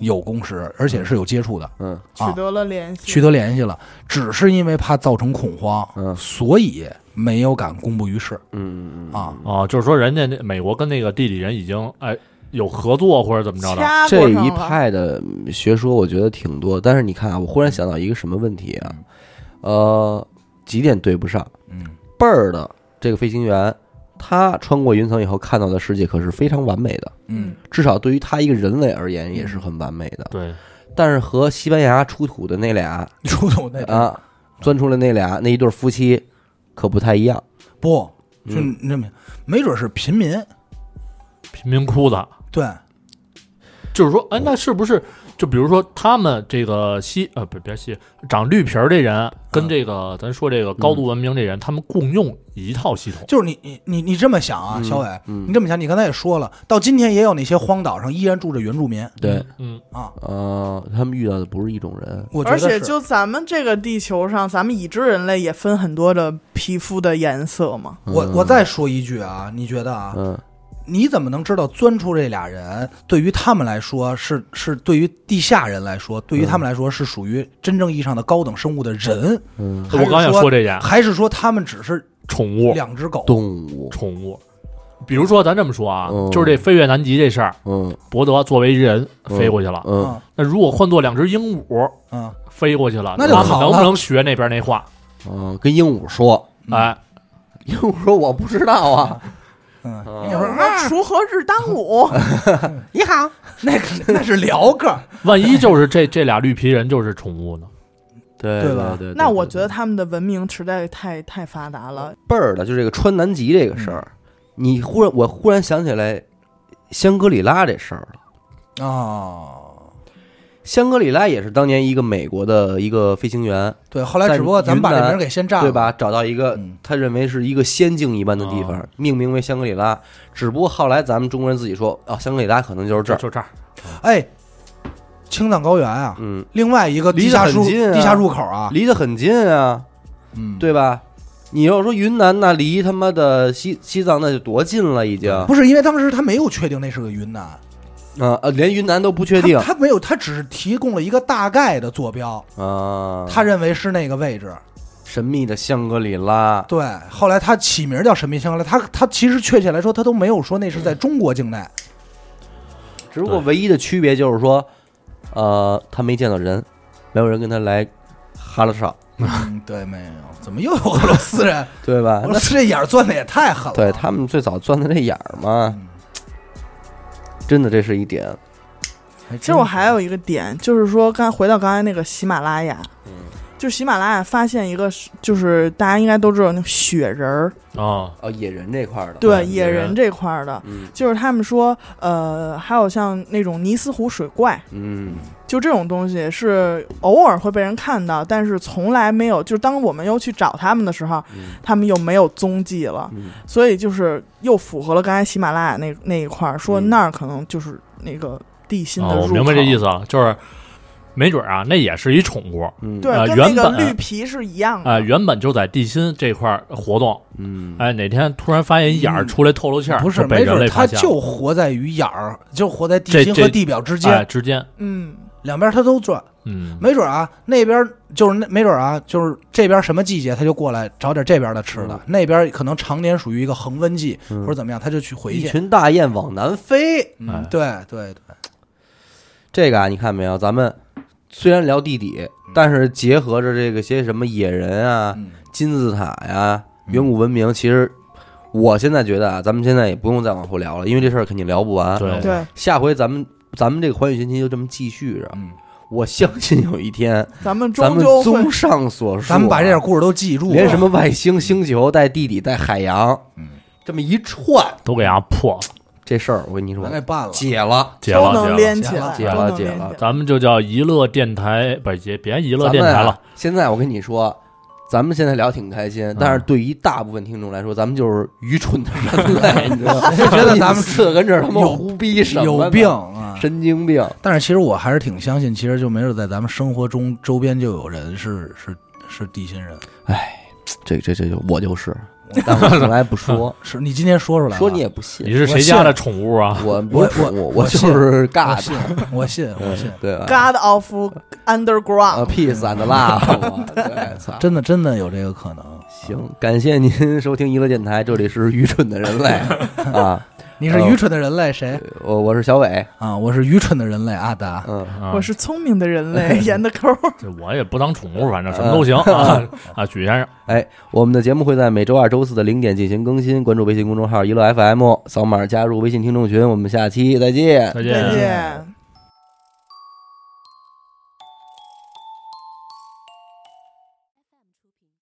F: 有共识，而且是有接触的，
C: 嗯
D: 取得了联系，
F: 取得联系了，只是因为怕造成恐慌，
C: 嗯
F: 所以没有敢公布于世
C: 嗯嗯，
F: 啊。
E: 哦，就是说人家那美国跟那个地理人已经哎有合作或者怎么着的，
D: 掐
C: 这
D: 过上
C: 一
D: 了。
C: 派的学说，我觉得挺多。但是你看啊，我忽然想到一个什么问题啊？呃，几点对不上？
F: 嗯，
C: 贝儿的这个飞行员，他穿过云层以后看到的世界可是非常完美的，
F: 嗯，
C: 至少对于他一个人类而言也是很完美的。
E: 对，
C: 但是和西班牙出土的那俩
F: 出土那边
C: 啊，钻出来那俩那一对夫妻可不太一样。
F: 不，
C: 嗯
F: 就那没没准是贫民，
E: 贫民窟的，
F: 对，
E: 就是说，哎，那是不是就比如说他们这个西呃不别西长绿皮儿这人
F: 嗯
E: 跟这个咱说这个高度文明这人，他们共用一套系统，
F: 就是你你你你这么想啊，小伟，
C: 嗯
F: 你这么想，你刚才也说了，到今天也有那些荒岛上依然住着原住民，
C: 对，
E: 嗯，
F: 啊，
C: 呃，他们遇到的不是一种人。
F: 我觉
D: 而
F: 得
D: 且
F: 是，
D: 就咱们这个地球上，咱们已知人类也分很多的皮肤的颜色嘛。
F: 我我再说一句啊，你觉得啊，
C: 嗯，
F: 你怎么能知道钻出这俩人对于他们来说是是对于地下人来说，对于他们来说是属于真正意义上的高等生物的人？
C: 嗯
F: 还
E: 我
F: 是
E: 刚想
F: 说
E: 说这点，
F: 还是说他们只是
E: 宠物
F: 两只狗？
C: 动物，
E: 宠物，比如说咱这么说啊
C: 嗯，
E: 就是这飞越南极这事儿，
C: 嗯
E: 伯德作为人飞过去
F: 啊
E: 了，
C: 嗯，
E: 那如果换做两只鹦鹉
F: 嗯，
E: 飞过去了，
F: 那就
E: 他们
F: 好
E: 能
F: 了
E: 不能学那边那话？
C: 嗯，跟鹦鹉 说，
E: 哎，
C: 鹦鹉说我不知道啊。
F: 嗯，
D: 有什么啊锄禾日当午，
F: 你好，那个那是聊个，
E: 万一就是这这俩绿皮人就是宠物呢？
C: 对
F: 对吧
C: 对对
D: 那我
C: 对
D: 觉得他们的文明实在太太发达了。
C: 倍儿的，就这个穿南极这个事儿，
F: 嗯
C: 你忽然我忽然想起来香格里拉这事儿了。
F: 哦，
C: 香格里拉也是当年一个美国的一个飞行员，
F: 对，后来只不过咱们把这名儿给先占了，
C: 对？吧？找到一个
F: 嗯
C: 他认为是一个仙境一般的地方，命名为香格里拉。只不过后来咱们中国人自己说，哦，香格里拉可能就是这
E: 就
C: 儿。
E: 就这儿，
F: 哎，青藏高原啊，
C: 嗯，
F: 另外一个地
C: 离得
F: 下
C: 很
F: 入
C: 近啊
F: 地下入口啊，
C: 离得很近啊，
F: 嗯，
C: 对吧？你要说云南那离他妈的西西藏那就多近了，已经啊
F: 不是因为当时他没有确定那是个云南，
C: 啊，连云南都不确定
F: 他他没有，他只是提供了一个大概的坐标，
C: 啊。
F: 他认为是那个位置。
C: 神秘的香格里拉，
F: 对，后来他起名叫神秘香格里拉，他他其实确切来说，他都没有说那是在中国境内。
C: 只不过唯一的区别就是说，呃，他没见到人，没有人跟他来哈拉少，
F: 嗯，对，没有，怎么又有俄罗斯 人？
C: 对吧
F: 俄？罗斯这眼儿钻的也太狠了。
C: 啊对他们最早钻的这眼儿嘛，
F: 嗯，
C: 真的这是一点。
F: 还
D: 其实我还有一个点，就是说刚回到刚才那个喜马拉雅，就喜马拉雅发现一个是，就是大家应该都知道那个雪人儿，
E: 啊，
C: 哦，野人这块儿的，
D: 对
E: 嗯
D: 野
E: 野人
D: 人这块儿的，
C: 嗯
D: 就是他们说，呃，还有像那种尼斯湖水怪，
C: 嗯
D: 就这种东西是偶尔会被人看到，但是从来没有，就当我们又去找他们的时候，
C: 嗯
D: 他们又没有踪迹了，
C: 嗯
D: 所以就是又符合了刚才喜马拉雅那那一块儿说
C: 嗯
D: 那儿可能就是那个地心的
E: 啊
D: 入口。
E: 我明白这意思了，就是没准儿啊，那也是一宠物啊、
C: 嗯，
D: 对，
E: 呃
D: 跟那
E: 原
D: 个
E: 本啊
D: 绿皮是一样的。
E: 原本就在地心这块儿活动，
C: 嗯，
E: 哎，哪天突然发现一眼儿出来透露气儿，
F: 不
E: 是
F: 是，
E: 被
F: 没
E: 人
F: 准
E: 类
F: 儿
E: 发
F: 他
E: 现
F: 就活在于眼儿，就活在地
E: 这
F: 心
E: 这
F: 和地表之
E: 哎
F: 间，
E: 之间，
D: 嗯，
F: 两边他都转。
E: 嗯，
F: 没准儿啊，那边儿就是那没准儿啊，就是这边儿什么季节他就过来找点这边儿的吃的，那边儿可能常年属于一个恒温季、
C: 嗯
F: 或者怎么样，他就去回
C: 一
F: 去。
C: 群啊大雁往南飞，
F: 嗯
E: 哎，
F: 对对对，
C: 这个啊，你看没有？咱们虽然聊地底，但是结合着这个些什么野人啊、
F: 嗯
C: 金字塔呀、远古文明，其实我现在觉得啊，咱们现在也不用再往后聊了，因为这事儿肯定聊不完。
E: 对
D: 对，
C: 下回咱们咱们这个环宇寻奇就这么继续着。
F: 嗯，
C: 我相信有一天，
D: 咱们
C: 咱
D: 终
C: 们
D: 究会
C: 综上所述啊，
F: 咱们把这点故事都记住了，
C: 连什么外星、星球、带地底、带海洋，
F: 嗯，
C: 这么一串，
E: 都给它破了
C: 这事儿我跟你说
F: 咱给办了。
C: 解了。
E: 解
D: 都
E: 了
D: 能
E: 解了，
D: 连
F: 解
D: 起
F: 了
D: 来，
C: 解
D: 都
C: 了
D: 能
C: 解
D: 连
C: 了
D: 起来
E: 咱们就叫娱乐电台，不是也别娱乐
C: 咱
E: 电
C: 们
E: 台
C: 啊
E: 了，
C: 现在我跟你说，咱们现在聊挺开心，但是对于大部分听众来说，咱们就是愚蠢的人类， 你知道吗？
F: 觉得咱们
C: 四个跟这儿他妈
F: 有
C: 胡逼什么呢
F: 有病，啊！
C: 神经病。
F: 但是其实我还是挺相信，其实就没准在咱们生活中周边就有人是是是地心人，，
C: 哎，这这这就我就是，但 我从来不说
F: 是你今天说出来了
C: 说你啊也不信
D: 哎
E: 你。是谁家的宠物啊？
C: 我
F: 我
C: 不是
F: 我
C: 我
F: 我
C: 就
F: 信
C: 是
F: 啊我
C: 尬
F: 信
C: 的，，
F: 我信，我信，
C: 对吧？
D: God of
C: 啊
D: Underground，
C: ，peace and love，我 对，操。
F: 真的真的有这个可能。
C: 行，感谢您收听娱乐电台，这里是愚蠢的人类啊，
F: 你是愚蠢的人类，谁
C: 我我是小伟，
F: 啊？我是愚蠢的人类，阿达。
C: 嗯，
E: 啊
D: 我是聪明的人类，演的抠儿。
E: 这我也不当宠物，反正什
F: 嗯
E: 么都行啊 啊，许先生，
C: 哎，我们的节目会在每周二、周四的零点进行更新，关注微信公众号“娱乐 FM”，扫码加入微信听众群，我们下期再见。
D: 再
E: 再
D: 见。